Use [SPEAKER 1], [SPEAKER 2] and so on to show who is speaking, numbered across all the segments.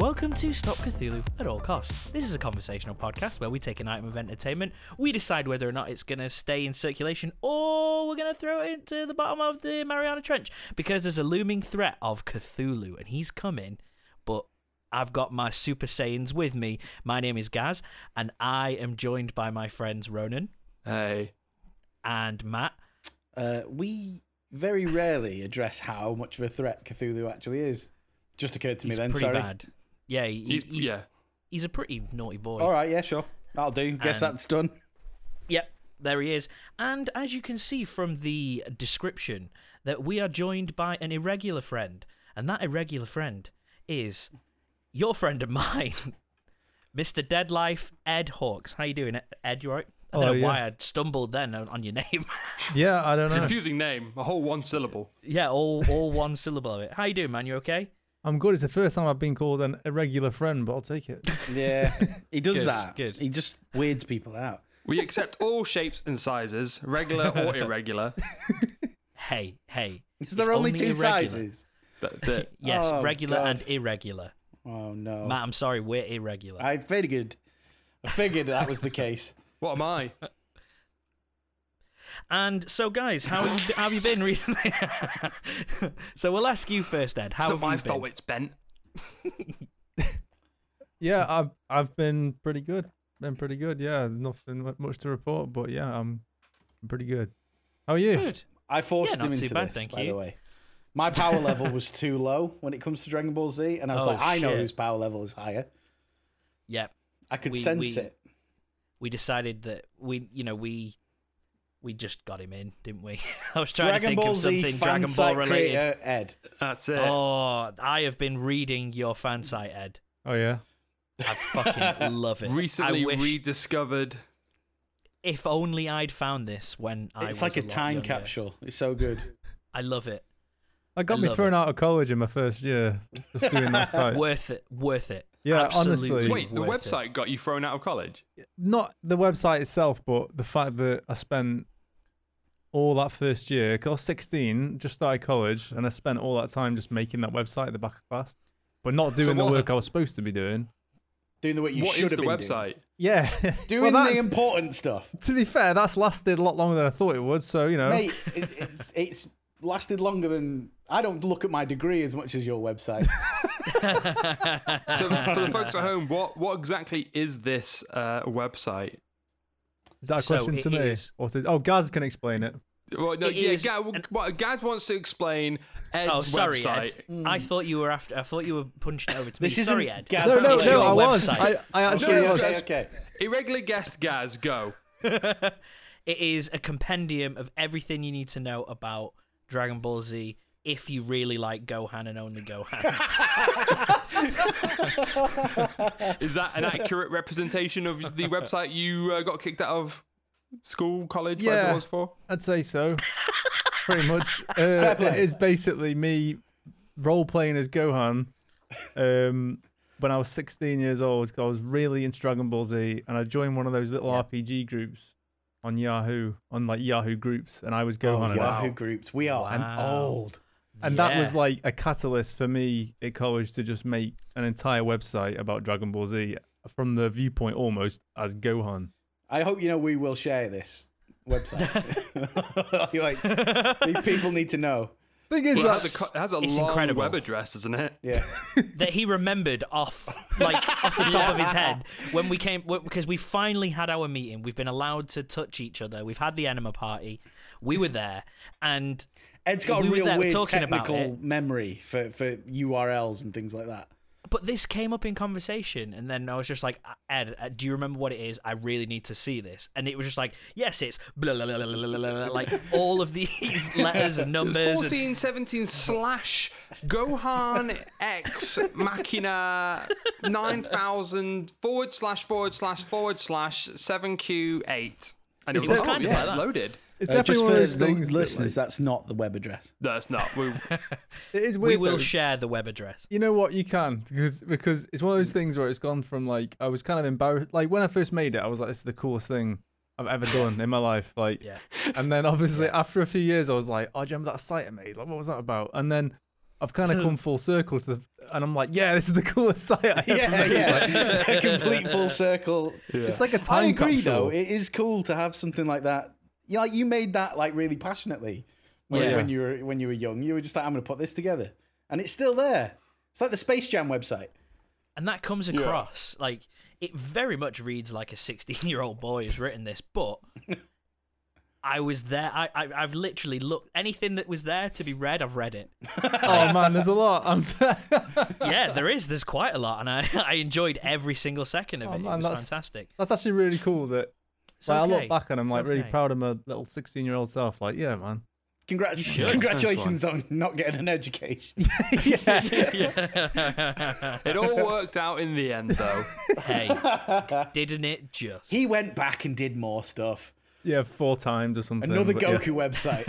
[SPEAKER 1] Welcome to Stop Cthulhu at All Costs. This is a conversational podcast where we take an item of entertainment, we decide whether or not it's going to stay in circulation, or we're going to throw it into the bottom of the Mariana Trench because there's a looming threat of Cthulhu and he's coming. But I've got my Super Saiyans with me. My name is Gaz, and I am joined by my friends Ronan
[SPEAKER 2] Hey.
[SPEAKER 1] and Matt.
[SPEAKER 3] Uh, we very rarely address how much of a threat Cthulhu actually is. Just occurred to me
[SPEAKER 1] He's
[SPEAKER 3] then.
[SPEAKER 1] pretty
[SPEAKER 3] Sorry.
[SPEAKER 1] bad. Yeah, he-
[SPEAKER 2] He's,
[SPEAKER 1] he's,
[SPEAKER 2] yeah.
[SPEAKER 1] he's a pretty naughty boy.
[SPEAKER 3] All right, yeah, sure. That'll do. Guess
[SPEAKER 1] And-
[SPEAKER 3] that's done.
[SPEAKER 1] Yep, there he is. And as you can see from the description, that we are joined by an irregular friend, and that irregular friend is your friend and mine, Mr. Deadlife Ed Hawks. How you doing, Ed? You alright? I don't
[SPEAKER 4] Oh,
[SPEAKER 1] know why I
[SPEAKER 4] yes.
[SPEAKER 1] stumbled then on on your name.
[SPEAKER 4] Yeah, I don't know.
[SPEAKER 2] Confusing name. A whole one syllable.
[SPEAKER 1] yeah, all all one syllable of it. How you doing, man? You okay?
[SPEAKER 4] I'm good. It's the first time I've been called an irregular friend, but I'll take it.
[SPEAKER 3] Yeah, he does
[SPEAKER 1] Good,
[SPEAKER 3] that.
[SPEAKER 1] good.
[SPEAKER 3] He just weirds people out.
[SPEAKER 2] We accept all shapes and sizes, regular or irregular.
[SPEAKER 1] Hey, hey.
[SPEAKER 3] Is there only, two
[SPEAKER 1] irregular.
[SPEAKER 3] sizes?
[SPEAKER 2] That's it.
[SPEAKER 1] Yes,
[SPEAKER 3] Oh,
[SPEAKER 1] regular
[SPEAKER 3] God.
[SPEAKER 1] and irregular.
[SPEAKER 3] Oh no!
[SPEAKER 1] Matt, I'm sorry, we're irregular.
[SPEAKER 3] I figured. I figured that was the case.
[SPEAKER 2] What am I?
[SPEAKER 1] And so, guys, how have you, how have you been recently? so we'll ask you first, Ed. How
[SPEAKER 2] it's
[SPEAKER 1] have
[SPEAKER 2] not my
[SPEAKER 1] you been?
[SPEAKER 2] fault. It's bent.
[SPEAKER 4] Yeah, I've I've been pretty good. Been pretty good. Yeah, nothing mu- much to report, but yeah, I'm pretty good. How are you?
[SPEAKER 1] Good.
[SPEAKER 3] I forced
[SPEAKER 1] Yeah, not
[SPEAKER 3] him
[SPEAKER 1] too
[SPEAKER 3] into
[SPEAKER 1] bad,
[SPEAKER 3] this.
[SPEAKER 1] thank
[SPEAKER 3] by
[SPEAKER 1] you.
[SPEAKER 3] the way, my power level was too low when it comes to Dragon Ball Z, and I was
[SPEAKER 1] Oh,
[SPEAKER 3] like, I know
[SPEAKER 1] shit.
[SPEAKER 3] whose power level is higher.
[SPEAKER 1] Yep.
[SPEAKER 3] I could
[SPEAKER 1] We-
[SPEAKER 3] sense
[SPEAKER 1] we-
[SPEAKER 3] it.
[SPEAKER 1] We decided that we, you know, we we just got him in, didn't we? I was trying to
[SPEAKER 3] Dragon
[SPEAKER 1] think
[SPEAKER 3] Ball
[SPEAKER 1] of
[SPEAKER 3] Z
[SPEAKER 1] something
[SPEAKER 3] fan
[SPEAKER 1] Dragon Ball
[SPEAKER 3] site
[SPEAKER 1] related.
[SPEAKER 3] creator Ed.
[SPEAKER 2] That's it.
[SPEAKER 1] Oh, I have been reading your fan site, Ed.
[SPEAKER 4] Oh yeah.
[SPEAKER 1] I fucking love it.
[SPEAKER 2] Recently
[SPEAKER 1] I wish
[SPEAKER 2] rediscovered.
[SPEAKER 1] if only I'd found this when I was
[SPEAKER 3] It's like a,
[SPEAKER 1] lot
[SPEAKER 3] time
[SPEAKER 1] younger.
[SPEAKER 3] capsule. It's so good.
[SPEAKER 1] I love it.
[SPEAKER 4] That got
[SPEAKER 1] I
[SPEAKER 4] me
[SPEAKER 1] love
[SPEAKER 4] thrown
[SPEAKER 1] it.
[SPEAKER 4] out of college in my first year just doing that site.
[SPEAKER 1] Worth it. Worth it.
[SPEAKER 4] Yeah,
[SPEAKER 1] Absolutely
[SPEAKER 4] honestly.
[SPEAKER 2] Wait, the
[SPEAKER 1] worth it.
[SPEAKER 2] website got you thrown out of college?
[SPEAKER 4] Not the website itself, but the fact that I spent all that first year, 'cause I was 16, just started college, and I spent all that time just making that website at the back of class, but not doing the
[SPEAKER 2] what-
[SPEAKER 4] work I was supposed to be doing.
[SPEAKER 3] Doing the what you
[SPEAKER 2] what
[SPEAKER 3] should
[SPEAKER 2] is
[SPEAKER 3] have
[SPEAKER 2] the
[SPEAKER 3] been
[SPEAKER 2] website?
[SPEAKER 4] Yeah.
[SPEAKER 3] doing.
[SPEAKER 4] Well,
[SPEAKER 3] Doing
[SPEAKER 4] that's-
[SPEAKER 3] the important stuff,
[SPEAKER 4] To be fair, that's lasted a lot longer than I thought it would. So you know,
[SPEAKER 3] mate. It, it's, it's lasted longer than I don't look at my degree as much as your website.
[SPEAKER 2] so for the folks at home, what what exactly is this uh, website?
[SPEAKER 4] is that a
[SPEAKER 1] So
[SPEAKER 4] question
[SPEAKER 1] it
[SPEAKER 4] to me?
[SPEAKER 1] is-
[SPEAKER 4] Or to, oh, Gaz can explain it.
[SPEAKER 2] Well, no,
[SPEAKER 1] It
[SPEAKER 2] yeah,
[SPEAKER 1] is
[SPEAKER 2] Gaz,
[SPEAKER 1] an-
[SPEAKER 2] well, Gaz wants to explain Ed's
[SPEAKER 1] Oh, sorry,
[SPEAKER 2] website.
[SPEAKER 1] Ed. I thought you were after. I thought you were punching it over to me.
[SPEAKER 3] This isn't
[SPEAKER 1] Sorry, Ed.
[SPEAKER 3] Gaz-
[SPEAKER 4] No,
[SPEAKER 3] That's
[SPEAKER 4] no,
[SPEAKER 1] it's
[SPEAKER 3] not
[SPEAKER 4] no,
[SPEAKER 1] your
[SPEAKER 4] I was.
[SPEAKER 1] website.
[SPEAKER 4] I, I actually
[SPEAKER 3] okay,
[SPEAKER 4] was.
[SPEAKER 3] okay, okay.
[SPEAKER 2] Irregular guest Gaz, go.
[SPEAKER 1] It is a compendium of everything you need to know about Dragon Ball Z if you really like Gohan and only Gohan.
[SPEAKER 2] Is that an accurate representation of the website you uh, got kicked out of school, college, whatever it
[SPEAKER 4] Yeah.
[SPEAKER 2] was for?
[SPEAKER 4] I'd say so. Pretty much. Uh,
[SPEAKER 3] play.
[SPEAKER 4] it is basically me role playing as Gohan. Um, when I was 16 years old, 'cause I was really into Dragon Ball Z, and I joined one of those little RPG groups on Yahoo, on like Yahoo groups, and I was Gohan.
[SPEAKER 3] Oh,
[SPEAKER 4] in that.
[SPEAKER 3] Yahoo groups. We are
[SPEAKER 1] Wow.
[SPEAKER 3] old.
[SPEAKER 4] And that was
[SPEAKER 1] Yeah.
[SPEAKER 4] like a catalyst for me at college to just make an entire website about Dragon Ball Z from the viewpoint almost as Gohan.
[SPEAKER 3] I hope you know we will share this website. like, the people need to know.
[SPEAKER 4] Thing is,
[SPEAKER 2] Well, it has
[SPEAKER 4] that's,
[SPEAKER 2] a, co- it has a
[SPEAKER 1] it's
[SPEAKER 2] long
[SPEAKER 1] incredible.
[SPEAKER 2] web address, doesn't it?
[SPEAKER 3] Yeah,
[SPEAKER 1] that he remembered off, like off the top of his head when we came w- because we finally had our meeting. We've been allowed to touch each other. We've had the enema party. We were there, and
[SPEAKER 3] Ed's got
[SPEAKER 1] We
[SPEAKER 3] a
[SPEAKER 1] were
[SPEAKER 3] real
[SPEAKER 1] there
[SPEAKER 3] weird
[SPEAKER 1] talking about
[SPEAKER 3] technical
[SPEAKER 1] it.
[SPEAKER 3] memory for for URLs and things like that.
[SPEAKER 1] but this came up in conversation and then i was just like ed uh, do you remember what it is i really need to see this and it was just like yes it's blah, blah, blah, blah, blah, blah, blah, like all of these letters and numbers and
[SPEAKER 2] 1417 slash Gohan X Machina 9000 forward slash forward slash forward slash 7Q8. And
[SPEAKER 1] It was kind of
[SPEAKER 2] oh, yeah,
[SPEAKER 1] like that.
[SPEAKER 2] loaded.
[SPEAKER 4] It's
[SPEAKER 3] Uh,
[SPEAKER 4] definitely
[SPEAKER 3] just
[SPEAKER 4] one
[SPEAKER 3] for
[SPEAKER 4] of those
[SPEAKER 3] the
[SPEAKER 4] things. that,
[SPEAKER 3] listeners,
[SPEAKER 4] like,
[SPEAKER 3] that's not the web address.
[SPEAKER 2] No, it's not. We,
[SPEAKER 4] it is
[SPEAKER 1] We
[SPEAKER 4] weird.
[SPEAKER 1] will
[SPEAKER 4] though.
[SPEAKER 1] share the web address.
[SPEAKER 4] you know what? You can because because it's one of those things where it's gone from like I was kind of embarrassed. Like when I first made it, I was like, "This is the coolest thing I've ever done in my life." Like,
[SPEAKER 1] Yeah.
[SPEAKER 4] and then obviously after a few years, I was like, "Oh, do you remember that site I made? Like, what was that about?" And then I've kind of come full circle to the, and I'm like, "Yeah, this is the coolest site I ever
[SPEAKER 3] Yeah,
[SPEAKER 4] made."
[SPEAKER 3] yeah. a complete full circle.
[SPEAKER 4] It's like a time
[SPEAKER 3] I agree,
[SPEAKER 4] capsule.
[SPEAKER 3] though. It is cool to have something like that. Yeah, like you made that like really passionately when,
[SPEAKER 1] Yeah.
[SPEAKER 3] when you were when you were young. You were just like, I'm going to put this together, and it's still there. It's like the Space Jam website.
[SPEAKER 1] And that comes across like it very much reads like a 16 year old boy has written this, but I was there. I, I I've literally looked anything that was there to be read. I've read it.
[SPEAKER 4] oh man, there's a lot. I'm
[SPEAKER 1] Yeah, there is. There's quite a lot, and I I enjoyed every single second of
[SPEAKER 4] Oh,
[SPEAKER 1] it.
[SPEAKER 4] man,
[SPEAKER 1] it was
[SPEAKER 4] that's-
[SPEAKER 1] fantastic.
[SPEAKER 4] that's actually really cool. That
[SPEAKER 1] It's
[SPEAKER 4] like, I
[SPEAKER 1] okay.
[SPEAKER 4] look back and I'm
[SPEAKER 1] It's
[SPEAKER 4] like really
[SPEAKER 1] okay.
[SPEAKER 4] proud of my little 16 year old self. Like, yeah, man.
[SPEAKER 3] Congrats,
[SPEAKER 1] should.
[SPEAKER 3] congratulations on not getting an education.
[SPEAKER 2] it all worked out in the end, though.
[SPEAKER 1] hey, didn't it just?
[SPEAKER 3] he went back and did more stuff.
[SPEAKER 4] Yeah, four times or something.
[SPEAKER 3] Another
[SPEAKER 4] but yeah.
[SPEAKER 3] Goku website.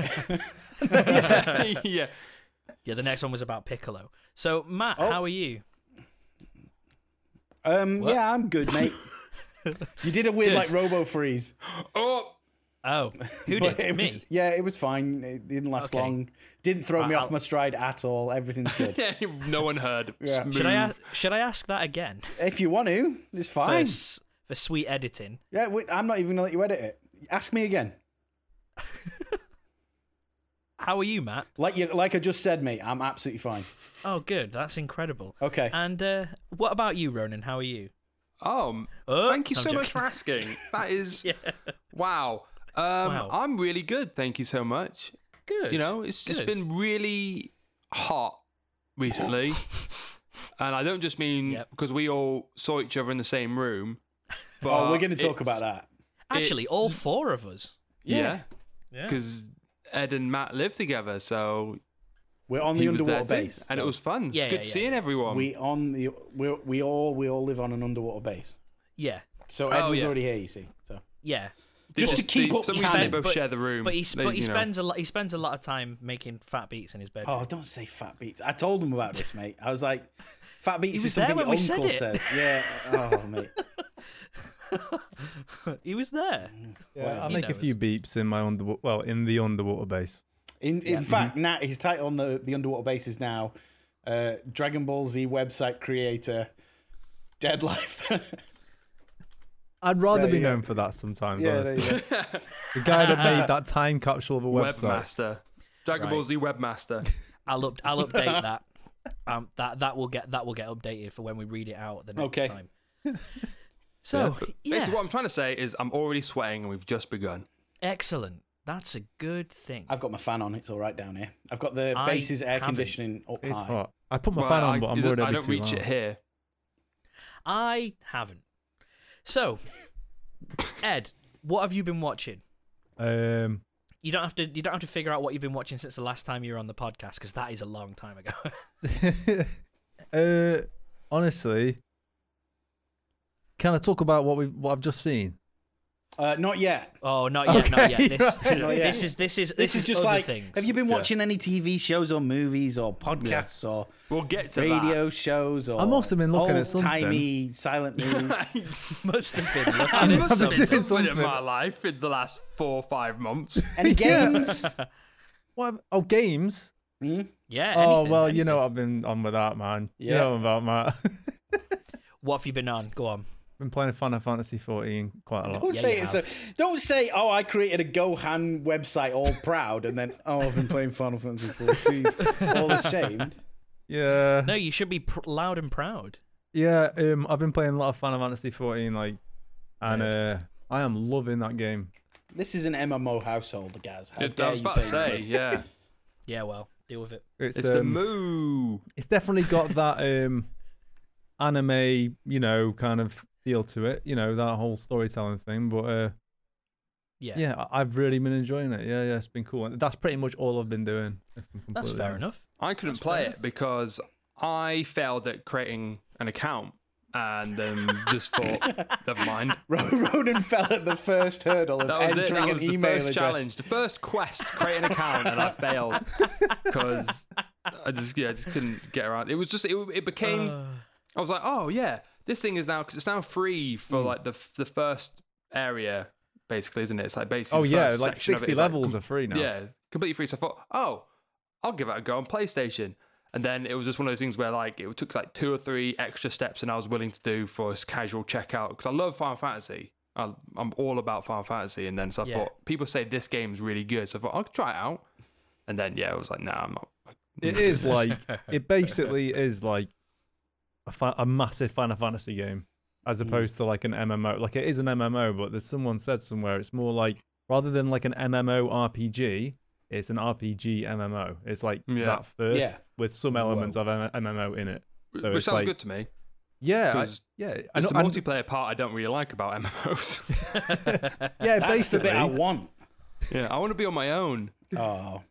[SPEAKER 2] yeah.
[SPEAKER 1] Yeah, the next one was about Piccolo. So Matt,
[SPEAKER 3] Oh.
[SPEAKER 1] how are you?
[SPEAKER 3] Um, yeah, I'm good, mate. you did a weird like robo freeze.
[SPEAKER 2] Oh,
[SPEAKER 1] Oh, who
[SPEAKER 3] But
[SPEAKER 1] did
[SPEAKER 3] it
[SPEAKER 1] me?
[SPEAKER 3] was yeah, it was fine. It didn't last
[SPEAKER 1] Okay.
[SPEAKER 3] long. Didn't throw me
[SPEAKER 1] Right,
[SPEAKER 3] off
[SPEAKER 1] I'll-
[SPEAKER 3] my stride at all. Everything's good.
[SPEAKER 2] no one heard.
[SPEAKER 3] Yeah.
[SPEAKER 2] Smooth.
[SPEAKER 1] Should I ask, should I ask that again
[SPEAKER 3] if you want to, it's
[SPEAKER 1] for,
[SPEAKER 3] fine.
[SPEAKER 1] s- for sweet editing?
[SPEAKER 3] Yeah, we, I'm not even gonna let you edit it. Ask me again.
[SPEAKER 1] How are you, Matt?
[SPEAKER 3] Like you, like I just said, mate. I'm absolutely fine.
[SPEAKER 1] Oh, good. That's incredible.
[SPEAKER 3] Okay.
[SPEAKER 1] And uh, what about you, Ronan? How are you?
[SPEAKER 2] Um,
[SPEAKER 1] Oh,
[SPEAKER 2] thank you
[SPEAKER 1] I'm
[SPEAKER 2] so much
[SPEAKER 1] joking.
[SPEAKER 2] for asking. That is wow. Um, I'm really good. Thank you so much.
[SPEAKER 1] Good.
[SPEAKER 2] You know, it's just
[SPEAKER 1] Good.
[SPEAKER 2] been really hot recently, and I don't just mean
[SPEAKER 1] Yep.
[SPEAKER 2] because we all saw each other in the same room. But
[SPEAKER 3] oh, we're gonna talk about
[SPEAKER 2] it's-
[SPEAKER 3] that.
[SPEAKER 1] actually
[SPEAKER 2] it's-
[SPEAKER 1] all four of us.
[SPEAKER 2] Yeah,
[SPEAKER 1] Yeah.
[SPEAKER 2] because Ed and Matt live together, so
[SPEAKER 3] We're on
[SPEAKER 2] he
[SPEAKER 3] the
[SPEAKER 2] was there
[SPEAKER 3] underwater
[SPEAKER 2] too,
[SPEAKER 3] base,
[SPEAKER 2] and it was fun.
[SPEAKER 1] Yeah,
[SPEAKER 2] it's good
[SPEAKER 1] yeah, yeah,
[SPEAKER 2] seeing everyone.
[SPEAKER 3] We on the we we all we all live on an underwater base.
[SPEAKER 1] Yeah.
[SPEAKER 3] So Ed
[SPEAKER 2] Oh,
[SPEAKER 3] was
[SPEAKER 2] yeah.
[SPEAKER 3] already here. You see. So
[SPEAKER 1] Yeah.
[SPEAKER 2] They
[SPEAKER 3] just to
[SPEAKER 2] both-
[SPEAKER 3] keep
[SPEAKER 2] they,
[SPEAKER 3] up
[SPEAKER 2] some
[SPEAKER 3] with
[SPEAKER 2] reason they
[SPEAKER 3] Hannah.
[SPEAKER 2] both
[SPEAKER 1] But-
[SPEAKER 2] share the room.
[SPEAKER 1] But he, sp-
[SPEAKER 2] They-
[SPEAKER 1] but he
[SPEAKER 2] you know.
[SPEAKER 1] spends a lot. He spends a lot of time making fat beats in his bed.
[SPEAKER 3] oh, don't say fat beats. I told him about this, mate. I was like, fat beats
[SPEAKER 1] was
[SPEAKER 3] is
[SPEAKER 1] there
[SPEAKER 3] something your
[SPEAKER 1] when we said
[SPEAKER 3] uncle
[SPEAKER 1] it.
[SPEAKER 3] says. Yeah. Oh, mate.
[SPEAKER 1] he was there.
[SPEAKER 4] Yeah, I
[SPEAKER 1] He
[SPEAKER 4] make a
[SPEAKER 1] knows.
[SPEAKER 4] few beeps in my underwater. Well, in the underwater base.
[SPEAKER 3] In in
[SPEAKER 1] mm-hmm.
[SPEAKER 3] fact, Nat, his title on the, the underwater base is now uh, Dragon Ball Z website creator, Dead Life.
[SPEAKER 4] I'd rather
[SPEAKER 3] There
[SPEAKER 4] be
[SPEAKER 3] you go.
[SPEAKER 4] known for that sometimes.
[SPEAKER 3] yeah, there
[SPEAKER 4] honestly,
[SPEAKER 3] you go.
[SPEAKER 4] the guy that made that time capsule of a website.
[SPEAKER 2] webmaster. Dragon Ball
[SPEAKER 1] Right.
[SPEAKER 2] Z webmaster.
[SPEAKER 1] I'll up, I'll update that. Um, that that will get that will get updated for when we read it out the next
[SPEAKER 3] Okay.
[SPEAKER 1] time. So yeah,
[SPEAKER 2] Basically, what I'm trying to say is I'm already sweating and we've just begun.
[SPEAKER 1] excellent. That's a good thing.
[SPEAKER 3] I've got my fan on. It's all right down here. I've got the
[SPEAKER 1] I
[SPEAKER 3] base's air
[SPEAKER 1] haven't.
[SPEAKER 3] conditioning up
[SPEAKER 4] It's
[SPEAKER 3] high.
[SPEAKER 4] hot. I put my
[SPEAKER 2] Well,
[SPEAKER 4] fan on,
[SPEAKER 2] I,
[SPEAKER 4] but I'm
[SPEAKER 2] is it-
[SPEAKER 4] worried
[SPEAKER 2] I
[SPEAKER 4] every
[SPEAKER 2] don't
[SPEAKER 4] too
[SPEAKER 2] reach it
[SPEAKER 4] loud.
[SPEAKER 2] here.
[SPEAKER 1] I haven't. So, Ed, what have you been watching?
[SPEAKER 4] Um,
[SPEAKER 1] You don't have to. You don't have to figure out what you've been watching since the last time you were on the podcast because that is a long time ago.
[SPEAKER 4] uh, honestly, can I talk about what we what I've just seen?
[SPEAKER 3] Uh, not yet.
[SPEAKER 1] oh, not yet. not yet.
[SPEAKER 4] Okay,
[SPEAKER 1] This,
[SPEAKER 4] right.
[SPEAKER 3] Not yet.
[SPEAKER 1] this is this is this,
[SPEAKER 3] This, is just
[SPEAKER 1] other
[SPEAKER 3] like,
[SPEAKER 1] things.
[SPEAKER 3] have you been watching any TV shows or movies or podcasts or
[SPEAKER 2] We'll get to
[SPEAKER 3] radio shows or
[SPEAKER 4] I must have been looking at
[SPEAKER 3] timey silent movies?
[SPEAKER 2] that.
[SPEAKER 1] must have been
[SPEAKER 2] I
[SPEAKER 1] looking at
[SPEAKER 2] must have
[SPEAKER 1] something.
[SPEAKER 2] been
[SPEAKER 4] something.
[SPEAKER 2] something in my life in the last four or five months.
[SPEAKER 3] any
[SPEAKER 4] Yeah.
[SPEAKER 3] games? Hmm?
[SPEAKER 4] What? have- Oh, games.
[SPEAKER 1] Yeah.
[SPEAKER 4] oh
[SPEAKER 1] anything,
[SPEAKER 4] well, you
[SPEAKER 1] anything.
[SPEAKER 4] know I've been on with that man.
[SPEAKER 3] Yeah.
[SPEAKER 4] You know about Matt.
[SPEAKER 1] What have you been on? Go on.
[SPEAKER 4] been playing Final Fantasy 14 quite a lot.
[SPEAKER 3] Don't
[SPEAKER 1] Yeah,
[SPEAKER 3] say
[SPEAKER 1] you
[SPEAKER 3] it's a, Don't say, "Oh, I created a Gohan website, all proud," and then, "Oh, I've been playing Final Fantasy 14, all ashamed."
[SPEAKER 4] Yeah.
[SPEAKER 1] No, you should be pr- loud and proud.
[SPEAKER 4] Yeah, um, I've been playing a lot of Final Fantasy 14, like, and uh, I am loving that game.
[SPEAKER 3] This is an MMO household, guys. How
[SPEAKER 2] I
[SPEAKER 3] dare
[SPEAKER 2] was
[SPEAKER 3] you
[SPEAKER 2] about to
[SPEAKER 3] that?
[SPEAKER 2] say, yeah.
[SPEAKER 1] Yeah. Well, deal with it.
[SPEAKER 4] It's
[SPEAKER 2] It's the
[SPEAKER 4] um,
[SPEAKER 2] moo.
[SPEAKER 4] it's definitely got that um, anime, you know, kind of feel to it. You know, that whole storytelling thing. But uh,
[SPEAKER 1] Yeah.
[SPEAKER 4] yeah, I- I've really been enjoying it. Yeah, yeah, it's been cool. And that's pretty much all I've been doing. If I'm
[SPEAKER 1] That's
[SPEAKER 4] completely
[SPEAKER 1] fair
[SPEAKER 4] honest.
[SPEAKER 1] enough.
[SPEAKER 2] I couldn't
[SPEAKER 1] That's
[SPEAKER 2] play
[SPEAKER 1] fair.
[SPEAKER 2] it because I failed at creating an account and um, just thought, never mind.
[SPEAKER 3] Ro- Ronan fell at the first hurdle of
[SPEAKER 2] That was it.
[SPEAKER 3] entering
[SPEAKER 2] That was
[SPEAKER 3] an
[SPEAKER 2] the
[SPEAKER 3] email
[SPEAKER 2] first
[SPEAKER 3] address.
[SPEAKER 2] challenge, the first quest, create an account, and I failed because I just yeah, I just couldn't get around. It was just it, it became. I was like, oh yeah, this thing is now because it's now free for like the f- the first area, basically, isn't it? It's like basically.
[SPEAKER 4] Oh
[SPEAKER 2] the
[SPEAKER 4] yeah,
[SPEAKER 2] first
[SPEAKER 4] like
[SPEAKER 2] section of it
[SPEAKER 4] sixty
[SPEAKER 2] is, like,
[SPEAKER 4] levels are free now.
[SPEAKER 2] Yeah, completely free. So I thought, oh, I'll give it a go on PlayStation. And then it was just one of those things where like it took like two or three extra steps, and I was willing to do for a casual checkout because I love Final Fantasy. I, I'm all about Final Fantasy, and then so I
[SPEAKER 1] Yeah.
[SPEAKER 2] thought people say this game's really good, so I thought I'll try it out. And then yeah, I was like, nah, I'm not.
[SPEAKER 4] It is like it basically is like a, fa- a massive Final Fantasy game, as
[SPEAKER 2] Mm.
[SPEAKER 4] opposed to like an MMO. Like it is an MMO, but there's someone said somewhere it's more like rather than like an MMO RPG, it's an RPG MMO. It's like
[SPEAKER 2] Yeah.
[SPEAKER 4] that first
[SPEAKER 3] Yeah.
[SPEAKER 4] with some elements of M- MMO in it. So
[SPEAKER 2] Which
[SPEAKER 4] it's
[SPEAKER 2] sounds
[SPEAKER 4] like-
[SPEAKER 2] good to me.
[SPEAKER 4] Yeah, I-
[SPEAKER 2] 'Cause
[SPEAKER 4] yeah. I
[SPEAKER 2] It's the
[SPEAKER 4] know- and-
[SPEAKER 2] multiplayer part I don't really like about MMOs.
[SPEAKER 4] yeah,
[SPEAKER 3] That's the
[SPEAKER 4] basically
[SPEAKER 3] bit I want.
[SPEAKER 2] yeah, I want to be on my own.
[SPEAKER 3] Oh,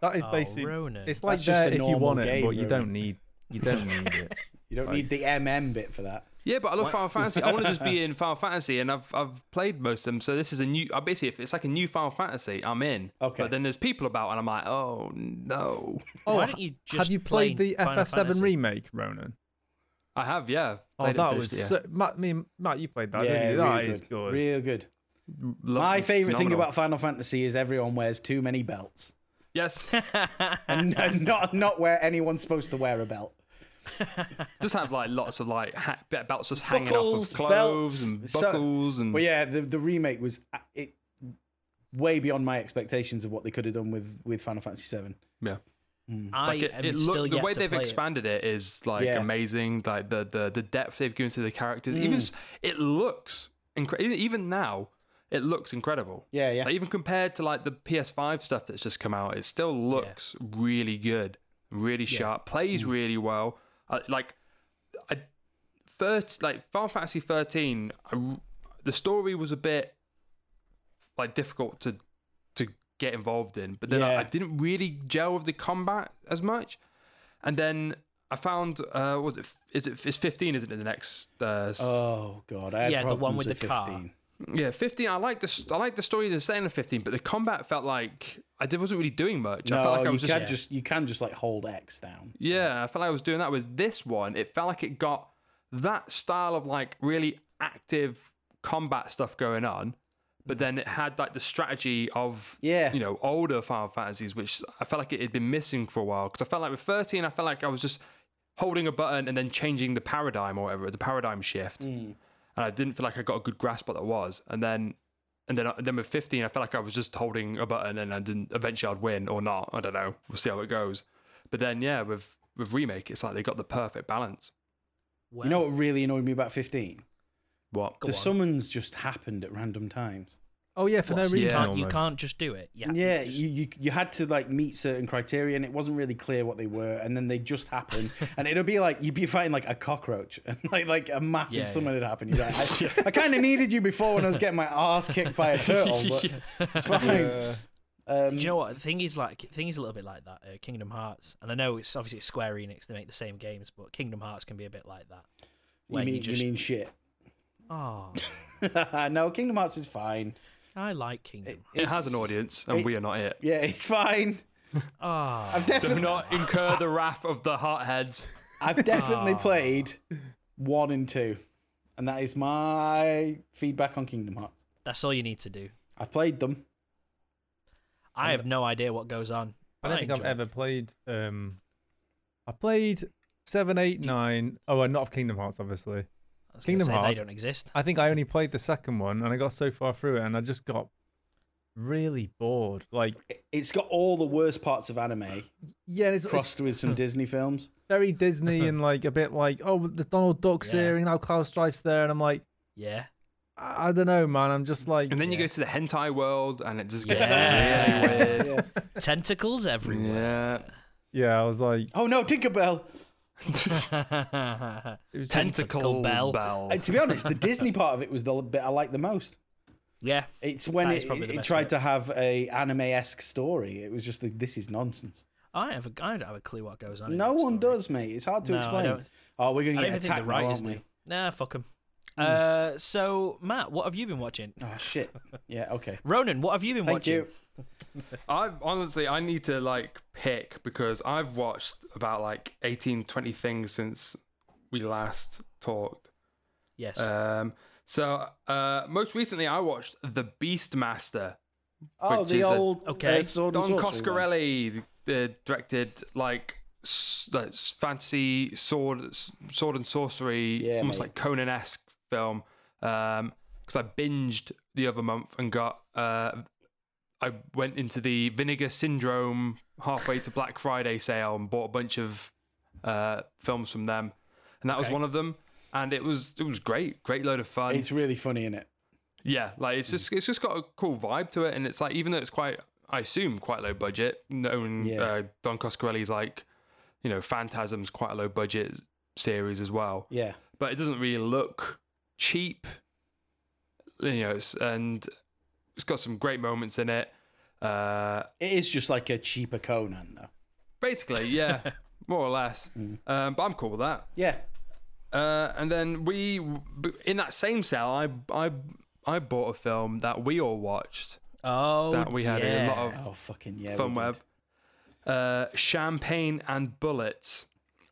[SPEAKER 4] that is
[SPEAKER 1] Oh,
[SPEAKER 4] basically
[SPEAKER 1] Ronan.
[SPEAKER 4] it's like
[SPEAKER 3] That's just
[SPEAKER 4] there
[SPEAKER 3] a
[SPEAKER 4] if you
[SPEAKER 3] normal
[SPEAKER 4] want it,
[SPEAKER 3] game,
[SPEAKER 4] but you
[SPEAKER 3] Ronan.
[SPEAKER 4] don't need you don't need it.
[SPEAKER 3] you don't need the MM bit for that.
[SPEAKER 2] Yeah, but I love Final Fantasy. I want to just be in Final Fantasy, and I've I've played most of them. So this is a new. I basically, if it's like a new Final Fantasy, I'm in.
[SPEAKER 3] Okay.
[SPEAKER 2] But then there's people about, and I'm like, oh no.
[SPEAKER 1] Why don't Oh, you just
[SPEAKER 4] have you played
[SPEAKER 1] play
[SPEAKER 4] the
[SPEAKER 1] Final
[SPEAKER 4] FF7
[SPEAKER 1] Fantasy?
[SPEAKER 4] remake, Ronan?
[SPEAKER 2] I have, yeah.
[SPEAKER 4] Oh,
[SPEAKER 2] Played
[SPEAKER 4] that
[SPEAKER 2] and
[SPEAKER 4] was
[SPEAKER 2] finished it, yeah.
[SPEAKER 4] so, Matt, me, and- Matt. You played that,
[SPEAKER 3] yeah,
[SPEAKER 4] didn't you?
[SPEAKER 2] Ah,
[SPEAKER 3] really
[SPEAKER 4] That is
[SPEAKER 3] good.
[SPEAKER 4] good.
[SPEAKER 3] Real good.
[SPEAKER 2] Lo-
[SPEAKER 3] My favorite thing
[SPEAKER 2] phenomenal.
[SPEAKER 3] about Final Fantasy is everyone wears too many belts,
[SPEAKER 2] yes,
[SPEAKER 3] and and not not where anyone's supposed to wear a belt.
[SPEAKER 2] just have like lots of like ha- belts just hanging
[SPEAKER 3] Buckles,
[SPEAKER 2] off of clothes
[SPEAKER 3] belts,
[SPEAKER 2] and
[SPEAKER 3] so-
[SPEAKER 2] buckles and
[SPEAKER 3] But yeah, the the remake was uh, it way beyond my expectations of what they could have done with with Final Fantasy Seven.
[SPEAKER 2] yeah.
[SPEAKER 1] I
[SPEAKER 2] Like it,
[SPEAKER 1] am
[SPEAKER 2] it
[SPEAKER 1] still
[SPEAKER 2] look, the
[SPEAKER 1] yet
[SPEAKER 2] way
[SPEAKER 1] to
[SPEAKER 2] they've
[SPEAKER 1] play it.
[SPEAKER 2] expanded it is like
[SPEAKER 3] Yeah. Mm.
[SPEAKER 2] amazing. Like the the the depth they've given to the characters. Even s- it looks incredible. Even now, it looks incredible.
[SPEAKER 3] Yeah, yeah.
[SPEAKER 2] Like, even compared to like the PS5 stuff that's just come out, it still looks really good, really sharp, plays
[SPEAKER 3] Mm.
[SPEAKER 2] really well. I, like, I, third, like Final Fantasy 13, I r the story was a bit like difficult to to get involved in, but then I,
[SPEAKER 3] Yeah.
[SPEAKER 2] I didn't really gel with the combat as much. And then I found, uh, what was it? Is it it's 15? Isn't it the next? Uh, s-
[SPEAKER 3] Oh god, I had
[SPEAKER 1] Yeah, the one
[SPEAKER 3] problems
[SPEAKER 1] with the car.
[SPEAKER 3] 15.
[SPEAKER 2] yeah, 15. I like the I like the story they're setting of 15, but the combat felt like I did, wasn't really doing much. I
[SPEAKER 3] No,
[SPEAKER 2] felt like I
[SPEAKER 3] you
[SPEAKER 2] was just
[SPEAKER 3] can just you can just like hold X down.
[SPEAKER 2] yeah, I felt like I was doing that. Was this one? It felt like it got that style of like really active combat stuff going on, but then it had like the strategy of
[SPEAKER 3] Mm. Yeah.
[SPEAKER 2] you know older Final Fantasies, which I felt like it had been missing for a while. Because I felt like with 13, I felt like I was just holding a button and then changing the paradigm or whatever, the paradigm shift, and I didn't feel like I got a good grasp of what that was. And then. And then, then with 15, I felt like I was just holding a button and I didn't, eventually I'd win or not. I don't know. We'll see how it goes. But then, yeah, with with remake, it's like they got the perfect balance.
[SPEAKER 1] Well,
[SPEAKER 3] You know what really annoyed me about fifteen?
[SPEAKER 2] What?
[SPEAKER 3] the summons just happened at random times.
[SPEAKER 4] Oh yeah, for no
[SPEAKER 1] what's-
[SPEAKER 4] reason.
[SPEAKER 1] you, can't, you
[SPEAKER 4] almost.
[SPEAKER 1] can't just do it. Yeah.
[SPEAKER 3] yeah,
[SPEAKER 1] just-
[SPEAKER 3] you, you you had to like meet certain criteria, and it wasn't really clear what they were, and then they just happen, and it'll be like you'd be fighting like a cockroach, and like like a massive
[SPEAKER 1] Yeah,
[SPEAKER 3] summon had happened. You're like, I, I kind of needed you before when I was getting my ass kicked by a turtle, but it's fine. Um,
[SPEAKER 1] Do you know what the thing is? Like, the thing is a little bit like that. Uh, Kingdom Hearts, and I know it's obviously Square Enix. They make the same games, but Kingdom Hearts can be a bit like that.
[SPEAKER 3] you
[SPEAKER 1] When
[SPEAKER 3] mean
[SPEAKER 1] you just,
[SPEAKER 3] you mean shit?
[SPEAKER 1] oh,
[SPEAKER 3] no, Kingdom Hearts is fine.
[SPEAKER 1] I like Kingdom.
[SPEAKER 2] It has an audience, and we are not it.
[SPEAKER 3] Yeah, it's fine.
[SPEAKER 1] Ah,
[SPEAKER 3] I've definitely
[SPEAKER 2] Do not incur the wrath of the heartheads.
[SPEAKER 3] I've definitely
[SPEAKER 1] Ah.
[SPEAKER 3] played one and two, and that is my feedback on Kingdom Hearts.
[SPEAKER 1] that's all you need to do.
[SPEAKER 3] I've played them.
[SPEAKER 1] I have no idea what goes on.
[SPEAKER 4] I don't think I've
[SPEAKER 1] enjoy it.
[SPEAKER 4] ever played. Um, I played seven, eight, nine. Oh, well, not of Kingdom Hearts, obviously.
[SPEAKER 1] I was gonna
[SPEAKER 4] Kingdom
[SPEAKER 1] say
[SPEAKER 4] Hearts-
[SPEAKER 1] They don't exist.
[SPEAKER 4] I think I only played the second one, and I got so far through it, and I just got really bored. Like,
[SPEAKER 3] It- It's got all the worst parts of anime
[SPEAKER 4] yeah, it's, it's
[SPEAKER 3] crossed with some Disney films.
[SPEAKER 4] very Disney and like a bit like, oh, the Donald Duck's
[SPEAKER 1] Yeah.
[SPEAKER 4] here, and now Cloud Strife's there, and I'm like,
[SPEAKER 1] Yeah.
[SPEAKER 4] I, I don't know, man. I'm just like,
[SPEAKER 2] And then you go to the hentai world, and it just gets
[SPEAKER 1] Yeah.
[SPEAKER 2] really weird.
[SPEAKER 3] Yeah.
[SPEAKER 1] Tentacles everywhere.
[SPEAKER 2] Yeah.
[SPEAKER 4] yeah, I was like,
[SPEAKER 3] Oh no, Tinkerbell!
[SPEAKER 4] it was just-
[SPEAKER 1] Tentacle bell.
[SPEAKER 3] Uh, to be honest, the Disney part of it was the bit I liked the most.
[SPEAKER 1] Yeah.
[SPEAKER 3] It's when
[SPEAKER 1] That
[SPEAKER 3] it,
[SPEAKER 1] is probably the
[SPEAKER 3] it
[SPEAKER 1] best
[SPEAKER 3] tried
[SPEAKER 1] bit.
[SPEAKER 3] to have a anime esque story. It was just like, this is nonsense.
[SPEAKER 1] I have a, I don't have a clue what goes on. in
[SPEAKER 3] No
[SPEAKER 1] that
[SPEAKER 3] one
[SPEAKER 1] story.
[SPEAKER 3] does, mate. It's hard to
[SPEAKER 1] No, I
[SPEAKER 3] explain.
[SPEAKER 1] don't-
[SPEAKER 3] Oh, we're going
[SPEAKER 1] I don't
[SPEAKER 3] to get
[SPEAKER 1] even think the
[SPEAKER 3] attacked now,
[SPEAKER 1] writers
[SPEAKER 3] aren't
[SPEAKER 1] do.
[SPEAKER 3] we?
[SPEAKER 1] Nah, fuck him.
[SPEAKER 3] Hmm.
[SPEAKER 1] Uh, so Matt, what have you been watching?
[SPEAKER 3] Oh shit. Yeah. Okay.
[SPEAKER 1] Ronan, what have you been
[SPEAKER 3] Thank
[SPEAKER 1] watching?
[SPEAKER 3] you.
[SPEAKER 2] I honestly, I need to like pick because I've watched about like 18, 20 things since we last talked.
[SPEAKER 1] Yes.
[SPEAKER 2] Um, so uh, most recently, I watched The Beastmaster.
[SPEAKER 3] Oh,
[SPEAKER 2] Which
[SPEAKER 3] the
[SPEAKER 2] is a-
[SPEAKER 3] old
[SPEAKER 1] Okay.
[SPEAKER 3] uh, sword and
[SPEAKER 2] Don
[SPEAKER 3] sorcery one.
[SPEAKER 2] Coscarelli uh, directed like s- like, s- fantasy sword s- sword and sorcery,
[SPEAKER 3] Yeah,
[SPEAKER 2] almost
[SPEAKER 3] mate.
[SPEAKER 2] like Conan esque film. Um, because I binged the other month and got uh, I went into the Vinegar Syndrome halfway to Black Friday sale and bought a bunch of uh films from them, and that was one of them. And it was it was great, great load of fun.
[SPEAKER 3] It's really funny in it.
[SPEAKER 2] Yeah, like it's just it's just got a cool vibe to it, and it's like even though it's quite, I assume quite low budget. Known
[SPEAKER 3] Yeah.
[SPEAKER 2] uh, Don Coscarelli's like, you know, Phantasm's quite a low budget series as well,
[SPEAKER 3] Yeah.
[SPEAKER 2] but it doesn't really look cheap. You know, it's, and it's got some great moments in it. Uh,
[SPEAKER 3] It is just like a cheaper Conan, though.
[SPEAKER 2] basically, yeah, more or less.
[SPEAKER 1] Mm.
[SPEAKER 2] Um, but I'm cool with that.
[SPEAKER 3] Yeah.
[SPEAKER 2] Uh, and then we, in that same cell, I I I bought a film that we all watched.
[SPEAKER 1] oh,
[SPEAKER 2] that we had
[SPEAKER 1] yeah.
[SPEAKER 2] a lot of
[SPEAKER 3] Oh fucking yeah. we
[SPEAKER 2] fun
[SPEAKER 3] did.
[SPEAKER 2] web. Uh, Champagne and Bullets,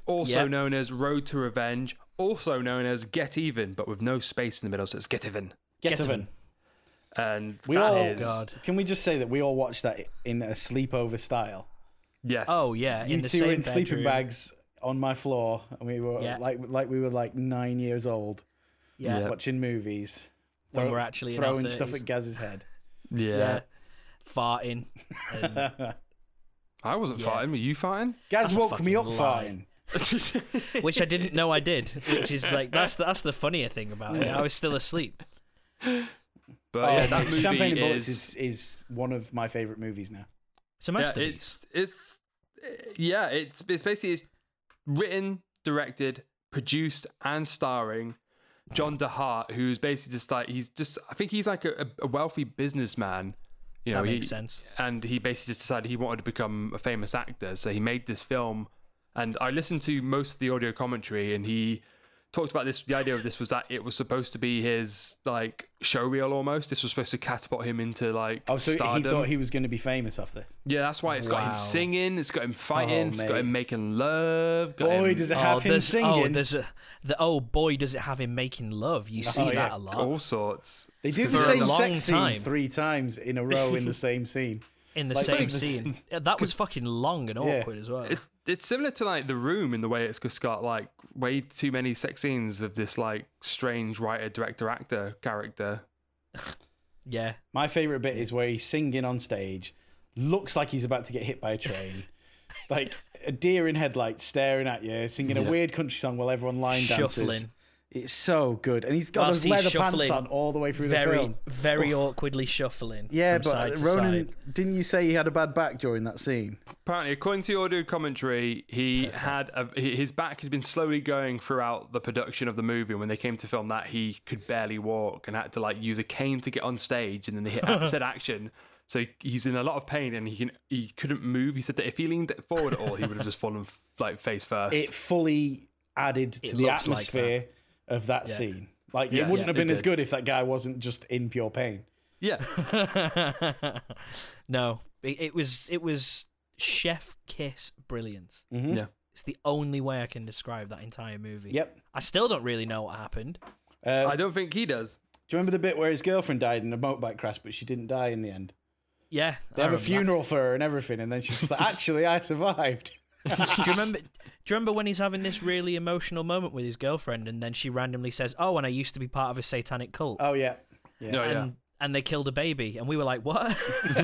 [SPEAKER 2] also
[SPEAKER 1] Yep.
[SPEAKER 2] known as Road to Revenge, also known as Get Even, but with no space in the middle, so it's Get Even.
[SPEAKER 3] Get,
[SPEAKER 1] Get
[SPEAKER 3] to
[SPEAKER 1] him.
[SPEAKER 3] it.
[SPEAKER 2] And
[SPEAKER 3] We
[SPEAKER 2] that
[SPEAKER 3] all-
[SPEAKER 2] is-
[SPEAKER 1] God.
[SPEAKER 3] Can we just say that we all watched that in a sleepover style?
[SPEAKER 2] yes,
[SPEAKER 1] Oh yeah,
[SPEAKER 3] You
[SPEAKER 1] in the
[SPEAKER 3] two
[SPEAKER 1] same
[SPEAKER 3] were in sleeping
[SPEAKER 1] bedroom.
[SPEAKER 3] bags on my floor, and we were
[SPEAKER 1] Yeah.
[SPEAKER 3] like like we were like nine years old
[SPEAKER 1] Yeah,
[SPEAKER 2] Yeah.
[SPEAKER 3] watching movies.
[SPEAKER 1] When we're actually in our
[SPEAKER 3] throwing stuff
[SPEAKER 1] 30s.
[SPEAKER 3] at Gaz's head.
[SPEAKER 2] yeah.
[SPEAKER 1] yeah. farting. and-
[SPEAKER 2] I wasn't
[SPEAKER 1] Yeah.
[SPEAKER 2] farting. Were you farting?
[SPEAKER 3] Gaz
[SPEAKER 1] a
[SPEAKER 3] woke me up
[SPEAKER 1] fucking lie.
[SPEAKER 3] farting.
[SPEAKER 1] which I didn't know I did. Which is like that's the, that's the funnier thing about it. I was still asleep.
[SPEAKER 2] But
[SPEAKER 3] Oh,
[SPEAKER 2] yeah, that
[SPEAKER 3] mate,
[SPEAKER 2] movie
[SPEAKER 3] Champagne and Bullets
[SPEAKER 2] is
[SPEAKER 3] is, is one of my favorite movies now.
[SPEAKER 1] It's a
[SPEAKER 2] yeah,
[SPEAKER 1] masterpiece.
[SPEAKER 2] it's it's yeah, it's it's basically it's written, directed, produced, and starring John DeHart, who's basically just like he's just I think he's like a, a wealthy businessman. You know,
[SPEAKER 1] that makes
[SPEAKER 2] he,
[SPEAKER 1] sense.
[SPEAKER 2] and he basically just decided he wanted to become a famous actor. So he made this film, and I listened to most of the audio commentary, and he talked about this. The idea of this was that it was supposed to be his like showreel almost. This was supposed to catapult him into like
[SPEAKER 3] Oh, so
[SPEAKER 2] stardom.
[SPEAKER 3] he thought he was going to be famous off this.
[SPEAKER 2] Yeah, that's why it's got
[SPEAKER 1] Wow.
[SPEAKER 2] him singing, it's got him fighting,
[SPEAKER 3] Oh,
[SPEAKER 2] it's got him
[SPEAKER 3] mate.
[SPEAKER 2] making love. Got
[SPEAKER 3] Boy,
[SPEAKER 2] him
[SPEAKER 3] does it have him
[SPEAKER 1] there's, oh,
[SPEAKER 3] singing. Oh,
[SPEAKER 1] there's a the oh boy, does it have him making love? You see
[SPEAKER 3] yeah.
[SPEAKER 1] that a lot
[SPEAKER 2] all sorts.
[SPEAKER 3] they do
[SPEAKER 1] for
[SPEAKER 3] the
[SPEAKER 1] a
[SPEAKER 3] same
[SPEAKER 1] long
[SPEAKER 3] sex
[SPEAKER 1] time.
[SPEAKER 3] scene three times in a row in the same scene.
[SPEAKER 1] in the
[SPEAKER 3] Like,
[SPEAKER 1] same
[SPEAKER 3] there's-
[SPEAKER 1] scene. Yeah, that was fucking long and
[SPEAKER 3] Yeah.
[SPEAKER 1] awkward as well.
[SPEAKER 2] It's it's similar to like the room in the way it's just got like way too many sex scenes of this like strange writer, director, actor character.
[SPEAKER 1] yeah,
[SPEAKER 3] My favorite bit is where he's singing on stage, looks like he's about to get hit by a train, like a deer in headlights staring at you, singing a
[SPEAKER 2] Yeah.
[SPEAKER 3] weird country song while everyone line dances.
[SPEAKER 1] shuffling
[SPEAKER 3] It's so good, and he's got
[SPEAKER 1] Whilst
[SPEAKER 3] those leather
[SPEAKER 1] he's
[SPEAKER 3] pants
[SPEAKER 1] shuffling
[SPEAKER 3] on all the way through the
[SPEAKER 1] very
[SPEAKER 3] film. Oh,
[SPEAKER 1] very awkwardly shuffling.
[SPEAKER 3] Yeah,
[SPEAKER 1] from side
[SPEAKER 3] but uh,
[SPEAKER 1] to
[SPEAKER 3] Ronan,
[SPEAKER 1] side.
[SPEAKER 3] didn't you say he had a bad back during that scene?
[SPEAKER 2] Apparently, according to the audio commentary, he had a, he- his back had been slowly going throughout the production of the movie. And when they came to film that, he could barely walk and had to like use a cane to get on stage. And then they hit said action, so he- he's in a lot of pain and he can he couldn't move. He said that if he leaned forward at all, he would have just fallen f- like face first.
[SPEAKER 3] It fully added to the
[SPEAKER 1] looks like
[SPEAKER 3] atmosphere of that scene. Like
[SPEAKER 2] Yes,
[SPEAKER 3] it wouldn't have
[SPEAKER 2] it
[SPEAKER 3] been as
[SPEAKER 2] did.
[SPEAKER 3] good if that guy wasn't just in pure pain.
[SPEAKER 2] yeah,
[SPEAKER 1] no, it, it was it was chef kiss brilliance.
[SPEAKER 3] Mm.
[SPEAKER 2] yeah.
[SPEAKER 1] It's the only way I can describe that entire movie.
[SPEAKER 3] Yep.
[SPEAKER 1] I still don't really know what happened.
[SPEAKER 3] Uh,
[SPEAKER 2] I don't think he does.
[SPEAKER 3] do you remember the bit where his girlfriend died in a motorbike crash, but she didn't die in the end?
[SPEAKER 1] Yeah,
[SPEAKER 3] They
[SPEAKER 1] I
[SPEAKER 3] have
[SPEAKER 1] remember
[SPEAKER 3] a
[SPEAKER 1] that.
[SPEAKER 3] funeral for her and everything, and then she's just like, "Actually, I survived."
[SPEAKER 1] do you remember? Do you remember when he's having this really emotional moment with his girlfriend, and then she randomly says, "Oh, and I used to be part of a satanic cult,
[SPEAKER 3] Oh yeah,
[SPEAKER 2] No,
[SPEAKER 1] and
[SPEAKER 2] yeah.
[SPEAKER 1] and they killed a baby," and we were like, "What?"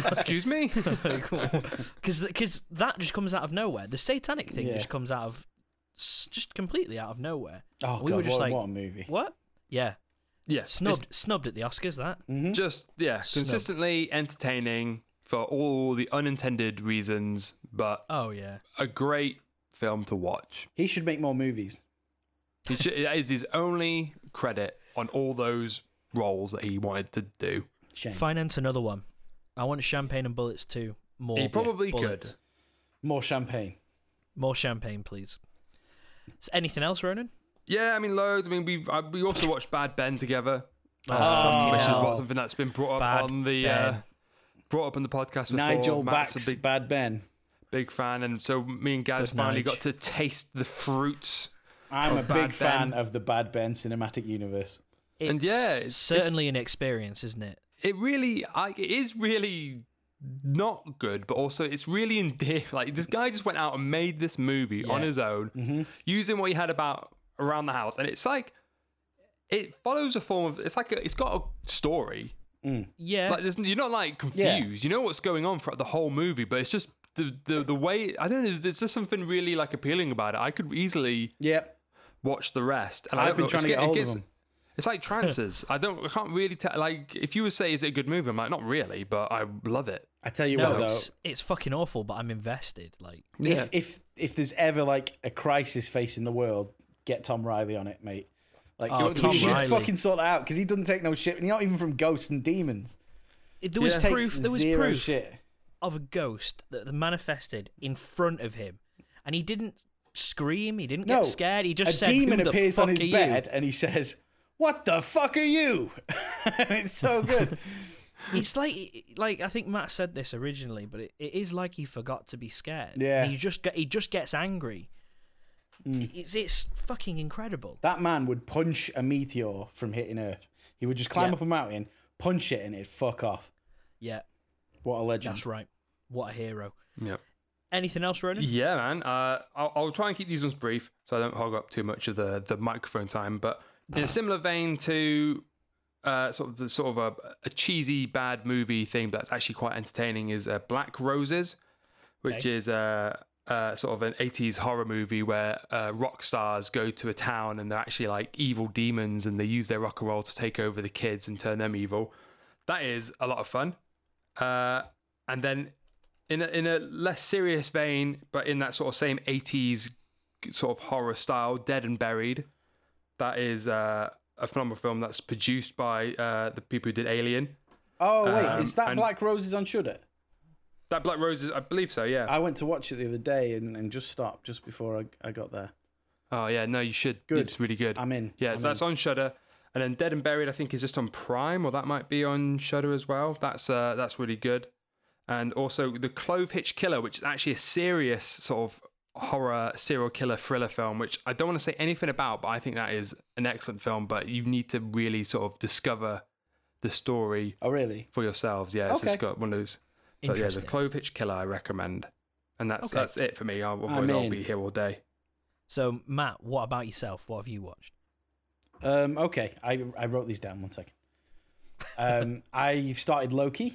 [SPEAKER 2] Excuse me.
[SPEAKER 1] Because because that just comes out of nowhere. The satanic thing
[SPEAKER 3] Yeah.
[SPEAKER 1] just comes out of s- just completely out of nowhere.
[SPEAKER 3] Oh
[SPEAKER 1] we
[SPEAKER 3] god,
[SPEAKER 1] were just
[SPEAKER 3] what,
[SPEAKER 1] like,
[SPEAKER 3] what a movie!
[SPEAKER 1] "What?" Yeah,
[SPEAKER 2] yeah,
[SPEAKER 1] snubbed snubbed at the Oscars. That
[SPEAKER 2] It's just yeah,
[SPEAKER 1] Snub.
[SPEAKER 2] consistently entertaining for all the unintended reasons, but
[SPEAKER 1] oh yeah,
[SPEAKER 2] a great film to watch.
[SPEAKER 3] He should make more movies.
[SPEAKER 2] He should, that is his only credit on all those roles that he wanted to do.
[SPEAKER 3] Shame.
[SPEAKER 1] finance another one. I want champagne and bullets too. More
[SPEAKER 2] He probably
[SPEAKER 1] bullets.
[SPEAKER 2] could.
[SPEAKER 3] More champagne.
[SPEAKER 1] More champagne, please. S- anything else, Ronan?
[SPEAKER 2] Yeah, I mean loads. I mean we I, we also watched Bad Ben together,
[SPEAKER 1] Oh,
[SPEAKER 2] Uh,
[SPEAKER 1] fucking
[SPEAKER 2] which is
[SPEAKER 1] hell.
[SPEAKER 2] what, something that's been brought up
[SPEAKER 1] Bad
[SPEAKER 2] on the uh,
[SPEAKER 1] Ben.
[SPEAKER 2] brought up on the podcast. Before.
[SPEAKER 3] Nigel
[SPEAKER 2] Matt's
[SPEAKER 3] backs
[SPEAKER 2] a big
[SPEAKER 3] Bad Ben.
[SPEAKER 2] big fan, and so me and Gaz
[SPEAKER 1] Good
[SPEAKER 2] finally
[SPEAKER 1] Nige.
[SPEAKER 2] got to taste the fruits.
[SPEAKER 3] I'm a
[SPEAKER 2] Bad
[SPEAKER 3] big fan
[SPEAKER 2] Ben.
[SPEAKER 3] of the Bad Ben cinematic universe.
[SPEAKER 1] It's
[SPEAKER 2] And yeah, it's-
[SPEAKER 1] certainly an experience, isn't it?
[SPEAKER 2] It really, I, it is really not good, but also it's really endearing. Like this guy just went out and made this movie on
[SPEAKER 1] Yeah.
[SPEAKER 2] his own,
[SPEAKER 3] Mm-hmm.
[SPEAKER 2] using what he had about around the house, and it's like it follows a form of it's like a, it's got a story.
[SPEAKER 1] Yeah.
[SPEAKER 2] Like there's, you're not like
[SPEAKER 3] Yeah.
[SPEAKER 2] confused. You know what's going on throughout the whole movie, but it's just the the, the way I don't know. There's just something really like appealing about it. I could easily
[SPEAKER 3] Yep.
[SPEAKER 2] watch the rest. And I
[SPEAKER 3] I've
[SPEAKER 2] don't
[SPEAKER 3] been
[SPEAKER 2] know,
[SPEAKER 3] trying to
[SPEAKER 2] it's-
[SPEAKER 3] get
[SPEAKER 2] it
[SPEAKER 3] hold of
[SPEAKER 2] gets-
[SPEAKER 3] them.
[SPEAKER 2] it's like trances. I don't. I can't really tell. Like, if you would say, "Is it a good movie?" I'm like, "Not really," but I love it.
[SPEAKER 3] I tell you
[SPEAKER 1] no,
[SPEAKER 3] what, though,
[SPEAKER 1] it's, it's fucking awful, but I'm invested. Like,
[SPEAKER 2] Yeah.
[SPEAKER 3] if, if if there's ever like a crisis facing the world, get Tom Riley on it, mate. Like
[SPEAKER 1] Oh,
[SPEAKER 3] he,
[SPEAKER 1] Tom
[SPEAKER 3] he
[SPEAKER 1] Riley.
[SPEAKER 3] fucking sort it out because he doesn't take no shit, and he's not even from ghosts and demons.
[SPEAKER 1] it- there was
[SPEAKER 2] Yeah.
[SPEAKER 3] Takes
[SPEAKER 1] proof. There was
[SPEAKER 3] zero
[SPEAKER 1] proof
[SPEAKER 3] shit.
[SPEAKER 1] of a ghost that manifested in front of him, and he didn't scream. He didn't
[SPEAKER 3] No,
[SPEAKER 1] get scared. He just
[SPEAKER 3] a
[SPEAKER 1] said,
[SPEAKER 3] demon
[SPEAKER 1] "Who the
[SPEAKER 3] appears on
[SPEAKER 1] fuck
[SPEAKER 3] his
[SPEAKER 1] are you?"
[SPEAKER 3] bed and he says, "What the fuck are you?" and it's so good.
[SPEAKER 1] It's like, like I think Matt said this originally, but it, it is like he forgot to be scared.
[SPEAKER 3] Yeah. Mm.
[SPEAKER 1] he just get, he just gets angry. It's it's fucking incredible.
[SPEAKER 3] that man would punch a meteor from hitting Earth. He would just climb
[SPEAKER 1] Yeah.
[SPEAKER 3] up a mountain, punch it, and it'd fuck off.
[SPEAKER 1] Yeah,
[SPEAKER 3] What a legend!
[SPEAKER 1] that's right. What a hero.
[SPEAKER 2] Yeah,
[SPEAKER 1] Anything else, Ronan?
[SPEAKER 2] yeah, man. Uh, I'll, I'll try and keep these ones brief so I don't hog up too much of the the microphone time. But in a similar vein to uh, sort of the, sort of a, a cheesy bad movie thing, but that's actually quite entertaining, is uh, Black Roses, which
[SPEAKER 1] Okay.
[SPEAKER 2] is uh, uh, sort of an 80s horror movie where uh, rock stars go to a town and they're actually like evil demons and they use their rock and roll to take over the kids and turn them evil. That is a lot of fun. Uh, and then in a, in a less serious vein, but in that sort of same 80s sort of horror style, Dead and Buried. That is uh, a phenomenal film that's produced by uh, the people who did Alien.
[SPEAKER 3] Oh wait,
[SPEAKER 2] Um,
[SPEAKER 3] is that
[SPEAKER 2] and-
[SPEAKER 3] Black Roses on Shudder?
[SPEAKER 2] That Black Roses, I believe so, yeah.
[SPEAKER 3] I went to watch it the other day and, and just stopped just before I, I got there.
[SPEAKER 2] oh, yeah, no, you should.
[SPEAKER 3] Good.
[SPEAKER 2] It's really good.
[SPEAKER 3] I'm in.
[SPEAKER 2] Yeah,
[SPEAKER 3] I'm
[SPEAKER 2] so that's on Shudder. And then Dead and Buried, I think, is just on Prime, or that might be on Shudder as well. That's uh, that's really good. And also the Clove Hitch Killer, which is actually a serious sort of horror serial killer thriller film, which I don't want to say anything about, but I think that is an excellent film. But you need to really sort of discover the story
[SPEAKER 3] Oh really?
[SPEAKER 2] for yourselves. Yeah, it's
[SPEAKER 3] Okay.
[SPEAKER 2] just got one of those. But yeah, the
[SPEAKER 1] Interesting.
[SPEAKER 2] Clove Hitch Killer, I recommend. And that's
[SPEAKER 1] Okay.
[SPEAKER 2] that's it for me. I'll,
[SPEAKER 3] I'm
[SPEAKER 2] I'll
[SPEAKER 3] in.
[SPEAKER 2] be here all day.
[SPEAKER 1] so, Matt, what about yourself? What have you watched?
[SPEAKER 3] Um, okay, I I wrote these down. One second. Um, I've started Loki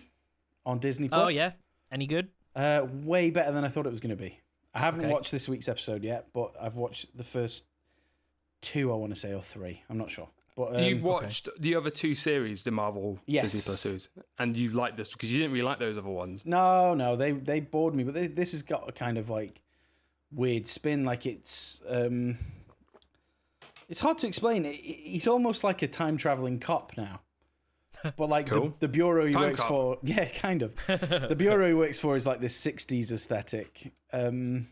[SPEAKER 3] on Disney Plus.
[SPEAKER 1] Oh yeah, any good?
[SPEAKER 3] Uh, way better than I thought it was going to be. I haven't
[SPEAKER 1] Okay.
[SPEAKER 3] watched this week's episode yet, but I've watched the first two. I want to say or three. I'm not sure. But um,
[SPEAKER 2] You've watched the other two series, the Marvel Disney
[SPEAKER 3] Yes.
[SPEAKER 2] Plus series, and you like this because you didn't really like those other ones.
[SPEAKER 3] No, no, they they bored me. But they, this has got a kind of like weird spin. Like it's um, it's hard to explain. It, it- he's almost like a time traveling cop now. But like
[SPEAKER 2] Cool.
[SPEAKER 3] the, the bureau he
[SPEAKER 2] Time
[SPEAKER 3] works
[SPEAKER 2] cop.
[SPEAKER 3] for, yeah, kind of. the bureau he works for is like this '60s aesthetic. Um,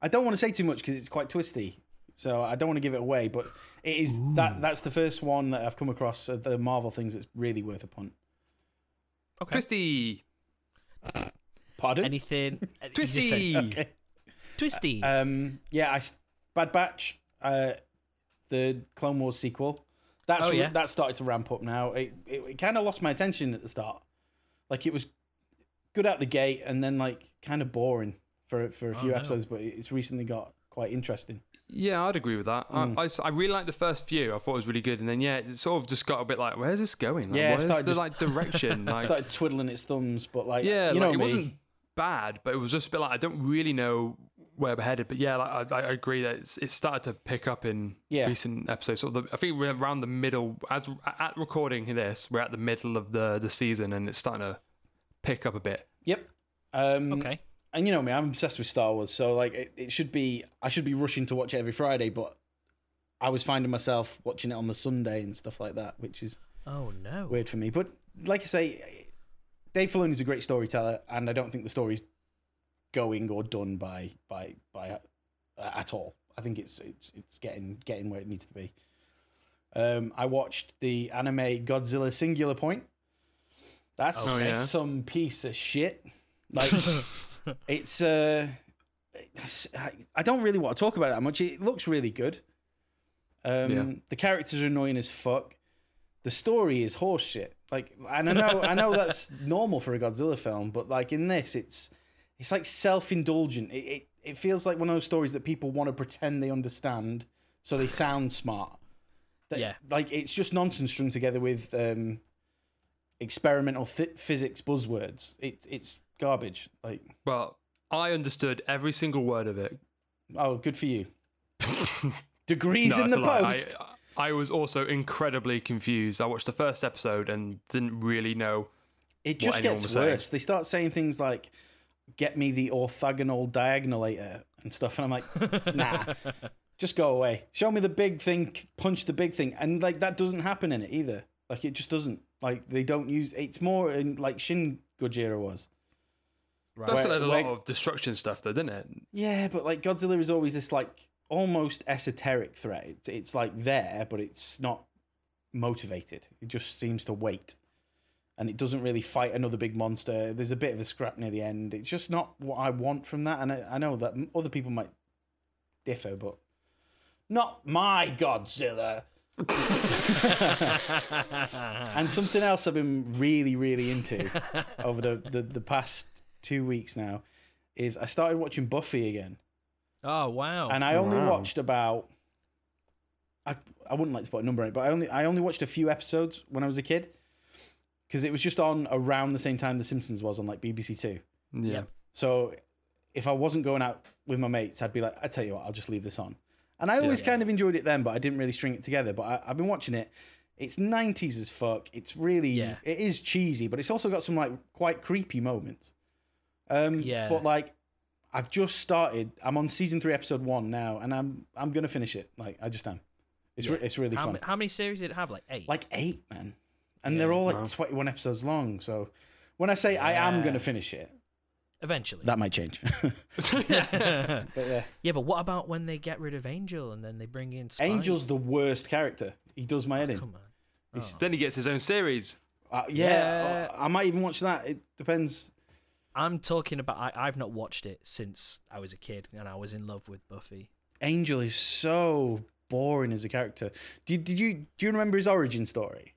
[SPEAKER 3] I don't want to say too much because it's quite twisty, so I don't want to give it away. But it is that that's the first one that I've come across of the Marvel things that's really worth a punt.
[SPEAKER 1] Okay.
[SPEAKER 2] Twisty,
[SPEAKER 3] Pardon?
[SPEAKER 1] Anything? you just said
[SPEAKER 2] twisty.
[SPEAKER 3] okay.
[SPEAKER 1] Twisty.
[SPEAKER 3] Um, yeah, I s- Bad Batch, uh, the Clone Wars sequel. That's
[SPEAKER 1] Oh, yeah.
[SPEAKER 3] that started to ramp up now. It it, it kind of lost my attention at the start. Like it was good out the gate, and then like kind of boring for for a few
[SPEAKER 1] no.
[SPEAKER 3] episodes. But it- it's recently got quite interesting.
[SPEAKER 2] Yeah, I'd agree with that.
[SPEAKER 3] Hmm.
[SPEAKER 2] I I s I I, really liked the first few. I thought it was really good, and then yeah, it sort of just got a bit like, where's this going? Like,
[SPEAKER 3] Yeah, it
[SPEAKER 2] where's the
[SPEAKER 3] started just-
[SPEAKER 2] like direction? Like,
[SPEAKER 3] Started twiddling its thumbs, but like
[SPEAKER 2] yeah, like,
[SPEAKER 3] you know
[SPEAKER 2] it
[SPEAKER 3] me.
[SPEAKER 2] wasn't bad, but it was just a bit like I don't really know where we're headed. But yeah, like, I, I agree that it's, it started to pick up in
[SPEAKER 3] Yeah.
[SPEAKER 2] recent episodes. Sort of the, I think we're around the middle as at recording this, we're at the middle of the the season, and it's starting to pick up a bit.
[SPEAKER 3] Yep. Um,
[SPEAKER 1] okay.
[SPEAKER 3] and you know me, I'm obsessed with Star Wars, so like it, it should be I should be rushing to watch it every Friday, but I was finding myself watching it on the Sunday and stuff like that, which is
[SPEAKER 1] Oh no.
[SPEAKER 3] weird for me. But like I say, Dave Filoni's a great storyteller, and I don't think the story's going or done by by by uh, at all. I I think it's it's, it's getting getting where it needs to be. Um, I watched the anime Godzilla Singular Point. That's
[SPEAKER 2] Oh, yeah.
[SPEAKER 3] some piece of shit. Like it's uh, it's- I I don't really want to talk about it that much. It looks really good. Um,
[SPEAKER 2] Yeah.
[SPEAKER 3] the characters are annoying as fuck. The story is horseshit. Like, and I know, I know that's normal for a Godzilla film, but like in this, it's it's like self-indulgent. It it, it feels like one of those stories that people want to pretend they understand, so they sound smart. That-
[SPEAKER 1] Yeah.
[SPEAKER 3] like it's just nonsense strung together with um, experimental th- physics buzzwords. It it's garbage. Like,
[SPEAKER 2] Well, I understood every single word of it.
[SPEAKER 3] oh, good for you. Degrees
[SPEAKER 2] No,
[SPEAKER 3] in
[SPEAKER 2] that's a
[SPEAKER 3] the
[SPEAKER 2] lie.
[SPEAKER 3] post.
[SPEAKER 2] I, I was also incredibly confused. I watched the first episode and didn't really know.
[SPEAKER 3] It just
[SPEAKER 2] anyone
[SPEAKER 3] gets
[SPEAKER 2] was
[SPEAKER 3] worse.
[SPEAKER 2] saying.
[SPEAKER 3] They start saying things like, "Get me the orthogonal diagonalator" and stuff, and I'm like, "Nah, just go away. Show me the big thing. c- Punch the big thing." And like that doesn't happen in it either. Like it just doesn't. Like they don't use. It's more in like Shin Gojira was.
[SPEAKER 2] That's
[SPEAKER 3] Where-
[SPEAKER 2] a lot
[SPEAKER 3] where-
[SPEAKER 2] of destruction stuff, though, didn't it?
[SPEAKER 3] Yeah, but like Godzilla is always this like almost esoteric threat. It's, it's like there, but it's not motivated. It just seems to wait. And it doesn't really fight another big monster. There's a bit of a scrap near the end. It's just not what I want from that. And I, I know that m- other people might differ, but not my Godzilla. and something else I've been really, really into over the, the, the past two weeks now is I started watching Buffy again
[SPEAKER 1] Oh wow!
[SPEAKER 3] and I only
[SPEAKER 2] Wow.
[SPEAKER 3] watched about. I I wouldn't like to put a number on it, but I only I only watched a few episodes when I was a kid, because it was just on around the same time The Simpsons was on like BBC Two.
[SPEAKER 2] Yeah.
[SPEAKER 1] Yeah.
[SPEAKER 3] So if I wasn't going out with my mates, I'd be like, I tell you what, I'll just leave this on. And I always kind of enjoyed it then, but I didn't really string it together. But I, I've been watching it. It's nineties as fuck. It's really
[SPEAKER 1] Yeah.
[SPEAKER 3] it is cheesy, but it's also got some like quite creepy moments. Um,
[SPEAKER 1] Yeah.
[SPEAKER 3] But like, I've just started. I'm on season three, episode one now, and I'm I'm gonna finish it. Like, I just am. It's re-
[SPEAKER 1] Yeah.
[SPEAKER 3] it's really
[SPEAKER 1] how,
[SPEAKER 3] fun.
[SPEAKER 1] ma- how many series did it have? Like eight.
[SPEAKER 3] like eight, man, and they're all like
[SPEAKER 2] Wow.
[SPEAKER 3] 21 episodes long. So when I say I am
[SPEAKER 1] Yeah.
[SPEAKER 3] gonna finish it,
[SPEAKER 1] eventually.
[SPEAKER 3] that might change. but yeah.
[SPEAKER 1] yeah, but what about when they get rid of Angel and then they bring in Spike?
[SPEAKER 3] Angel's the worst character. He does my head in.
[SPEAKER 1] Oh, Come on. Oh.
[SPEAKER 3] He's-
[SPEAKER 2] Then he gets his own series.
[SPEAKER 3] Uh, yeah, I, I might even watch that. It depends.
[SPEAKER 1] I'm talking about. I, I've not watched it since I was a kid, and I was in love with Buffy.
[SPEAKER 3] Angel is so boring as a character. Do you, did you do you remember his origin story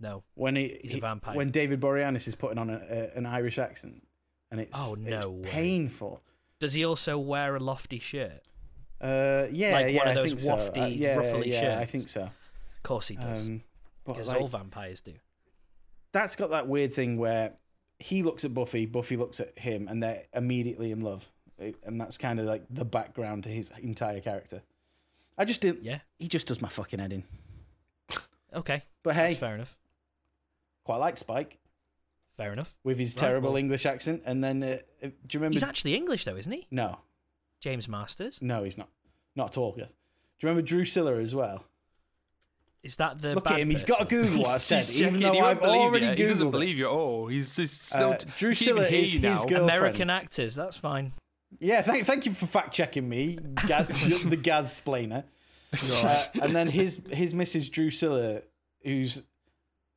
[SPEAKER 1] No.
[SPEAKER 3] when he,
[SPEAKER 1] He's a
[SPEAKER 3] he-
[SPEAKER 1] vampire.
[SPEAKER 3] when David Boreanaz is putting on a, a, an Irish accent and it's
[SPEAKER 1] Oh,
[SPEAKER 3] it's
[SPEAKER 1] no way.
[SPEAKER 3] painful.
[SPEAKER 1] Does he also wear a lofty shirt?
[SPEAKER 3] Uh, yeah,
[SPEAKER 1] Like one
[SPEAKER 3] yeah,
[SPEAKER 1] of
[SPEAKER 3] I
[SPEAKER 1] those
[SPEAKER 3] think so. Uh,
[SPEAKER 1] wafty,
[SPEAKER 3] yeah,
[SPEAKER 1] ruffly
[SPEAKER 3] yeah, I
[SPEAKER 1] shirts.
[SPEAKER 3] think so.
[SPEAKER 1] Of course he does,
[SPEAKER 3] Um, but
[SPEAKER 1] because
[SPEAKER 3] like,
[SPEAKER 1] all vampires do.
[SPEAKER 3] that's got that weird thing where he looks at Buffy, Buffy looks at him, and they're immediately in love. It- And that's kind of like the background to his entire character. I just didn't.
[SPEAKER 1] Yeah.
[SPEAKER 3] He just does my fucking head in.
[SPEAKER 1] Okay.
[SPEAKER 3] But
[SPEAKER 1] That's
[SPEAKER 3] hey,
[SPEAKER 1] fair enough.
[SPEAKER 3] quite like Spike
[SPEAKER 1] Fair enough.
[SPEAKER 3] with his
[SPEAKER 1] Right,
[SPEAKER 3] terrible
[SPEAKER 1] well-
[SPEAKER 3] English accent. And then, uh, uh, do you remember?
[SPEAKER 1] He's actually English though, isn't he?
[SPEAKER 3] no,
[SPEAKER 1] James Masters.
[SPEAKER 3] no, he's not. Not at all. Yes. Do you remember Drusilla as well?
[SPEAKER 1] Is that the?
[SPEAKER 3] Look
[SPEAKER 1] bad
[SPEAKER 3] at him. He's got to
[SPEAKER 1] person?
[SPEAKER 3] Google what I said,
[SPEAKER 2] He's
[SPEAKER 3] even
[SPEAKER 2] checking,
[SPEAKER 3] though
[SPEAKER 2] he won't
[SPEAKER 3] I've
[SPEAKER 2] believe
[SPEAKER 3] already
[SPEAKER 2] you. He doesn't
[SPEAKER 3] googled it.
[SPEAKER 2] believe you at all. He's just still. he
[SPEAKER 3] Uh,
[SPEAKER 2] can't even
[SPEAKER 3] Drusilla
[SPEAKER 2] hear
[SPEAKER 3] is
[SPEAKER 2] you
[SPEAKER 3] his
[SPEAKER 2] now.
[SPEAKER 3] girl-
[SPEAKER 1] American
[SPEAKER 3] girlfriend.
[SPEAKER 1] actors. That's fine.
[SPEAKER 3] Yeah, thank, thank you for fact checking me, Gaz, the Gaz splainer. Uh, and then his his Mrs. Drusilla, who's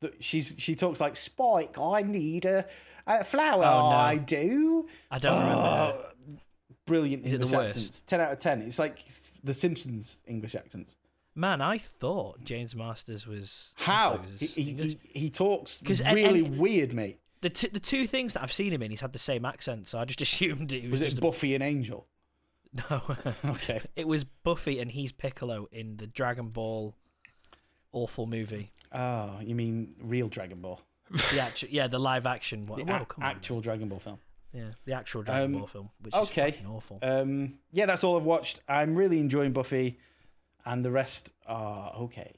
[SPEAKER 3] the, she's she talks like Spike. I need a, a flower.
[SPEAKER 1] Oh, no.
[SPEAKER 3] I do.
[SPEAKER 1] I don't remember. her.
[SPEAKER 3] Oh, brilliant
[SPEAKER 1] Is it
[SPEAKER 3] English
[SPEAKER 1] the worst?
[SPEAKER 3] accents. Ten out of ten. It's like s- the Simpsons English accents.
[SPEAKER 1] Man, I thought James Masters was I
[SPEAKER 3] How
[SPEAKER 1] thought was
[SPEAKER 3] he, he,
[SPEAKER 1] English.
[SPEAKER 3] he, he talks
[SPEAKER 1] 'Cause a-
[SPEAKER 3] really
[SPEAKER 1] any-
[SPEAKER 3] weird, mate.
[SPEAKER 1] the two, the two things that I've seen him in, he's had the same accent, so I just assumed it was,
[SPEAKER 3] Was
[SPEAKER 1] just
[SPEAKER 3] it
[SPEAKER 1] a-
[SPEAKER 3] Buffy and Angel?
[SPEAKER 1] no.
[SPEAKER 3] Okay.
[SPEAKER 1] it was Buffy and he's Piccolo in the Dragon Ball awful movie.
[SPEAKER 3] Oh, you mean real Dragon Ball?
[SPEAKER 1] The actu- yeah, the live action one.
[SPEAKER 3] The
[SPEAKER 1] Whoa,
[SPEAKER 3] ac-
[SPEAKER 1] come on, man.
[SPEAKER 3] actual Dragon Ball film.
[SPEAKER 1] yeah, the actual Dragon
[SPEAKER 3] Um,
[SPEAKER 1] Ball film, which
[SPEAKER 3] okay.
[SPEAKER 1] is fucking awful.
[SPEAKER 3] Um, yeah, that's all I've watched. I'm really enjoying Buffy, and the rest are okay.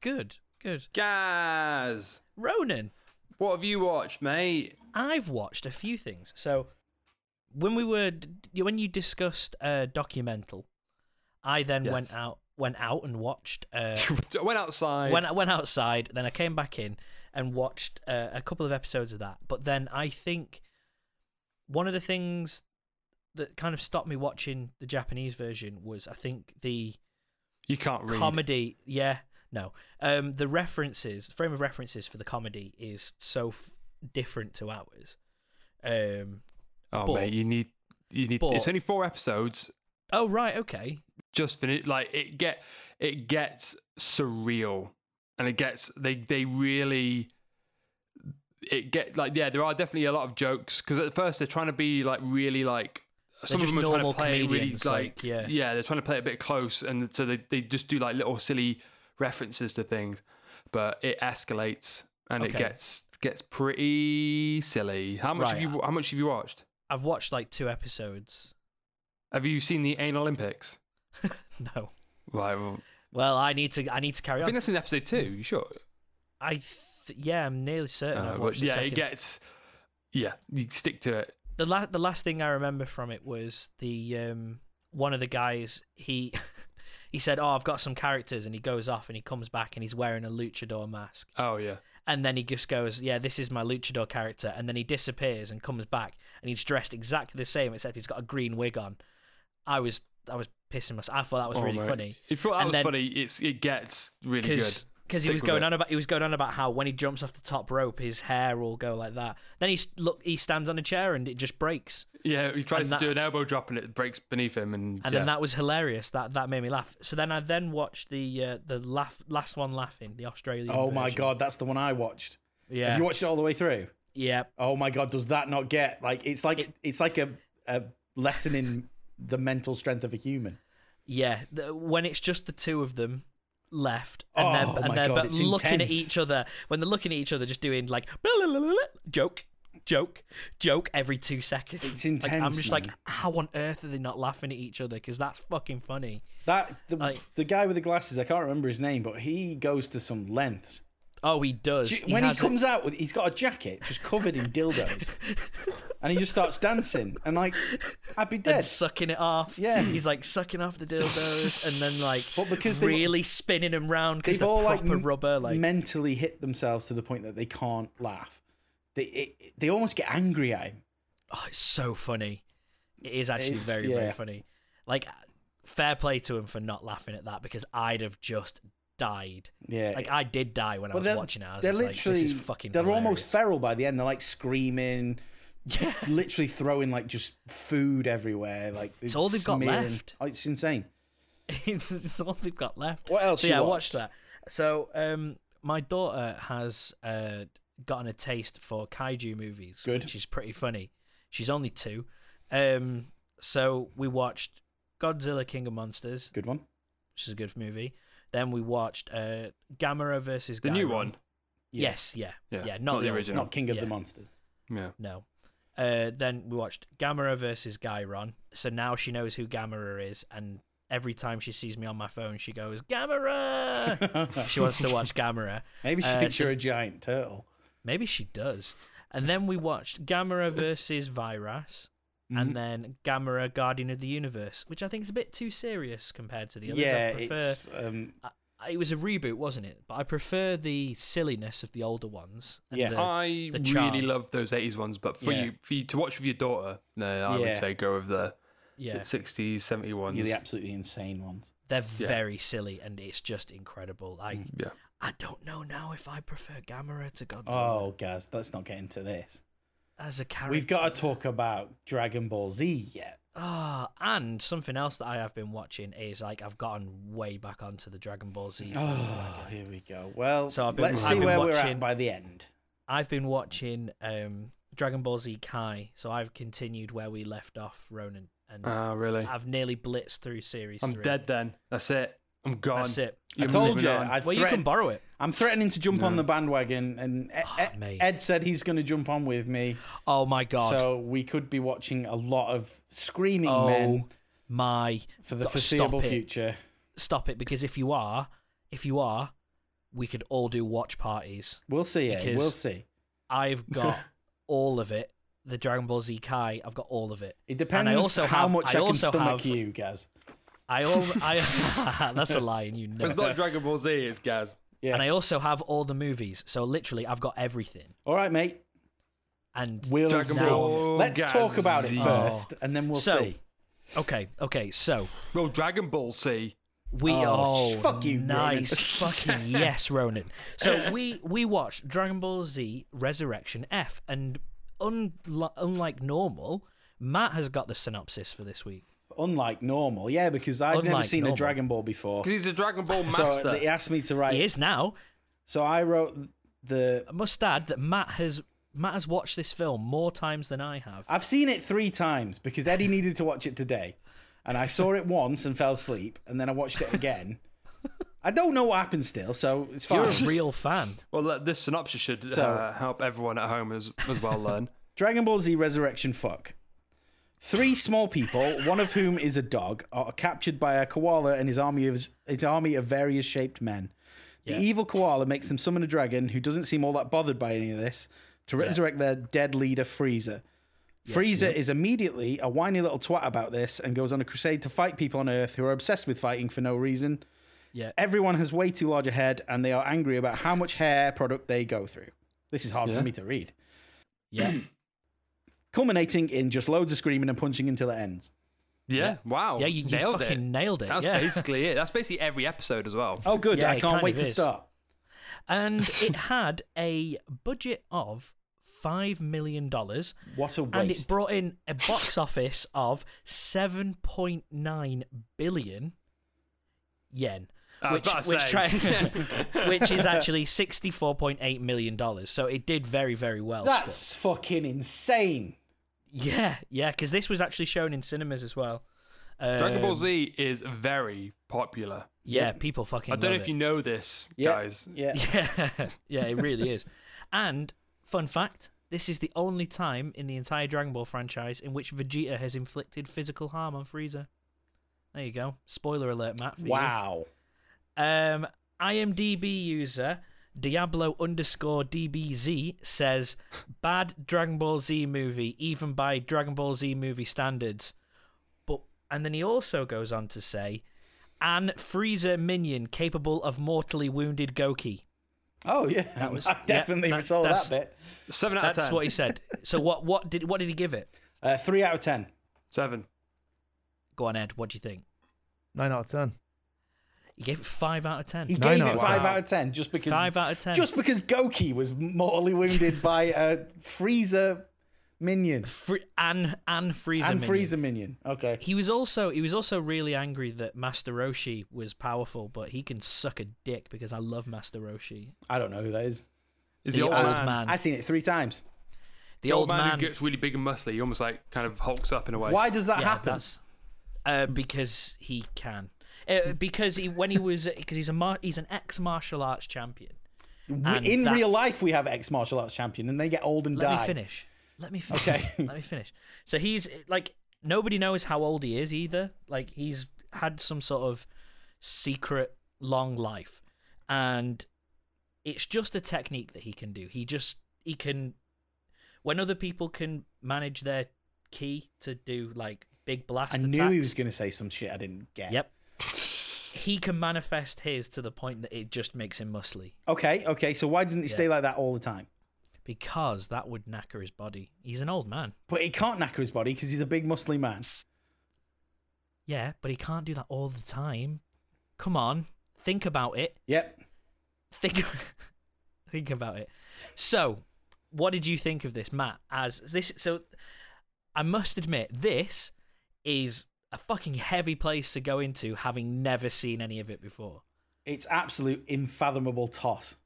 [SPEAKER 1] good, good.
[SPEAKER 2] Gaz,
[SPEAKER 1] Ronan,
[SPEAKER 2] what have you watched, mate?
[SPEAKER 1] I've watched a few things. So when we were when you discussed uh, documental, I then
[SPEAKER 2] Yes.
[SPEAKER 1] went out went out and watched uh,
[SPEAKER 2] I went outside.
[SPEAKER 1] when I went outside, then I came back in and watched uh, a couple of episodes of that. But then I think one of the things that kind of stopped me watching the Japanese version was I think the
[SPEAKER 2] You can't read.
[SPEAKER 1] comedy. Yeah, no. Um, the references, frame of references for the comedy is so f- different to ours. Um.
[SPEAKER 2] oh
[SPEAKER 1] but-
[SPEAKER 2] mate, you need you need.
[SPEAKER 1] but-
[SPEAKER 2] it's only four episodes.
[SPEAKER 1] Oh right. Okay.
[SPEAKER 2] Just finish. Like it get it gets surreal, and it gets they they really. It get like yeah, there are definitely a lot of jokes because at first they're trying to be like really like some of
[SPEAKER 1] just
[SPEAKER 2] them are trying to
[SPEAKER 1] normal
[SPEAKER 2] play it really
[SPEAKER 1] comedians,
[SPEAKER 2] like,
[SPEAKER 1] like, yeah.
[SPEAKER 2] yeah they're trying to play it a bit close and so they, they just do like little silly references to things but it escalates and it
[SPEAKER 1] Okay.
[SPEAKER 2] gets gets pretty silly how much
[SPEAKER 1] Right.
[SPEAKER 2] have you how much have you watched
[SPEAKER 1] I've watched like two episodes.
[SPEAKER 2] Have you seen the Anal Olympics?
[SPEAKER 1] No.
[SPEAKER 2] Right. Well,
[SPEAKER 1] Well, I need to. I need to carry
[SPEAKER 2] I think
[SPEAKER 1] on.
[SPEAKER 2] that's in episode two. You sure?
[SPEAKER 1] I. Th- yeah, I'm nearly certain.
[SPEAKER 2] Uh,
[SPEAKER 1] I've
[SPEAKER 2] but
[SPEAKER 1] watched the
[SPEAKER 2] yeah,
[SPEAKER 1] second.
[SPEAKER 2] it gets. Yeah, you stick to it.
[SPEAKER 1] the last the last thing I remember from it was the um one of the guys he he said, "Oh, I've got some characters," and he goes off and he comes back and he's wearing a luchador mask,
[SPEAKER 2] Oh yeah.
[SPEAKER 1] and then he just goes, "Yeah, this is my luchador character," and then he disappears and comes back and he's dressed exactly the same except he's got a green wig on. I was I was pissing myself. I thought that was
[SPEAKER 3] Oh,
[SPEAKER 1] really funny
[SPEAKER 2] Oh, If you thought that
[SPEAKER 1] And
[SPEAKER 2] was
[SPEAKER 1] then-
[SPEAKER 2] funny, it's it gets really good.
[SPEAKER 1] because because he
[SPEAKER 2] Stick
[SPEAKER 1] was
[SPEAKER 2] with
[SPEAKER 1] going
[SPEAKER 2] it.
[SPEAKER 1] on about he was going on about how when he jumps off the top rope, his hair will go like that. Then he s- look he stands on a chair and it just breaks.
[SPEAKER 2] Yeah, he tries
[SPEAKER 1] and
[SPEAKER 2] to
[SPEAKER 1] that-
[SPEAKER 2] do an elbow drop and it breaks beneath him, and,
[SPEAKER 1] and
[SPEAKER 2] yeah.
[SPEAKER 1] then that was hilarious. That that made me laugh. So then I then watched the uh, the laugh last one laughing the Australian.
[SPEAKER 3] Oh my
[SPEAKER 1] version.
[SPEAKER 3] god, that's the one I watched.
[SPEAKER 1] Yeah,
[SPEAKER 3] Have you watched it all the way through?
[SPEAKER 1] yeah.
[SPEAKER 3] Oh my god, does that not get like it's like
[SPEAKER 1] It-
[SPEAKER 3] it's like a, a lesson in the mental strength of a human.
[SPEAKER 1] Yeah, the, when it's just the two of them left, and
[SPEAKER 3] Oh
[SPEAKER 1] they're,
[SPEAKER 3] my
[SPEAKER 1] and they're
[SPEAKER 3] God,
[SPEAKER 1] but
[SPEAKER 3] it's
[SPEAKER 1] looking at
[SPEAKER 3] intense.
[SPEAKER 1] each other, when they're looking at each other, just doing like joke, joke, joke every two seconds.
[SPEAKER 3] It's
[SPEAKER 1] Like, I'm
[SPEAKER 3] intense,
[SPEAKER 1] just like,
[SPEAKER 3] man.
[SPEAKER 1] how on earth are they not laughing at each other? Because that's fucking funny.
[SPEAKER 3] That the,
[SPEAKER 1] Like-
[SPEAKER 3] the guy with the glasses, I can't remember his name, but he goes to some lengths.
[SPEAKER 1] Oh, he does.
[SPEAKER 3] Do you- when he,
[SPEAKER 1] has it.
[SPEAKER 3] comes out with he's got a jacket just covered in dildos. and he just starts dancing and like I'd be dead.
[SPEAKER 1] and sucking it off.
[SPEAKER 3] Yeah.
[SPEAKER 1] he's like sucking off the dildos and then like
[SPEAKER 3] But because they-
[SPEAKER 1] really spinning them round because
[SPEAKER 3] They've
[SPEAKER 1] they're
[SPEAKER 3] all like
[SPEAKER 1] proper
[SPEAKER 3] m-
[SPEAKER 1] rubber. Like
[SPEAKER 3] mentally hit themselves to the point that they can't laugh. They it, it- they almost get angry at him.
[SPEAKER 1] oh, it's so funny. It is actually
[SPEAKER 3] It's-
[SPEAKER 1] very very
[SPEAKER 3] yeah.
[SPEAKER 1] funny. Like fair play to him for not laughing at that because I'd have just died.
[SPEAKER 3] Yeah.
[SPEAKER 1] Like I did die when I was watching it. I was
[SPEAKER 3] they're
[SPEAKER 1] just
[SPEAKER 3] literally
[SPEAKER 1] like, this is fucking.
[SPEAKER 3] they're
[SPEAKER 1] hilarious.
[SPEAKER 3] almost feral by the end. They're like screaming, literally throwing like just food everywhere. Like it's
[SPEAKER 1] all they've got left.
[SPEAKER 3] Oh, it's insane.
[SPEAKER 1] it's all they've got left.
[SPEAKER 3] What else
[SPEAKER 1] So
[SPEAKER 3] you
[SPEAKER 1] yeah, I watched
[SPEAKER 3] watched?
[SPEAKER 1] that. So um, my daughter has uh, gotten a taste for kaiju movies,
[SPEAKER 3] Good.
[SPEAKER 1] which is pretty funny. She's only two, um, so we watched Godzilla King of Monsters,
[SPEAKER 3] Good one.
[SPEAKER 1] which is a good movie. Then we watched uh, Gamera versus
[SPEAKER 2] the new
[SPEAKER 1] Gyron.
[SPEAKER 2] one.
[SPEAKER 3] Yeah.
[SPEAKER 1] Yes, yeah,
[SPEAKER 2] Yeah,
[SPEAKER 1] yeah, not, the original.
[SPEAKER 2] original.
[SPEAKER 3] Not King of
[SPEAKER 1] Yeah.
[SPEAKER 3] the Monsters.
[SPEAKER 2] Yeah.
[SPEAKER 1] No. Uh, then we watched Gamera versus Gyron. So now she knows who Gamera is, and every time she sees me on my phone, she goes Gamera. she wants to watch Gamera.
[SPEAKER 3] Maybe she
[SPEAKER 1] Uh,
[SPEAKER 3] thinks
[SPEAKER 1] so-
[SPEAKER 3] you're a giant turtle.
[SPEAKER 1] Maybe she does. And then we watched Gamera versus Virus, and then Gamera Guardian of the Universe, which I think is a bit too serious compared to the others.
[SPEAKER 3] yeah,
[SPEAKER 1] I prefer.
[SPEAKER 3] it's um,
[SPEAKER 1] I- Uh, It was a reboot, wasn't it? But I prefer the silliness of the older ones. and
[SPEAKER 3] Yeah.
[SPEAKER 1] the-
[SPEAKER 2] I
[SPEAKER 1] the
[SPEAKER 2] really
[SPEAKER 1] charm.
[SPEAKER 2] love those '80s ones, but for
[SPEAKER 3] Yeah.
[SPEAKER 2] you for you to watch with your daughter, no, I
[SPEAKER 3] Yeah.
[SPEAKER 2] would say go with the
[SPEAKER 1] yeah.
[SPEAKER 2] '60s, '70s ones.
[SPEAKER 3] yeah, the absolutely insane ones.
[SPEAKER 1] They're
[SPEAKER 2] yeah.
[SPEAKER 1] very silly, and it's just incredible. I
[SPEAKER 3] Mm.
[SPEAKER 2] yeah.
[SPEAKER 1] I don't know now if I prefer Gamera to Godzilla
[SPEAKER 3] Oh, Gaz, let's not get into this.
[SPEAKER 1] as a character.
[SPEAKER 3] We've got to talk about Dragon Ball Z yet.
[SPEAKER 1] Ah, and something else that I have been watching is like I've gotten way back onto the Dragon Ball Z
[SPEAKER 3] Oh, here we go. Well,
[SPEAKER 1] So I've been-
[SPEAKER 3] let's
[SPEAKER 1] I've
[SPEAKER 3] see
[SPEAKER 1] been
[SPEAKER 3] where we're
[SPEAKER 1] watching-
[SPEAKER 3] at by the end.
[SPEAKER 1] I've been watching um, Dragon Ball Z Kai, so I've continued where we left off, Ronan, and
[SPEAKER 2] Ah, really?
[SPEAKER 1] I've nearly blitzed through series.
[SPEAKER 2] I'm
[SPEAKER 1] three.
[SPEAKER 2] dead. Then that's it. I'm gone.
[SPEAKER 1] That's it.
[SPEAKER 3] I
[SPEAKER 2] You're
[SPEAKER 3] told
[SPEAKER 2] moving
[SPEAKER 3] you.
[SPEAKER 2] on.
[SPEAKER 3] I
[SPEAKER 1] Well, you can
[SPEAKER 3] threatened,
[SPEAKER 1] borrow it.
[SPEAKER 3] I'm threatening to jump on the bandwagon, and E-
[SPEAKER 1] Ah,
[SPEAKER 3] E-
[SPEAKER 1] mate.
[SPEAKER 3] Ed said he's going to jump on with me.
[SPEAKER 1] Oh my god.
[SPEAKER 3] So we could be watching a lot of screaming
[SPEAKER 1] oh
[SPEAKER 3] men
[SPEAKER 1] my.
[SPEAKER 3] for the
[SPEAKER 1] God,
[SPEAKER 3] foreseeable
[SPEAKER 1] stop it.
[SPEAKER 3] future.
[SPEAKER 1] Stop it, because if you are, if you are, we could all do watch parties.
[SPEAKER 3] We'll see. eh?
[SPEAKER 1] Because-
[SPEAKER 3] We'll see.
[SPEAKER 1] I've got all of it. The Dragon Ball Z Kai. I've got all of it.
[SPEAKER 3] It
[SPEAKER 1] And
[SPEAKER 3] depends
[SPEAKER 1] I also
[SPEAKER 3] how
[SPEAKER 1] have-
[SPEAKER 3] much
[SPEAKER 1] I
[SPEAKER 3] I, can
[SPEAKER 1] also
[SPEAKER 3] stomach
[SPEAKER 1] have-
[SPEAKER 3] you, Gaz.
[SPEAKER 1] I all. I. that's a lie, and you know.
[SPEAKER 2] It's
[SPEAKER 1] it.
[SPEAKER 2] not Dragon Ball Z. It's Gaz.
[SPEAKER 3] Yeah.
[SPEAKER 1] And I also have all the movies. So literally, I've got everything.
[SPEAKER 3] All right, mate.
[SPEAKER 1] And
[SPEAKER 3] We'll
[SPEAKER 2] Dragon
[SPEAKER 3] see.
[SPEAKER 2] Ball
[SPEAKER 3] Let's talk about it
[SPEAKER 2] Gazette.
[SPEAKER 3] first, and then we'll
[SPEAKER 1] Oh. So,
[SPEAKER 3] see.
[SPEAKER 1] okay, okay, so
[SPEAKER 2] Well, Dragon Ball C.
[SPEAKER 1] we
[SPEAKER 3] Oh,
[SPEAKER 1] oh,
[SPEAKER 3] sh- fuck you,
[SPEAKER 1] nice fucking yes, Ronan. So we we watched Dragon Ball Z Resurrection F, and unli- unlike normal, Matt has got the synopsis for this week.
[SPEAKER 3] Unlike normal, yeah, because I've never
[SPEAKER 1] Unlike
[SPEAKER 3] seen a
[SPEAKER 1] normal.
[SPEAKER 3] Dragon Ball before.
[SPEAKER 2] Because he's a Dragon Ball master.
[SPEAKER 3] So he asked me to
[SPEAKER 1] He
[SPEAKER 3] write.
[SPEAKER 1] is now.
[SPEAKER 3] So I wrote the.
[SPEAKER 1] I must add that Matt has Matt has watched this film more times than I have.
[SPEAKER 3] I've seen it three times because Eddie needed to watch it today, and I saw it once and fell asleep, and then I watched it again. I don't know what happened still, so it's fine.
[SPEAKER 1] You're a real fan.
[SPEAKER 2] well, uh, this synopsis should
[SPEAKER 3] So-
[SPEAKER 2] uh, help everyone at home as, as well learn.
[SPEAKER 3] Dragon Ball Z Resurrection fuck. Three small people, one of whom is a dog, are captured by a koala and his army of his army of various shaped men. The
[SPEAKER 1] Yeah.
[SPEAKER 3] evil koala makes them summon a dragon who doesn't seem all that bothered by any of this to resurrect their dead leader Frieza. Frieza is immediately a whiny little twat about this and goes on a crusade to fight people on Earth who are obsessed with fighting for no reason.
[SPEAKER 1] Yeah.
[SPEAKER 3] Everyone has way too large a head and they are angry about how much hair product they go through. This is hard
[SPEAKER 2] Yeah.
[SPEAKER 3] for me to read
[SPEAKER 1] Yeah.
[SPEAKER 3] culminating in just loads of screaming and punching until it ends.
[SPEAKER 2] Yeah, wow.
[SPEAKER 1] Yeah, you, you
[SPEAKER 2] Oh, nailed
[SPEAKER 1] fucking
[SPEAKER 2] it.
[SPEAKER 1] nailed it.
[SPEAKER 2] That's
[SPEAKER 1] yeah.
[SPEAKER 2] basically it. That's basically every episode as well.
[SPEAKER 3] Oh, good!
[SPEAKER 1] Yeah,
[SPEAKER 3] I
[SPEAKER 1] it
[SPEAKER 3] can't
[SPEAKER 1] kind
[SPEAKER 3] wait
[SPEAKER 1] of
[SPEAKER 3] to
[SPEAKER 1] is.
[SPEAKER 3] start.
[SPEAKER 1] and it had a budget of five million dollars,
[SPEAKER 3] What a waste!
[SPEAKER 1] and it brought in a box office of seven point nine billion yen,
[SPEAKER 2] I was
[SPEAKER 1] which
[SPEAKER 2] about to
[SPEAKER 1] which,
[SPEAKER 2] say.
[SPEAKER 1] try- which is actually sixty four point eight million dollars. So it did very very well. still.
[SPEAKER 3] That's fucking insane.
[SPEAKER 1] yeah yeah because this was actually shown in cinemas as well.
[SPEAKER 2] Dragon Ball
[SPEAKER 1] Um,
[SPEAKER 2] Z is very popular.
[SPEAKER 1] Yeah, people fucking.
[SPEAKER 2] I don't know
[SPEAKER 1] love
[SPEAKER 2] if
[SPEAKER 1] it.
[SPEAKER 2] you know this,
[SPEAKER 3] Yeah,
[SPEAKER 2] guys.
[SPEAKER 3] yeah.
[SPEAKER 1] Yeah, yeah, it really is. And fun fact: this is the only time in the entire Dragon Ball franchise in which Vegeta has inflicted physical harm on Frieza. There you go. Spoiler alert, Matt. for you.
[SPEAKER 3] Wow.
[SPEAKER 1] Um, IMDb user Diablo underscore DBZ says bad Dragon Ball Z movie, even by Dragon Ball Z movie standards. But and then he also goes on to say, an Frieza minion capable of mortally wounded Goki.
[SPEAKER 3] Oh yeah,
[SPEAKER 1] was-
[SPEAKER 3] I definitely
[SPEAKER 1] yeah, that-
[SPEAKER 3] saw that
[SPEAKER 1] that's-
[SPEAKER 3] bit.
[SPEAKER 2] Seven out of
[SPEAKER 1] That's
[SPEAKER 2] ten.
[SPEAKER 1] what he said. So what what did what did he give it?
[SPEAKER 3] Uh, three out of ten.
[SPEAKER 2] Seven.
[SPEAKER 1] Go on, Ed. What do you think?
[SPEAKER 4] Nine out of ten.
[SPEAKER 1] He gave it five out of ten.
[SPEAKER 3] He
[SPEAKER 4] No,
[SPEAKER 3] gave
[SPEAKER 4] no,
[SPEAKER 3] it five
[SPEAKER 2] wow.
[SPEAKER 3] out of ten just because
[SPEAKER 1] Five out of ten.
[SPEAKER 3] just because Goki was mortally wounded by a Freezer minion
[SPEAKER 1] Fr- and and Frieza. minion.
[SPEAKER 3] and Freezer minion. Okay.
[SPEAKER 1] He was also he was also really angry that Master Roshi was powerful, but he can suck a dick because I love Master Roshi.
[SPEAKER 3] I don't know who that is.
[SPEAKER 2] Is the, old, man,
[SPEAKER 3] I seen it three times.
[SPEAKER 1] The old man.
[SPEAKER 2] who gets really big and muscly? He almost like kind of hulks up in a way.
[SPEAKER 3] Why does that
[SPEAKER 1] yeah,
[SPEAKER 3] happen?
[SPEAKER 1] that's uh, because he can. Uh, because he, when he was because he's a mar- he's an ex martial arts champion. and
[SPEAKER 3] In
[SPEAKER 1] that-
[SPEAKER 3] real life, we have ex martial arts champion, and they get old and
[SPEAKER 1] Let
[SPEAKER 3] die.
[SPEAKER 1] me finish. Let me finish.
[SPEAKER 3] Okay.
[SPEAKER 1] Let me finish. So he's like nobody knows how old he is either. Like he's had some sort of secret long life and it's just a technique that he can do. He just he can when other people can manage their key to do like big blast
[SPEAKER 3] I
[SPEAKER 1] attacks.
[SPEAKER 3] knew he was going to say some shit I didn't get.
[SPEAKER 1] Yep. He can manifest his to the point that it just makes him muscly
[SPEAKER 3] Okay, okay. So why doesn't he stay like that all the time?
[SPEAKER 1] because that would knacker his body. He's an old man.
[SPEAKER 3] But he can't knacker his body because he's a big muscly man.
[SPEAKER 1] Yeah, but he can't do that all the time. Come on, think about it.
[SPEAKER 3] Yep.
[SPEAKER 1] Think, think about it. So, what did you think of this, Matt? As this, so I must admit, this is a fucking heavy place to go into, having never seen any of it before.
[SPEAKER 3] It's absolute unfathomable toss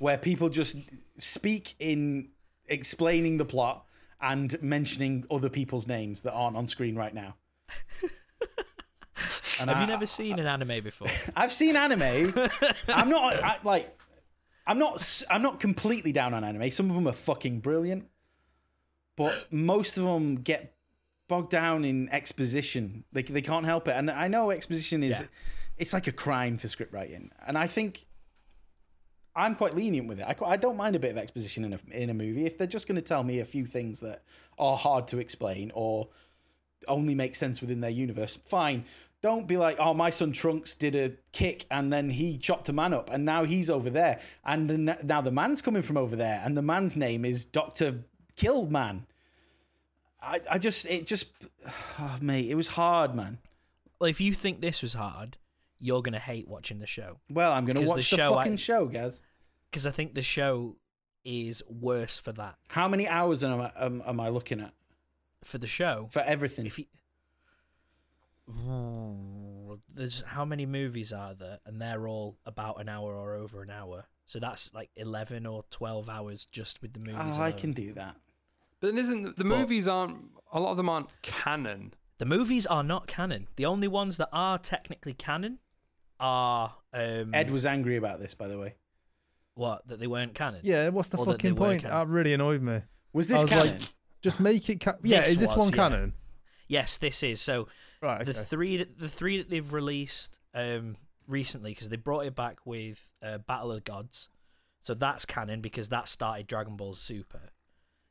[SPEAKER 3] where people just speak in explaining the plot and mentioning other people's names that aren't on screen right now. And
[SPEAKER 1] Have
[SPEAKER 3] I,
[SPEAKER 1] you never seen an anime before?
[SPEAKER 3] I've seen anime. I'm not I, like I'm not s- I'm not completely down on anime. Some of them are fucking brilliant, but most of them get bogged down in exposition. They they can't help it. And I know exposition is
[SPEAKER 1] Yeah.
[SPEAKER 3] it's like a crime for script writing. And I think I'm quite lenient with it. I, qu- I don't mind a bit of exposition in a in a movie if they're just going to tell me a few things that are hard to explain or only make sense within their universe. Fine. Don't be like, oh, my son Trunks did a kick and then he chopped a man up and now he's over there. And then, now the man's coming from over there and the man's name is Dr. kill man. I, I just it just oh, mate, it was hard, man.
[SPEAKER 1] Well, if you think this was hard, you're gonna hate watching the show
[SPEAKER 3] Well, I'm gonna
[SPEAKER 1] Because
[SPEAKER 3] watch
[SPEAKER 1] the
[SPEAKER 3] the,
[SPEAKER 1] show, I-
[SPEAKER 3] fucking show, guys.
[SPEAKER 1] because I think the show is worse for that.
[SPEAKER 3] How many hours am I am, am I looking at
[SPEAKER 1] For the show,
[SPEAKER 3] for everything?
[SPEAKER 1] if you, there's how many movies are there, and they're all about an hour or over an hour. So that's like eleven or twelve hours just with the
[SPEAKER 4] Ah,
[SPEAKER 1] movies.
[SPEAKER 3] Oh, I
[SPEAKER 1] alone.
[SPEAKER 3] can do that.
[SPEAKER 2] But then isn't the movies aren't a lot of them aren't canon.
[SPEAKER 1] The movies are not canon. The only ones that are technically canon are um,
[SPEAKER 3] Ed was angry about this, by the way.
[SPEAKER 1] What that they weren't canon?
[SPEAKER 4] Yeah, what's the
[SPEAKER 1] Or that they
[SPEAKER 4] fucking
[SPEAKER 1] were
[SPEAKER 4] point?
[SPEAKER 1] canon.
[SPEAKER 4] That really annoyed me.
[SPEAKER 3] Was
[SPEAKER 4] I
[SPEAKER 3] this
[SPEAKER 4] was
[SPEAKER 3] canon?
[SPEAKER 4] like- Just make it. Ca- yeah,
[SPEAKER 1] This
[SPEAKER 4] is this
[SPEAKER 1] was,
[SPEAKER 4] one
[SPEAKER 1] yeah.
[SPEAKER 4] canon?
[SPEAKER 1] Yes, this is. So
[SPEAKER 4] Right. Okay.
[SPEAKER 1] the three that the three that they've released um recently because they brought it back with uh, Battle of the Gods, so that's canon because that started Dragon Ball Super.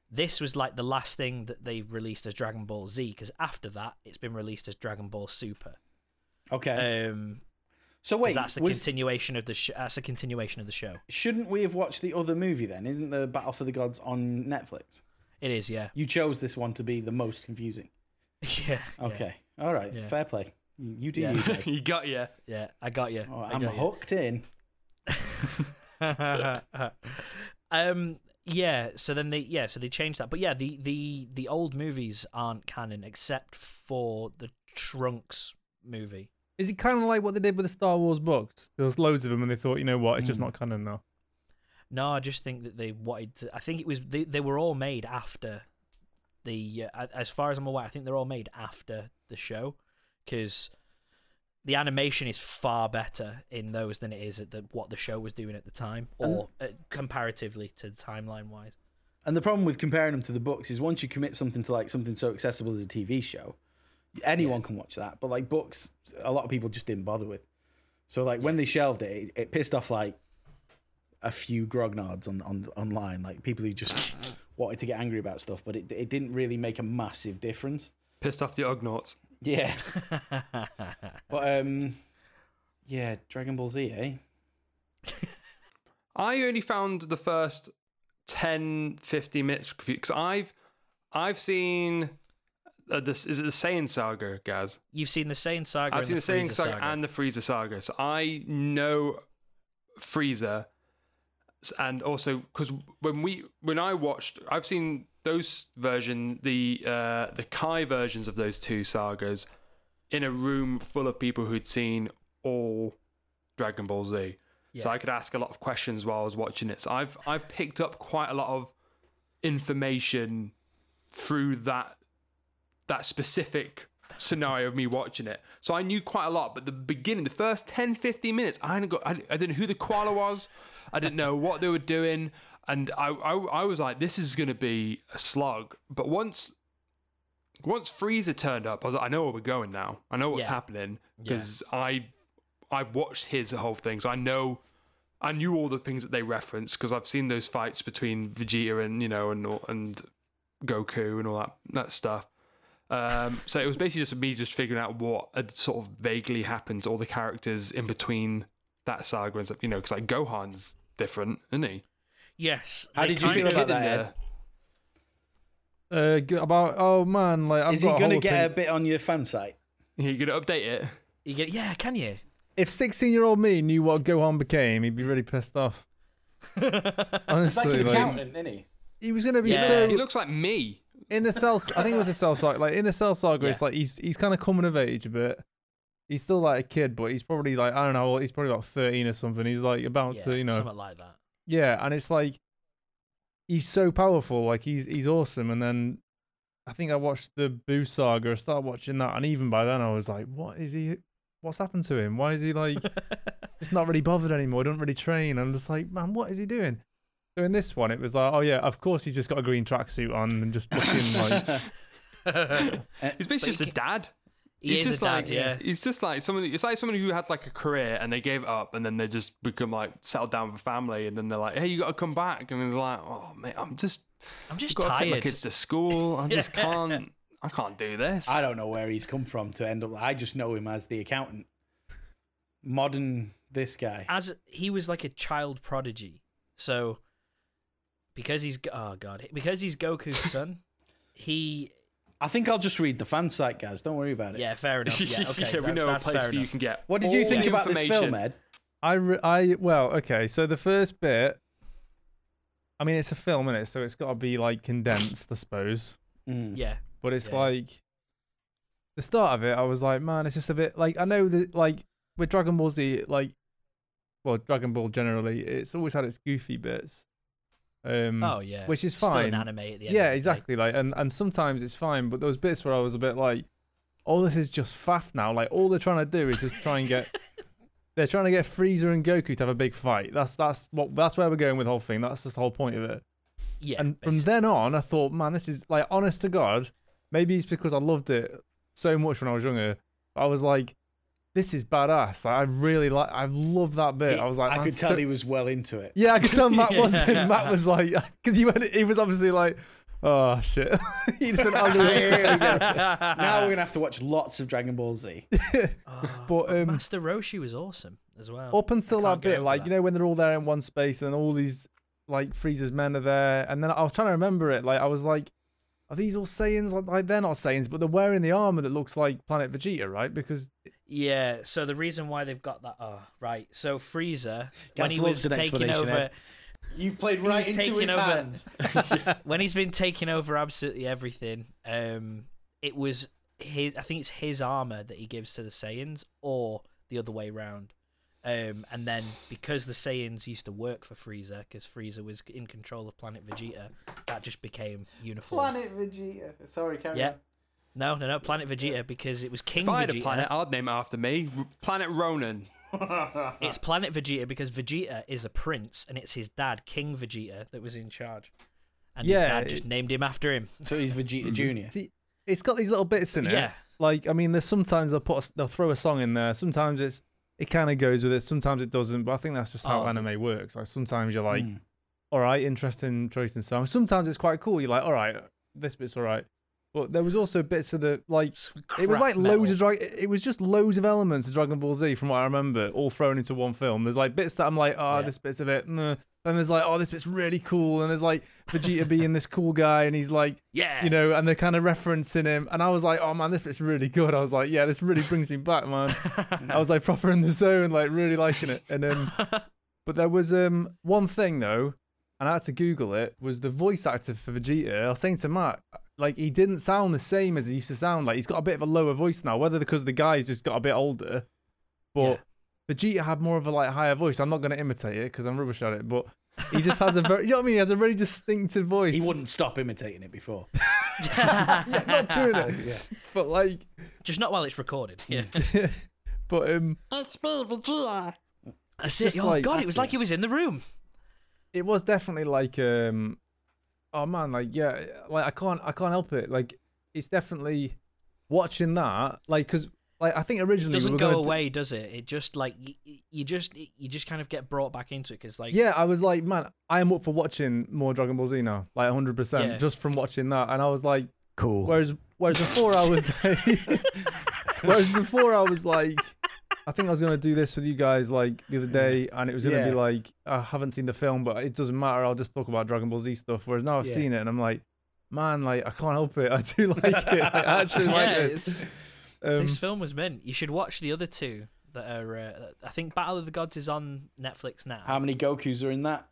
[SPEAKER 1] This was like the last thing that they released as Dragon Ball Z because after that it's been released as Dragon Ball Super.
[SPEAKER 3] okay.
[SPEAKER 1] Um, 'cause
[SPEAKER 3] so wait,
[SPEAKER 1] that's the
[SPEAKER 3] was-
[SPEAKER 1] continuation of the sh- that's a continuation of the show.
[SPEAKER 3] shouldn't we have watched the other movie then? Isn't the Battle for the Gods on Netflix?
[SPEAKER 1] It is, yeah,
[SPEAKER 3] You chose this one to be the most confusing.
[SPEAKER 1] yeah. yeah,
[SPEAKER 3] Okay. All right.
[SPEAKER 1] Yeah.
[SPEAKER 3] Fair play. You you do
[SPEAKER 1] Yeah.
[SPEAKER 3] you guys.
[SPEAKER 2] you got yeah.
[SPEAKER 1] yeah, I got you.
[SPEAKER 3] Oh,
[SPEAKER 1] I
[SPEAKER 3] I'm
[SPEAKER 1] got you.
[SPEAKER 3] hooked in.
[SPEAKER 1] um yeah so then they yeah so they changed that but yeah the the the old movies aren't canon except for the trunks movie
[SPEAKER 4] Is it kind of like what they did with the Star Wars books? There was loads of them, and they thought, you know what, it's just
[SPEAKER 3] Hmm.
[SPEAKER 4] not canon now.
[SPEAKER 1] no i just think that they wanted to i think it was they, they were all made after the uh, a- as far as i'm aware i think they're all made after the show because the animation is far better in those than it is at the, what the show was doing at the time or uh, comparatively to timeline wise
[SPEAKER 3] And the problem with comparing them to the books is once you commit something to like something so accessible as a TV show, anyone can watch that. But like books, a lot of people just didn't bother with. So like when they shelved it, it, it pissed off like a few grognards on, on online, like people who just wanted to get angry about stuff, but it, it didn't really make a massive difference.
[SPEAKER 2] Pissed off the Ugnaughts.
[SPEAKER 3] Yeah. but um yeah, Dragon Ball Z, eh?
[SPEAKER 2] I only found the first 10, 15 minutes because I've I've seen uh, this is it the Saiyan saga, guys.
[SPEAKER 1] you've seen the same saga
[SPEAKER 2] I've
[SPEAKER 1] and
[SPEAKER 2] seen the Saiyan
[SPEAKER 1] Frieza
[SPEAKER 2] saga, and the Freezer saga, so I know Freezer, S- and also because when we when I watched, I've seen those version the uh, the Kai versions of those two sagas in a room full of people who'd seen all Dragon Ball Z, so
[SPEAKER 1] Yeah.
[SPEAKER 2] I could ask a lot of questions while I was watching it. So I've I've picked up quite a lot of information through that that specific scenario of me watching it. So I knew quite a lot, but the beginning, the first 10, 15 minutes, I hadn't got, I, I didn't know who the koala was. I didn't know what they were doing. And I, I, I was like, this is going to be a slog. But once, once Freezer turned up, I was like, I know where we're going now. I know what's
[SPEAKER 1] Yeah.
[SPEAKER 2] happening because I, I've watched his whole thing. So I know, I knew all the things that they referenced because I've seen those fights between Vegeta and, you know, and, and Goku and all that, that stuff. Um, so it was basically just me just figuring out what had sort of vaguely happened to all the characters in between that saga and stuff, you know, because like Gohan's different, isn't he?
[SPEAKER 1] yes
[SPEAKER 3] How
[SPEAKER 1] they
[SPEAKER 3] did you
[SPEAKER 1] kind
[SPEAKER 3] feel
[SPEAKER 1] of-
[SPEAKER 3] about
[SPEAKER 2] Hidden
[SPEAKER 3] that, Ed?
[SPEAKER 2] there.
[SPEAKER 4] Uh, g- about oh man, like I've
[SPEAKER 3] is he
[SPEAKER 4] got a
[SPEAKER 3] gonna
[SPEAKER 4] whole
[SPEAKER 3] get
[SPEAKER 4] thing.
[SPEAKER 3] a bit on your fan site?
[SPEAKER 2] You gonna update it?
[SPEAKER 1] You get yeah, can you?
[SPEAKER 4] If sixteen-year-old me knew what Gohan became, he'd be really pissed off. Honestly, like,
[SPEAKER 3] isn't he?
[SPEAKER 4] he was gonna be
[SPEAKER 1] Yeah.
[SPEAKER 4] so
[SPEAKER 2] He looks like me.
[SPEAKER 4] in the cell. I think it was a cell saga. Like in the cell saga, it's like he's he's kind of coming of age a bit. He's still like a kid, but he's probably like I don't know. He's probably like thirteen or something. He's like about
[SPEAKER 1] yeah,
[SPEAKER 4] to you know
[SPEAKER 1] something like that.
[SPEAKER 4] Yeah, and it's like he's so powerful, like he's he's awesome. And then I think I watched the Boo saga. I started watching that, and even by then I was like, "What is he? What's happened to him? Why is he like just not really bothered anymore? Don't really train." And it's like, man, what is he doing? So in this one, it was like, "Oh yeah, of course he's just got a green tracksuit on and just looking like."
[SPEAKER 1] uh,
[SPEAKER 2] He's basically just a dad.
[SPEAKER 1] He
[SPEAKER 2] he's
[SPEAKER 1] is
[SPEAKER 2] just
[SPEAKER 1] a
[SPEAKER 2] like
[SPEAKER 1] dad, yeah.
[SPEAKER 2] he's just like someone. It's like someone who had like a career and they gave it up and then they just become like settled down with a family and then they're like, hey, you got to come back and it's like, oh mate, I'm just
[SPEAKER 1] I'm just
[SPEAKER 2] got to take my
[SPEAKER 1] tired.
[SPEAKER 2] kids to school. I just can't. I can't do this.
[SPEAKER 3] I don't know where he's come from to end up. I just know him as the accountant. Modern this guy.
[SPEAKER 1] As he was like a child prodigy, so because he's Go- oh god because he's Goku's son. He
[SPEAKER 3] I think I'll just read the fan site, guys. Don't worry about it.
[SPEAKER 1] yeah, fair enough. Yeah, okay,
[SPEAKER 2] we
[SPEAKER 1] that-
[SPEAKER 2] know a
[SPEAKER 1] that's
[SPEAKER 2] place
[SPEAKER 1] fair
[SPEAKER 2] where you
[SPEAKER 1] enough.
[SPEAKER 2] can get.
[SPEAKER 3] What did you
[SPEAKER 2] all
[SPEAKER 3] think
[SPEAKER 2] the
[SPEAKER 3] about this film,
[SPEAKER 2] information.
[SPEAKER 3] Ed?
[SPEAKER 4] I, re- I well, okay. So the first bit, I mean, it's a film, in it, so it's got to be like condensed, I suppose.
[SPEAKER 3] Mm.
[SPEAKER 1] Yeah,
[SPEAKER 4] But it's
[SPEAKER 1] Yeah.
[SPEAKER 4] like the start of it. I was like, man, it's just a bit like I know that like with Dragon Ball Z, like well, Dragon Ball generally, it's always had its goofy bits. Um,
[SPEAKER 1] oh yeah,
[SPEAKER 4] which is
[SPEAKER 1] Still an
[SPEAKER 4] fine.
[SPEAKER 1] anime at the end.
[SPEAKER 4] yeah,
[SPEAKER 1] of the day.
[SPEAKER 4] exactly. Like, and and sometimes it's fine, but there was bits where I was a bit like, "Oh, this is just faff now." Like, all they're trying to do is just try and get. they're trying to get Freezer and Goku to have a big fight. That's that's what that's where we're going with the whole thing. That's just the whole point of it.
[SPEAKER 1] Yeah,
[SPEAKER 4] and from
[SPEAKER 1] basically.
[SPEAKER 4] then on, I thought, man, this is like honest to God. Maybe it's because I loved it so much when I was younger. I was like, this is badass. Like, I really like. I love that bit. I was like,
[SPEAKER 3] I
[SPEAKER 4] "Man,
[SPEAKER 3] could tell
[SPEAKER 4] so-
[SPEAKER 3] he was well into it.
[SPEAKER 4] yeah, I could tell Matt
[SPEAKER 1] Yeah.
[SPEAKER 4] wasn't. Matt was like, because he went, he was obviously like, oh shit. he just went, "Oh, "I'm gonna-"
[SPEAKER 3] Here we go. now we're gonna have to watch lots of Dragon Ball Z.
[SPEAKER 1] Oh,
[SPEAKER 4] But, um,
[SPEAKER 1] Master Roshi was awesome as well.
[SPEAKER 4] Up until
[SPEAKER 1] can't
[SPEAKER 4] that
[SPEAKER 1] get
[SPEAKER 4] bit,
[SPEAKER 1] over
[SPEAKER 4] like
[SPEAKER 1] that.
[SPEAKER 4] you know, when they're all there in one space, and then all these like Frieza's men are there, and then I was trying to remember it. Like I was like, are these all Saiyans? Like, like they're not Saiyans, but they're wearing the armor that looks like Planet Vegeta, right? Because
[SPEAKER 1] Yeah, so the reason why they've got that, oh, right. So Frieza, when
[SPEAKER 3] Gaz
[SPEAKER 1] he was
[SPEAKER 3] loves an
[SPEAKER 1] taking
[SPEAKER 3] explanation,
[SPEAKER 1] over,
[SPEAKER 3] Ed. You've played
[SPEAKER 1] He
[SPEAKER 3] right
[SPEAKER 1] was
[SPEAKER 3] into
[SPEAKER 1] taking
[SPEAKER 3] his
[SPEAKER 1] over-
[SPEAKER 3] hands.
[SPEAKER 1] when he's been taking over absolutely everything, um, it was his. I think it's his armor that he gives to the Saiyans, or the other way round. Um, and then because the Saiyans used to work for Frieza, because Frieza was in control of Planet Vegeta, that just became uniform.
[SPEAKER 3] Planet Vegeta. Sorry, carry
[SPEAKER 1] Yeah. No, no, no, Planet Vegeta, because it was King
[SPEAKER 2] If I had a
[SPEAKER 1] Vegeta.
[SPEAKER 2] planet, I'd name it after me. R- Planet Ronan.
[SPEAKER 4] uh-huh.
[SPEAKER 1] It's Planet Vegeta because Vegeta is a prince, and it's his dad, King Vegeta, that was in charge. And his
[SPEAKER 4] Yeah,
[SPEAKER 1] dad just
[SPEAKER 4] it-
[SPEAKER 1] named him after him.
[SPEAKER 3] on. So he's
[SPEAKER 4] Mm-hmm.
[SPEAKER 3] Vegeta Junior.
[SPEAKER 4] see, it's got these little bits in it.
[SPEAKER 1] Yeah.
[SPEAKER 4] Like I mean, there's sometimes they'll put a, they'll throw a song in there. Sometimes it's it kind of goes with it. Sometimes it doesn't. But I think that's just how
[SPEAKER 1] Oh, Hmm.
[SPEAKER 4] anime works. Like sometimes you're like, all right, interesting choice in song. Sometimes it's quite cool. You're like, all right, this bit's all right. But there was also bits of the like.
[SPEAKER 1] Some
[SPEAKER 4] It was
[SPEAKER 1] crap
[SPEAKER 4] like
[SPEAKER 1] metal.
[SPEAKER 4] loads of drag. It was just loads of elements of Dragon Ball Z, from what I remember, all thrown into one film. There's like bits that I'm like, oh,
[SPEAKER 1] Yeah.
[SPEAKER 4] this bit's a bit, meh. and there's like, oh, this bit's really cool, and there's like Vegeta being this cool guy, and he's like,
[SPEAKER 1] Yeah.
[SPEAKER 4] you know, and they're kind of referencing him. And I was like, oh man, this bit's really good. I was like, yeah, this really brings me back, man. I was like proper in the zone, like really liking it. And um, but there was um one thing though, and I had to Google it, was the voice actor for Vegeta. I was saying to Matt, like he didn't sound the same as he used to sound. Like he's got a bit of a lower voice now, whether because the guy's just got a bit older, but Vegeta had more of a like higher voice. I'm not going to imitate it because I'm rubbish at it, but. he just has a very, you know what I mean? He has a very distinctive voice.
[SPEAKER 3] He wouldn't stop imitating it before.
[SPEAKER 4] yeah, not doing it.
[SPEAKER 3] yeah.
[SPEAKER 4] But like,
[SPEAKER 1] Just not while it's recorded. Yeah.
[SPEAKER 4] but um,
[SPEAKER 1] That's it.
[SPEAKER 4] just
[SPEAKER 1] Oh
[SPEAKER 4] like-
[SPEAKER 1] god, it was like he was in the room.
[SPEAKER 4] it was definitely like um, oh man, like yeah, like I can't, I can't help it. Like it's definitely watching that, like because like I think originally we
[SPEAKER 1] Doesn't
[SPEAKER 4] were
[SPEAKER 1] go
[SPEAKER 4] gonna d-
[SPEAKER 1] away, does it? It just like y- y- you just you just kind of get brought back into it because like
[SPEAKER 4] yeah, I was like, man, I am up for watching more Dragon Ball Z now, like 100
[SPEAKER 1] Yeah.
[SPEAKER 4] percent just from watching that. And I was like,
[SPEAKER 3] Cool.
[SPEAKER 4] whereas whereas before I was, like, whereas before I was like. I think I was gonna do this with you guys like the other day, and it was gonna
[SPEAKER 3] Yeah.
[SPEAKER 4] be like I haven't seen the film, but it doesn't matter. I'll just talk about Dragon Ball Z stuff. Whereas now I've
[SPEAKER 3] Yeah.
[SPEAKER 4] seen it, and I'm like, man, like I can't help it. I do like it. I actually like
[SPEAKER 1] Yeah,
[SPEAKER 4] it.
[SPEAKER 1] it's-
[SPEAKER 4] Um,
[SPEAKER 1] this film was meant. You should watch the other two that are. Uh, I think Battle of the Gods is on Netflix now.
[SPEAKER 3] How many Gokus are in that?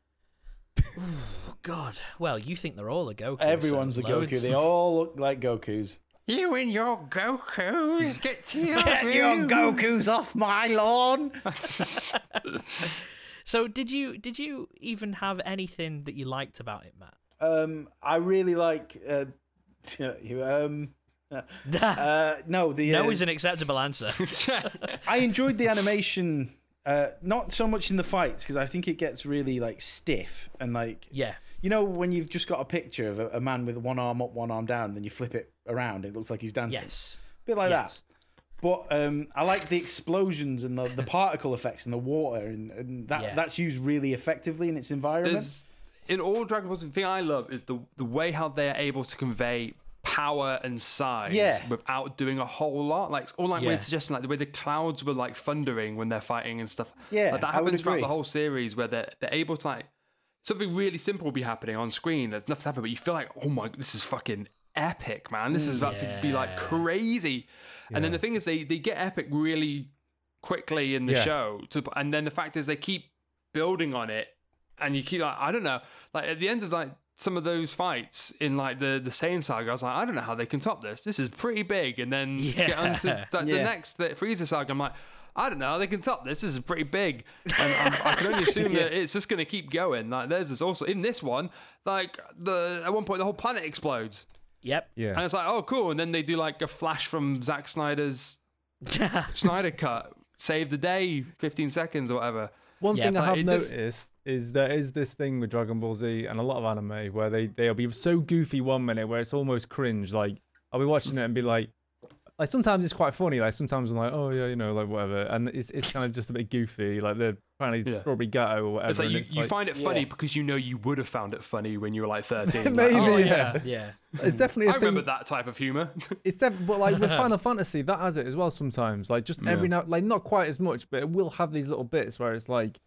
[SPEAKER 1] oh god. Well, you think they're all a Goku. so
[SPEAKER 3] Everyone's a
[SPEAKER 1] loads.
[SPEAKER 3] Goku. They all look like Gokus.
[SPEAKER 2] You and your Goku's get to your
[SPEAKER 3] Gokus off my lawn.
[SPEAKER 1] So did you did you even have anything that you liked about it, Matt?
[SPEAKER 3] Um, I really like. Uh, you, um, uh, no, the uh,
[SPEAKER 1] no is an acceptable answer.
[SPEAKER 3] I enjoyed the animation. Uh, not so much in the fights because I think it gets really like stiff and like
[SPEAKER 1] yeah.
[SPEAKER 3] you know when you've just got a picture of a, a man with one arm up, one arm down, and then you flip it around, it looks like he's dancing.
[SPEAKER 1] Yes.
[SPEAKER 3] bit like
[SPEAKER 1] yes.
[SPEAKER 3] that. But um, I like the explosions and the, the particle effects and the water, and, and that
[SPEAKER 1] Yeah.
[SPEAKER 3] that's used really effectively in its environment.
[SPEAKER 2] There's, in all Dragon Balls, the thing I love is the the way how they are able to convey power and size
[SPEAKER 3] Yeah.
[SPEAKER 2] without doing a whole lot. Like all like
[SPEAKER 1] Yeah.
[SPEAKER 2] weird suggestion, like the way the clouds were like thundering when they're fighting and stuff.
[SPEAKER 3] Yeah,
[SPEAKER 2] like, that
[SPEAKER 3] I would
[SPEAKER 2] happens throughout
[SPEAKER 3] agree.
[SPEAKER 2] the whole series where they're they're able to like something really simple will be happening on screen. There's nothing happening, but you feel like, oh my, this is fucking epic, man. This is about to be like
[SPEAKER 1] Yeah.
[SPEAKER 2] crazy. And then
[SPEAKER 4] Yeah.
[SPEAKER 2] the thing is, they they get epic really quickly in the
[SPEAKER 4] Yes.
[SPEAKER 2] show. To, and then the fact is, they keep building on it, and you keep like, I don't know, like at the end of like some of those fights in like the the Saiyan saga, I was like, I don't know how they can top this. This is pretty big. And then get
[SPEAKER 1] Yeah.
[SPEAKER 2] onto the, the
[SPEAKER 3] Yeah.
[SPEAKER 2] next the Frieza saga, I'm like. I don't know. They can top this. This is pretty big, and I'm, I can only assume that it's just going to keep going. Like there's this also in this one, like the at one point the whole planet explodes,
[SPEAKER 1] Yep.
[SPEAKER 2] and
[SPEAKER 4] Yeah.
[SPEAKER 2] it's like oh cool, and then they do like a flash from Zack Snyder's Snyder cut, save the day, 15 seconds or whatever.
[SPEAKER 4] One
[SPEAKER 1] Yeah,
[SPEAKER 4] thing
[SPEAKER 2] but
[SPEAKER 4] I have
[SPEAKER 2] it just-
[SPEAKER 4] noticed is there is this thing with Dragon Ball Z and a lot of anime where they they'll be so goofy one minute where it's almost cringe. Like I'll be watching it and be like, like sometimes it's quite funny. Like sometimes I'm like, oh yeah, you know, like whatever, and it's it's kind of just a bit goofy. Like they're trying to
[SPEAKER 2] Yeah.
[SPEAKER 4] probably ghetto or whatever.
[SPEAKER 2] It's like
[SPEAKER 4] and
[SPEAKER 2] you,
[SPEAKER 4] it's
[SPEAKER 2] you
[SPEAKER 4] like-
[SPEAKER 2] find it funny
[SPEAKER 3] Yeah.
[SPEAKER 2] because you know you would have found it funny when you were like 13. Like,
[SPEAKER 4] maybe
[SPEAKER 2] oh,
[SPEAKER 4] yeah.
[SPEAKER 1] Yeah.
[SPEAKER 4] It's definitely. a
[SPEAKER 2] I
[SPEAKER 4] thing,
[SPEAKER 2] remember that type of humor.
[SPEAKER 4] It's def- but like with Final Fantasy, that has it as well sometimes. Like just every now, like not quite as much, but it will have these little bits where it's like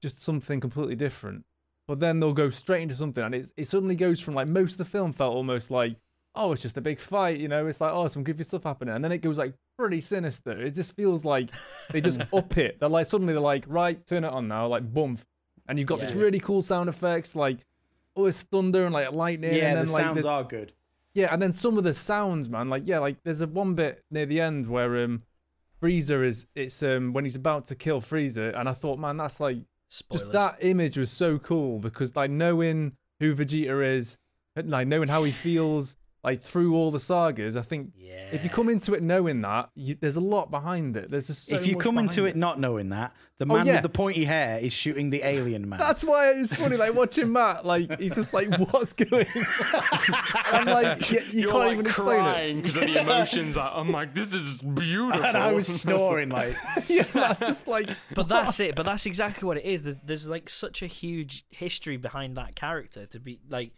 [SPEAKER 4] just something completely different. But then they'll go straight into something, and it's, it suddenly goes from like most of the film felt almost like oh it's just a big fight, you know? It's like oh some goofy stuff happening, and then it goes like pretty sinister. It just feels like they just up it. They're like suddenly they're like right, turn it on now, like boom, and you've got this
[SPEAKER 1] Yeah.
[SPEAKER 4] really cool sound effects like. Oh, it's thunder and like lightning.
[SPEAKER 3] Yeah,
[SPEAKER 4] and then,
[SPEAKER 3] the
[SPEAKER 4] like,
[SPEAKER 3] sounds
[SPEAKER 4] this-
[SPEAKER 3] are good.
[SPEAKER 4] yeah, and then some of the sounds, man. Like yeah, like there's a one bit near the end where um Freezer is it's um when he's about to kill Freezer, and I thought, man, that's like
[SPEAKER 1] Spoilers.
[SPEAKER 4] just that image was so cool because like knowing who Vegeta is, and, like knowing how he feels, like through all the sagas, I think
[SPEAKER 1] Yeah.
[SPEAKER 4] if you come into it knowing that, you, there's a lot behind it. There's just so
[SPEAKER 3] if you
[SPEAKER 4] much
[SPEAKER 3] come into
[SPEAKER 4] behind
[SPEAKER 3] it not knowing that, the man
[SPEAKER 4] yeah.
[SPEAKER 3] with the pointy hair is shooting the alien man.
[SPEAKER 4] That's why it's funny, like watching Matt, like he's just like, "What's going?" on? And I'm like, yeah, you
[SPEAKER 2] You're
[SPEAKER 4] can't
[SPEAKER 2] like
[SPEAKER 4] even explain it.
[SPEAKER 2] crying because of the emotions. Like, I'm like, this is beautiful.
[SPEAKER 3] and I was snoring like
[SPEAKER 4] Yeah, that's just like,
[SPEAKER 1] But that's it. But that's exactly what it is. There- There's like such a huge history behind that character to be like,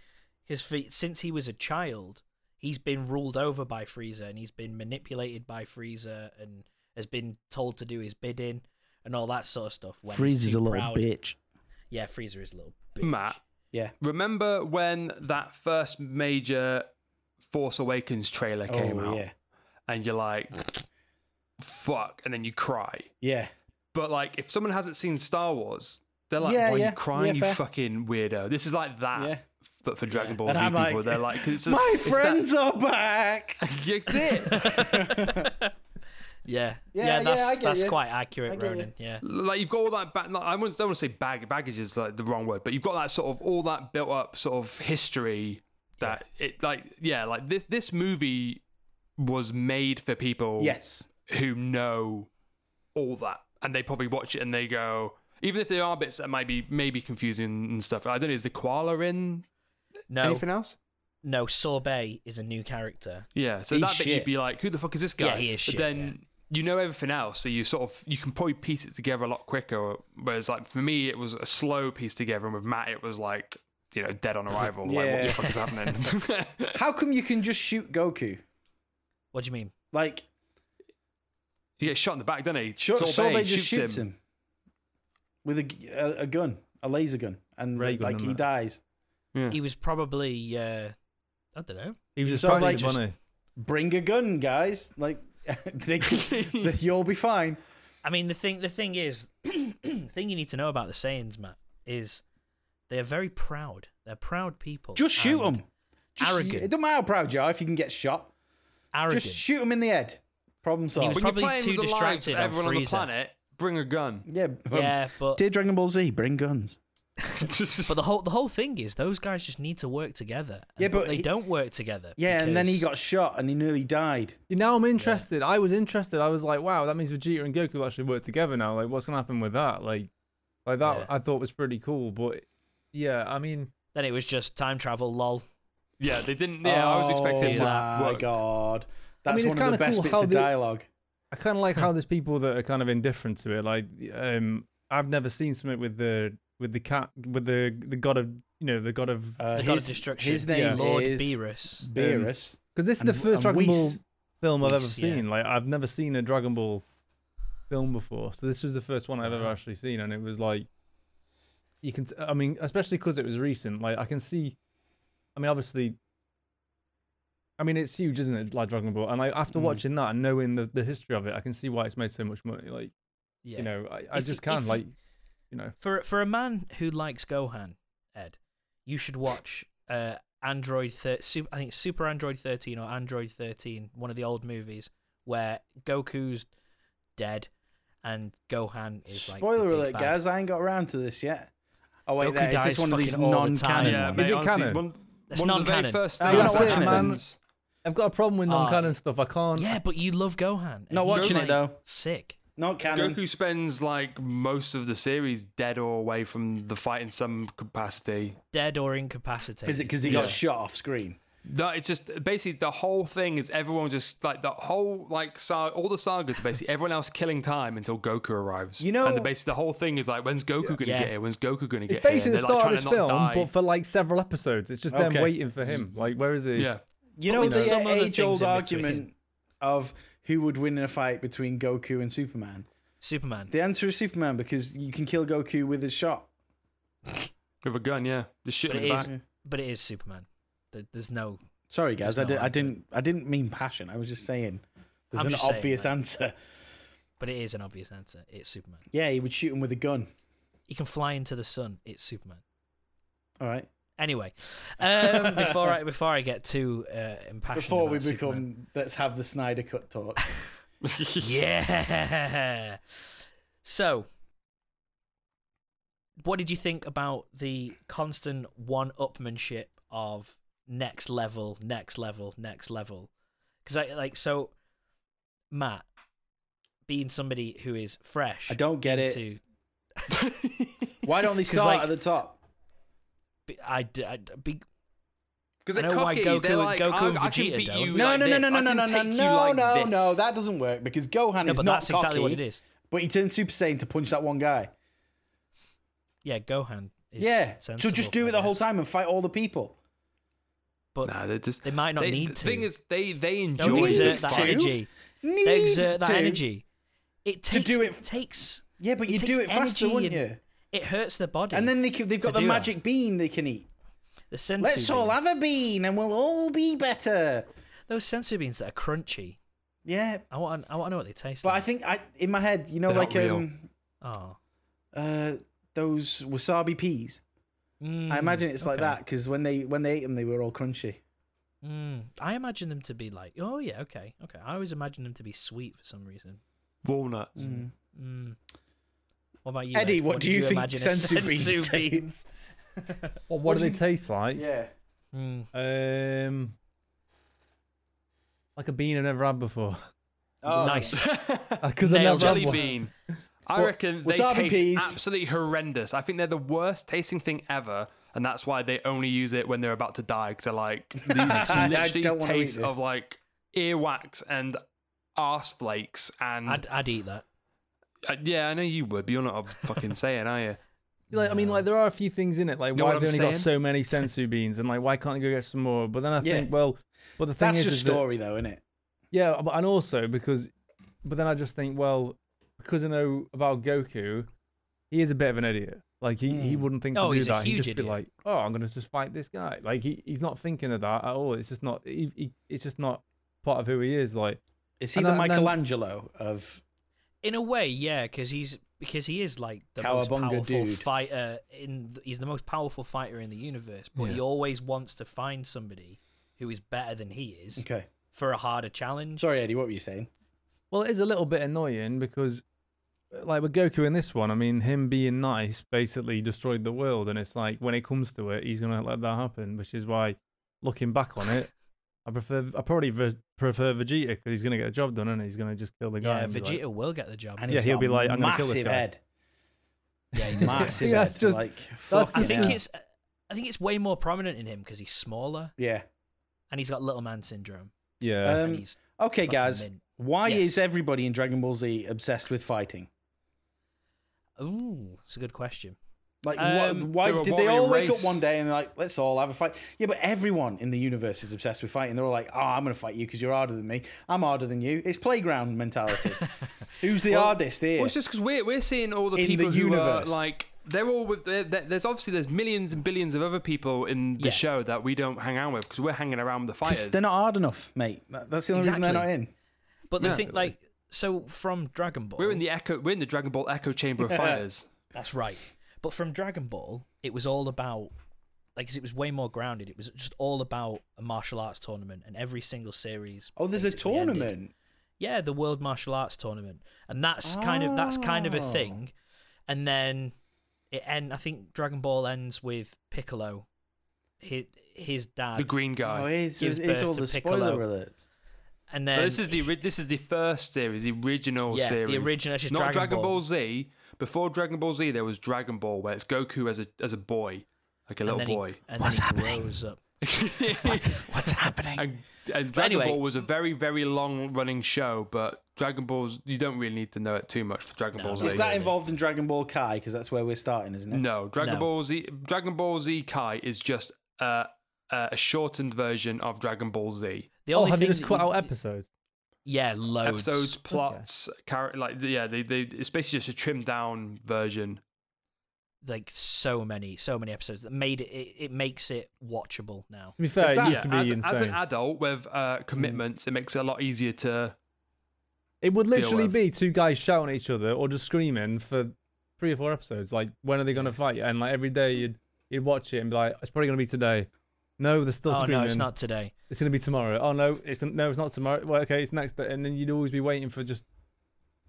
[SPEAKER 1] because since he was a child, he's been ruled over by Frieza and he's been manipulated by Frieza and has been told to do his bidding and all that sort of stuff. When he's too proud.
[SPEAKER 3] bitch.
[SPEAKER 1] Yeah, Frieza is a little bitch.
[SPEAKER 2] Matt,
[SPEAKER 3] Yeah.
[SPEAKER 2] remember when that first major Force Awakens trailer came
[SPEAKER 3] oh
[SPEAKER 2] out,
[SPEAKER 3] yeah.
[SPEAKER 2] and you're like, "Fuck," and then you cry.
[SPEAKER 3] Yeah.
[SPEAKER 2] But like, if someone hasn't seen Star Wars, they're like,
[SPEAKER 3] Yeah,
[SPEAKER 2] "Why
[SPEAKER 3] yeah.
[SPEAKER 2] are you crying,
[SPEAKER 3] Yeah,
[SPEAKER 2] you
[SPEAKER 3] fair.
[SPEAKER 2] fucking weirdo?" This is like that,
[SPEAKER 3] Yeah.
[SPEAKER 2] but for Dragon Ball
[SPEAKER 3] And
[SPEAKER 2] Z
[SPEAKER 3] I'm
[SPEAKER 2] people,
[SPEAKER 3] like,
[SPEAKER 2] they're like, 'cause it's a-
[SPEAKER 3] My
[SPEAKER 2] it's that-
[SPEAKER 3] friends are back.
[SPEAKER 2] That's it.
[SPEAKER 1] Yeah, yeah,
[SPEAKER 3] Yeah, yeah,
[SPEAKER 1] that's
[SPEAKER 3] I get
[SPEAKER 1] that's
[SPEAKER 3] you.
[SPEAKER 1] quite accurate,
[SPEAKER 3] get you.
[SPEAKER 1] Ronan. Yeah,
[SPEAKER 2] like you've got all that back. I wouldn't- don't want to say bag baggage is like the wrong word, but you've got that sort of all that built up sort of history that it like yeah like this this movie was made for people
[SPEAKER 3] yes.
[SPEAKER 2] who know all that and they probably watch it and they go even if there are bits that might be maybe confusing and stuff. I don't know. Is the koala in
[SPEAKER 1] no,
[SPEAKER 2] anything else?
[SPEAKER 1] no. Sorbet is a new character.
[SPEAKER 2] Yeah, so
[SPEAKER 3] He's
[SPEAKER 2] that bit
[SPEAKER 3] shit.
[SPEAKER 2] you'd be like, who the fuck is this guy?
[SPEAKER 1] Yeah, he is shit,
[SPEAKER 2] But then you know everything else, so you sort of you can probably piece it together a lot quicker. Whereas like for me, it was a slow piece together, and with Matt, it was like you know dead on arrival. Like what
[SPEAKER 3] Yeah.
[SPEAKER 2] the fuck is happening?
[SPEAKER 3] How come you can just shoot Goku?
[SPEAKER 1] What do you mean?
[SPEAKER 3] Like
[SPEAKER 2] he gets shot in the back, doesn't he?
[SPEAKER 3] Sor- Sorbet, just
[SPEAKER 2] shoots
[SPEAKER 3] shoots him, with a, g- a- a gun, a laser gun, and
[SPEAKER 4] Ray
[SPEAKER 3] like,
[SPEAKER 4] gun
[SPEAKER 3] like,
[SPEAKER 4] and
[SPEAKER 3] he
[SPEAKER 4] that.
[SPEAKER 3] dies.
[SPEAKER 1] He was probably uh, I don't know.
[SPEAKER 4] He was just
[SPEAKER 3] So,
[SPEAKER 4] trying
[SPEAKER 3] like,
[SPEAKER 4] to
[SPEAKER 3] just-
[SPEAKER 4] get money.
[SPEAKER 3] Bring a gun, guys. Like they, they- you'll be fine.
[SPEAKER 1] I mean, the thing the thing is, the thing you need to know about the Saiyans, Matt, is they're very proud. They're proud people.
[SPEAKER 3] Just shoot
[SPEAKER 1] and
[SPEAKER 3] him. Just,
[SPEAKER 1] arrogant.
[SPEAKER 3] It doesn't matter how proud you are if you can get shot.
[SPEAKER 1] Arrogant.
[SPEAKER 3] Just shoot him in the head. Problem solved.
[SPEAKER 1] was-
[SPEAKER 2] When you're
[SPEAKER 1] Probably
[SPEAKER 2] playing
[SPEAKER 1] too
[SPEAKER 2] with the lives
[SPEAKER 1] distracted
[SPEAKER 2] of
[SPEAKER 1] on
[SPEAKER 2] everyone on the
[SPEAKER 1] Frieza.
[SPEAKER 2] planet, bring a gun.
[SPEAKER 3] yeah. um,
[SPEAKER 1] yeah, but
[SPEAKER 3] Dear Dragon Ball Z, bring guns.
[SPEAKER 1] but the whole the whole thing is those guys just need to work together. And-
[SPEAKER 3] Yeah, but
[SPEAKER 1] they
[SPEAKER 3] he-
[SPEAKER 1] don't work together.
[SPEAKER 3] Yeah, and then he
[SPEAKER 1] because-
[SPEAKER 3] got shot and he nearly died.
[SPEAKER 4] See, now I'm interested. I was interested. I was like, wow, that means Vegeta and Goku actually work together now. Like, what's gonna happen with that? Like, like that
[SPEAKER 1] Yeah.
[SPEAKER 4] I thought was pretty cool. But yeah, I mean,
[SPEAKER 1] Then it was just time travel. Lol.
[SPEAKER 2] yeah, they didn't. Yeah, I was
[SPEAKER 3] oh
[SPEAKER 2] expecting him to.
[SPEAKER 3] my
[SPEAKER 2] work.
[SPEAKER 3] god,
[SPEAKER 4] I
[SPEAKER 3] that's
[SPEAKER 4] mean, it's
[SPEAKER 3] one of the
[SPEAKER 4] kinda
[SPEAKER 3] best
[SPEAKER 4] cool
[SPEAKER 3] bits
[SPEAKER 4] how
[SPEAKER 3] of
[SPEAKER 4] they-
[SPEAKER 3] dialogue.
[SPEAKER 4] I kind of like how there's people that are kind of indifferent to it. Like, um, I've never seen something with the with the cat with the the god of you know the god of
[SPEAKER 3] Uh,
[SPEAKER 1] The God of Destruction.
[SPEAKER 3] His name
[SPEAKER 4] Yeah.
[SPEAKER 1] Lord
[SPEAKER 3] is
[SPEAKER 1] Beerus.
[SPEAKER 3] Beerus.
[SPEAKER 4] because this
[SPEAKER 3] and-
[SPEAKER 4] is the first
[SPEAKER 3] and
[SPEAKER 4] Dragon Ball
[SPEAKER 3] Whis.
[SPEAKER 4] film I've ever
[SPEAKER 1] Whis, yeah.
[SPEAKER 4] seen. Like, I've never seen a Dragon Uh-huh. Ball film before, so this was the first one I've ever actually seen, and it was like, you can. T- I mean, especially because it was recent. Like I can see. I mean, obviously. I mean, it's huge, isn't it? Like Dragon Ball, and I, after
[SPEAKER 3] Mm.
[SPEAKER 4] watching that and knowing the, the history of it, I can see why it's made so much money. Like
[SPEAKER 1] Yeah.
[SPEAKER 4] you know, I, I
[SPEAKER 1] If you-
[SPEAKER 4] just can't
[SPEAKER 1] if-
[SPEAKER 4] like, you know,
[SPEAKER 1] for for a man who likes Gohan, Ed, you should watch uh, Android. Thir- Su- I think it's Super Android thirteen or Android thirteen, one of the old movies where Goku's dead and Gohan is like the
[SPEAKER 3] Spoiler
[SPEAKER 1] big
[SPEAKER 3] alert,
[SPEAKER 1] bad.
[SPEAKER 3] guys! I ain't got around to this yet. Oh wait,
[SPEAKER 1] Goku
[SPEAKER 3] there. Is
[SPEAKER 1] dies
[SPEAKER 3] this one of these
[SPEAKER 1] fucking all the time.
[SPEAKER 3] non-canon?
[SPEAKER 2] Yeah,
[SPEAKER 3] ones?
[SPEAKER 2] mate,
[SPEAKER 4] Is it
[SPEAKER 2] honestly,
[SPEAKER 4] canon?
[SPEAKER 2] One,
[SPEAKER 1] It's
[SPEAKER 2] one of the
[SPEAKER 1] non-canon.
[SPEAKER 2] very first
[SPEAKER 3] Oh,
[SPEAKER 2] things
[SPEAKER 3] you're
[SPEAKER 2] I
[SPEAKER 3] not
[SPEAKER 2] said
[SPEAKER 3] watching it then?
[SPEAKER 2] was-
[SPEAKER 4] I've got a problem with
[SPEAKER 1] Ah,
[SPEAKER 4] non-canon
[SPEAKER 1] yeah.
[SPEAKER 4] stuff. I can't.
[SPEAKER 1] Yeah, but you love Gohan. and
[SPEAKER 3] Not
[SPEAKER 1] you're,
[SPEAKER 3] watching it,
[SPEAKER 1] like,
[SPEAKER 3] though.
[SPEAKER 1] Sick.
[SPEAKER 3] Not canon.
[SPEAKER 2] Goku spends like most of the series dead or away from the fight in some capacity.
[SPEAKER 1] Dead or incapacitated.
[SPEAKER 3] Is it because he
[SPEAKER 2] Yeah.
[SPEAKER 3] got shot off screen?
[SPEAKER 2] No, it's just basically the whole thing is everyone just like the whole like sa all the sagas basically everyone else killing time until Goku arrives.
[SPEAKER 3] You know-
[SPEAKER 2] and the, basically the whole thing is like when's Goku gonna
[SPEAKER 1] Yeah.
[SPEAKER 2] get here? When's Goku gonna
[SPEAKER 4] It's
[SPEAKER 2] get
[SPEAKER 4] based in
[SPEAKER 2] here?
[SPEAKER 4] the
[SPEAKER 2] And they're,
[SPEAKER 4] start
[SPEAKER 2] like,
[SPEAKER 4] of this
[SPEAKER 2] trying to
[SPEAKER 4] film,
[SPEAKER 2] not die.
[SPEAKER 4] but for like several episodes. It's just
[SPEAKER 3] Okay.
[SPEAKER 4] them waiting for him. Like, where is he?
[SPEAKER 2] yeah,
[SPEAKER 3] You know
[SPEAKER 1] Probably some
[SPEAKER 3] the
[SPEAKER 1] other things
[SPEAKER 3] age-old
[SPEAKER 1] in between.
[SPEAKER 3] argument of who would win in a fight between Goku and Superman.
[SPEAKER 1] Superman.
[SPEAKER 3] The answer is Superman because you can kill Goku with a shot.
[SPEAKER 2] with a gun, yeah, just
[SPEAKER 1] but
[SPEAKER 2] shooting
[SPEAKER 1] it
[SPEAKER 2] him
[SPEAKER 1] is.
[SPEAKER 2] back.
[SPEAKER 1] But it is Superman. There- There's no.
[SPEAKER 3] Sorry, guys,
[SPEAKER 1] There's
[SPEAKER 3] I,
[SPEAKER 1] no
[SPEAKER 3] did, I
[SPEAKER 1] argument.
[SPEAKER 3] didn't. I didn't mean passion. I was just saying there's
[SPEAKER 1] I'm
[SPEAKER 3] an
[SPEAKER 1] just saying,
[SPEAKER 3] obvious
[SPEAKER 1] like-
[SPEAKER 3] answer.
[SPEAKER 1] But it is an obvious answer. It's Superman.
[SPEAKER 3] Yeah, he would shoot him with a gun.
[SPEAKER 1] He can fly into the sun. It's Superman.
[SPEAKER 3] All right.
[SPEAKER 1] Anyway, um, before I before I get too uh, impassioned,
[SPEAKER 3] Before
[SPEAKER 1] about
[SPEAKER 3] we become,
[SPEAKER 1] Superman-
[SPEAKER 3] let's have the Snyder cut talk.
[SPEAKER 1] yeah. So, what did you think about the constant one-upmanship of next level, next level, next level? Because I like so Matt being somebody who is fresh.
[SPEAKER 3] I don't get it.
[SPEAKER 1] to
[SPEAKER 3] Why don't they
[SPEAKER 1] 'Cause,
[SPEAKER 3] start
[SPEAKER 1] like-
[SPEAKER 3] at the top?
[SPEAKER 1] be, I, d- I d- be,
[SPEAKER 2] Because
[SPEAKER 1] I
[SPEAKER 2] they're
[SPEAKER 1] know why
[SPEAKER 2] cocky.
[SPEAKER 1] Goku
[SPEAKER 2] they're
[SPEAKER 1] and-
[SPEAKER 2] like,
[SPEAKER 1] Goku
[SPEAKER 2] I,
[SPEAKER 1] and
[SPEAKER 2] I can
[SPEAKER 1] Vegeta
[SPEAKER 2] beat
[SPEAKER 1] don't.
[SPEAKER 2] you.
[SPEAKER 3] No,
[SPEAKER 2] like
[SPEAKER 3] no, no,
[SPEAKER 2] this.
[SPEAKER 3] no,
[SPEAKER 2] I
[SPEAKER 3] no, no,
[SPEAKER 2] can
[SPEAKER 3] no, no,
[SPEAKER 2] take you
[SPEAKER 3] no,
[SPEAKER 2] like
[SPEAKER 3] no,
[SPEAKER 2] this.
[SPEAKER 3] no. That doesn't work because Gohan
[SPEAKER 1] no,
[SPEAKER 3] is
[SPEAKER 1] but
[SPEAKER 3] not
[SPEAKER 1] that's exactly what it
[SPEAKER 3] cocky,
[SPEAKER 1] is.
[SPEAKER 3] But he turned Super Saiyan to punch that one guy.
[SPEAKER 1] Yeah, Gohan. Is
[SPEAKER 3] yeah. So
[SPEAKER 1] sensible,
[SPEAKER 3] just do
[SPEAKER 1] I
[SPEAKER 3] it the whole
[SPEAKER 1] guess.
[SPEAKER 3] time and fight all the people.
[SPEAKER 1] But
[SPEAKER 2] Nah, they're just
[SPEAKER 1] They might not need
[SPEAKER 2] The
[SPEAKER 1] to.
[SPEAKER 2] thing is, they they
[SPEAKER 1] don't
[SPEAKER 2] enjoy
[SPEAKER 1] exert
[SPEAKER 2] the
[SPEAKER 1] that
[SPEAKER 2] fight.
[SPEAKER 1] energy.
[SPEAKER 3] Need
[SPEAKER 1] They exert that
[SPEAKER 3] to.
[SPEAKER 1] energy. It takes,
[SPEAKER 3] do it
[SPEAKER 1] it
[SPEAKER 3] f-
[SPEAKER 1] takes.
[SPEAKER 3] Yeah, but
[SPEAKER 1] it
[SPEAKER 3] you do
[SPEAKER 1] takes
[SPEAKER 3] it faster,
[SPEAKER 1] energy
[SPEAKER 3] wouldn't
[SPEAKER 1] and
[SPEAKER 3] you?
[SPEAKER 1] It hurts the body.
[SPEAKER 3] And then they can, they've got
[SPEAKER 1] to
[SPEAKER 3] the
[SPEAKER 1] do that.
[SPEAKER 3] magic bean they can eat.
[SPEAKER 1] the sensu
[SPEAKER 3] Let's all
[SPEAKER 1] bean-
[SPEAKER 3] have a bean and we'll all be better.
[SPEAKER 1] those sensu beans that are crunchy.
[SPEAKER 3] Yeah,
[SPEAKER 1] I want. I want to know what they taste.
[SPEAKER 3] but I
[SPEAKER 1] like.
[SPEAKER 3] think I in my head, you know,
[SPEAKER 2] They're
[SPEAKER 3] like
[SPEAKER 2] not real.
[SPEAKER 3] um,
[SPEAKER 1] Oh.
[SPEAKER 3] uh, those wasabi peas.
[SPEAKER 1] Hmm,
[SPEAKER 3] I imagine it's like that because when they when they ate them, they were all crunchy.
[SPEAKER 1] Mm. I imagine them to be like, oh yeah, okay, okay. I always imagine them to be sweet for some reason.
[SPEAKER 2] Walnuts.
[SPEAKER 1] Mm. What about you,
[SPEAKER 3] Eddie,
[SPEAKER 1] Ed?
[SPEAKER 3] what, do
[SPEAKER 1] did
[SPEAKER 3] you, think
[SPEAKER 1] imagine a
[SPEAKER 3] sensu beans?
[SPEAKER 1] sensu
[SPEAKER 3] taste?
[SPEAKER 1] bean?
[SPEAKER 4] Well, what,
[SPEAKER 3] What
[SPEAKER 4] do
[SPEAKER 3] do
[SPEAKER 4] they
[SPEAKER 3] you-
[SPEAKER 4] taste like?
[SPEAKER 3] Yeah,
[SPEAKER 1] Mm.
[SPEAKER 4] Um, like a bean I've never had before.
[SPEAKER 3] Oh,
[SPEAKER 1] nice.
[SPEAKER 4] Because I
[SPEAKER 1] Nailed
[SPEAKER 4] never
[SPEAKER 1] it.
[SPEAKER 4] had
[SPEAKER 2] Jelly
[SPEAKER 4] one.
[SPEAKER 2] bean. I
[SPEAKER 3] Well,
[SPEAKER 2] reckon they
[SPEAKER 3] wasabi
[SPEAKER 2] taste
[SPEAKER 3] peas.
[SPEAKER 2] absolutely horrendous. I think they're the worst tasting thing ever, and that's why they only use it when they're about to die. Because they're like these
[SPEAKER 3] I don't
[SPEAKER 2] literally
[SPEAKER 3] wanna eat
[SPEAKER 2] taste
[SPEAKER 3] this.
[SPEAKER 2] of like earwax and arse flakes. And
[SPEAKER 1] I'd, I'd eat that.
[SPEAKER 2] Uh, yeah, I know you would, but you're not a fucking saying, are you?
[SPEAKER 4] Like, I mean, like there are a few things in it. Like,
[SPEAKER 2] Know
[SPEAKER 4] why
[SPEAKER 2] what
[SPEAKER 4] have they
[SPEAKER 2] I'm
[SPEAKER 4] only got
[SPEAKER 2] saying?
[SPEAKER 4] so many sensu beans, and like, why can't they go get some more? But then I
[SPEAKER 3] Yeah.
[SPEAKER 4] think, well, but the thing
[SPEAKER 3] That's
[SPEAKER 4] is,
[SPEAKER 3] just
[SPEAKER 4] is that-
[SPEAKER 3] story though, isn't it?
[SPEAKER 4] yeah, but, and also because, but then I just think, well, because I know about Goku, he is a bit of an idiot. Like he, he
[SPEAKER 3] Mm.
[SPEAKER 4] wouldn't think
[SPEAKER 1] Oh,
[SPEAKER 4] to do
[SPEAKER 1] he's a
[SPEAKER 4] that. He'd
[SPEAKER 1] huge
[SPEAKER 4] just be
[SPEAKER 1] idiot.
[SPEAKER 4] like, oh, I'm gonna just fight this guy. Like he, he's not thinking of that at all. It's just not. He, he, it's just not part of who he is. Like
[SPEAKER 3] Is he
[SPEAKER 4] And
[SPEAKER 3] the
[SPEAKER 4] that- and then-
[SPEAKER 3] Michelangelo of?
[SPEAKER 1] In a way, yeah, because he's because he is like the most
[SPEAKER 3] Cowabunga
[SPEAKER 1] powerful
[SPEAKER 3] dude.
[SPEAKER 1] fighter in. th- he's the most powerful fighter in the universe, but he
[SPEAKER 2] Yeah.
[SPEAKER 1] always wants to find somebody who is better than he is
[SPEAKER 3] Okay,
[SPEAKER 1] for a harder challenge.
[SPEAKER 3] sorry, Eddie, what were you saying?
[SPEAKER 4] Well, it is a little bit annoying because, uh, like with Goku in this one, I mean, him being nice basically destroyed the world, and it's like when it comes to it, he's gonna let that happen, which is why, looking back on it, I prefer I probably ve- prefer Vegeta because he's gonna get a job done, and he's gonna just kill the guy.
[SPEAKER 1] yeah,
[SPEAKER 4] and be like-
[SPEAKER 1] Vegeta will get the job.
[SPEAKER 3] And
[SPEAKER 4] Oh, Yeah,
[SPEAKER 3] he's
[SPEAKER 4] he'll
[SPEAKER 3] got
[SPEAKER 4] be
[SPEAKER 3] a
[SPEAKER 4] like, "I'm gonna kill this
[SPEAKER 3] massive
[SPEAKER 4] guy."
[SPEAKER 3] head,
[SPEAKER 1] yeah, he does.
[SPEAKER 3] massive
[SPEAKER 4] Yeah,
[SPEAKER 3] head.
[SPEAKER 4] it's just-
[SPEAKER 3] like,
[SPEAKER 4] that's-
[SPEAKER 1] I
[SPEAKER 3] fucking
[SPEAKER 1] think
[SPEAKER 3] hell.
[SPEAKER 1] it's. I think it's way more prominent in him because he's smaller
[SPEAKER 3] yeah.
[SPEAKER 1] and he's got little man syndrome.
[SPEAKER 4] yeah,
[SPEAKER 1] and
[SPEAKER 3] Um,
[SPEAKER 1] he's
[SPEAKER 3] Okay,
[SPEAKER 1] fucking
[SPEAKER 3] guys,
[SPEAKER 1] mint.
[SPEAKER 3] why
[SPEAKER 1] Yes.
[SPEAKER 3] is everybody in Dragon Ball Z obsessed with fighting?
[SPEAKER 1] Ooh, it's a good question.
[SPEAKER 3] Like,
[SPEAKER 1] Um,
[SPEAKER 3] why,
[SPEAKER 2] they're
[SPEAKER 3] why
[SPEAKER 2] a
[SPEAKER 3] did they
[SPEAKER 2] warrior
[SPEAKER 3] all wake
[SPEAKER 2] race.
[SPEAKER 3] up one day and they're like, let's all have a fight? Yeah, but everyone in the universe is obsessed with fighting. They're all like, oh, I'm going to fight you because you're harder than me. I'm harder than you. It's playground mentality. Who's the hardest here?
[SPEAKER 2] Well, it's just because we're, we're seeing all the
[SPEAKER 3] In the
[SPEAKER 2] people who are
[SPEAKER 3] universe.
[SPEAKER 2] like they're all with they're, they're- there's obviously there's millions and billions of other people in the
[SPEAKER 1] Yeah.
[SPEAKER 2] show that we don't hang out with because we're hanging around with the fighters.
[SPEAKER 3] Because they're not hard enough, mate. That- That's the only reason they're not in.
[SPEAKER 1] But the
[SPEAKER 2] Yeah.
[SPEAKER 1] thing, like, so from Dragon Ball,
[SPEAKER 2] we're in the echo. We're in the Dragon Ball echo chamber of fighters.
[SPEAKER 1] that's right. But from Dragon Ball, it was all about, like, 'cause it was way more grounded. It was just all about a martial arts tournament, and every single series.
[SPEAKER 3] Oh, there's a
[SPEAKER 1] basically ended-
[SPEAKER 3] tournament.
[SPEAKER 1] Yeah, the World Martial Arts Tournament, and that's kind of that's kind of a
[SPEAKER 3] Oh.
[SPEAKER 1] thing. And then it end. I think Dragon Ball ends with Piccolo, his his dad,
[SPEAKER 2] The green guy.
[SPEAKER 3] Oh, it's,
[SPEAKER 1] gives
[SPEAKER 3] it's, it's
[SPEAKER 1] birth
[SPEAKER 3] all
[SPEAKER 1] to
[SPEAKER 3] the spoiler
[SPEAKER 1] Piccolo.
[SPEAKER 3] alerts.
[SPEAKER 1] and
[SPEAKER 2] But
[SPEAKER 1] then
[SPEAKER 2] this is the ori- this is the first series, the original
[SPEAKER 1] yeah,
[SPEAKER 2] series.
[SPEAKER 1] the original. It's just
[SPEAKER 2] not
[SPEAKER 1] Dragon, Ball.
[SPEAKER 2] Z. Before Dragon Ball Z, there was Dragon Ball, where it's Goku as a as a boy, like a
[SPEAKER 1] And
[SPEAKER 2] little
[SPEAKER 1] then he-
[SPEAKER 2] boy.
[SPEAKER 1] and
[SPEAKER 3] What's
[SPEAKER 1] then he
[SPEAKER 3] happening?
[SPEAKER 1] grows up.
[SPEAKER 2] and,
[SPEAKER 1] What's happening?
[SPEAKER 2] and Dragon
[SPEAKER 1] anyway-
[SPEAKER 2] Ball was a very very long running show, but Dragon Balls you don't really need to know it too much for Dragon
[SPEAKER 1] No.
[SPEAKER 2] Ball Z.
[SPEAKER 1] They
[SPEAKER 3] Is that
[SPEAKER 1] really-
[SPEAKER 3] involved in Dragon Ball Kai? Because that's where we're starting, isn't it?
[SPEAKER 2] No, Dragon
[SPEAKER 1] No.
[SPEAKER 2] Ball Z. Dragon Ball Z Kai is just a a shortened version of Dragon Ball Z.
[SPEAKER 1] The
[SPEAKER 4] Oh,
[SPEAKER 1] only
[SPEAKER 4] have
[SPEAKER 1] thing
[SPEAKER 4] you just
[SPEAKER 1] that
[SPEAKER 4] cut
[SPEAKER 1] you-
[SPEAKER 4] out episodes?
[SPEAKER 1] Yeah, loads.
[SPEAKER 2] Episodes, plots, character, like yeah, they, they it's basically just a trimmed down version.
[SPEAKER 1] Like so many, so many episodes that made it. It, it makes it watchable now.
[SPEAKER 4] To be fair,
[SPEAKER 3] Is that-
[SPEAKER 4] it used to be
[SPEAKER 2] as,
[SPEAKER 4] insane. Mm.
[SPEAKER 2] as an adult with uh, commitments, it makes it a lot easier to.
[SPEAKER 4] it would literally
[SPEAKER 2] with.
[SPEAKER 4] be two guys shouting at each other or just screaming for three or four episodes. Like, when are they going to fight? And like every day you'd you'd watch it and be like, it's probably going to be today. No, they're still
[SPEAKER 1] oh
[SPEAKER 4] screaming.
[SPEAKER 1] no, it's not today.
[SPEAKER 4] It's going to be tomorrow. Oh no, it's no, it's not tomorrow. Well, okay, it's next day. And then you'd always be waiting for just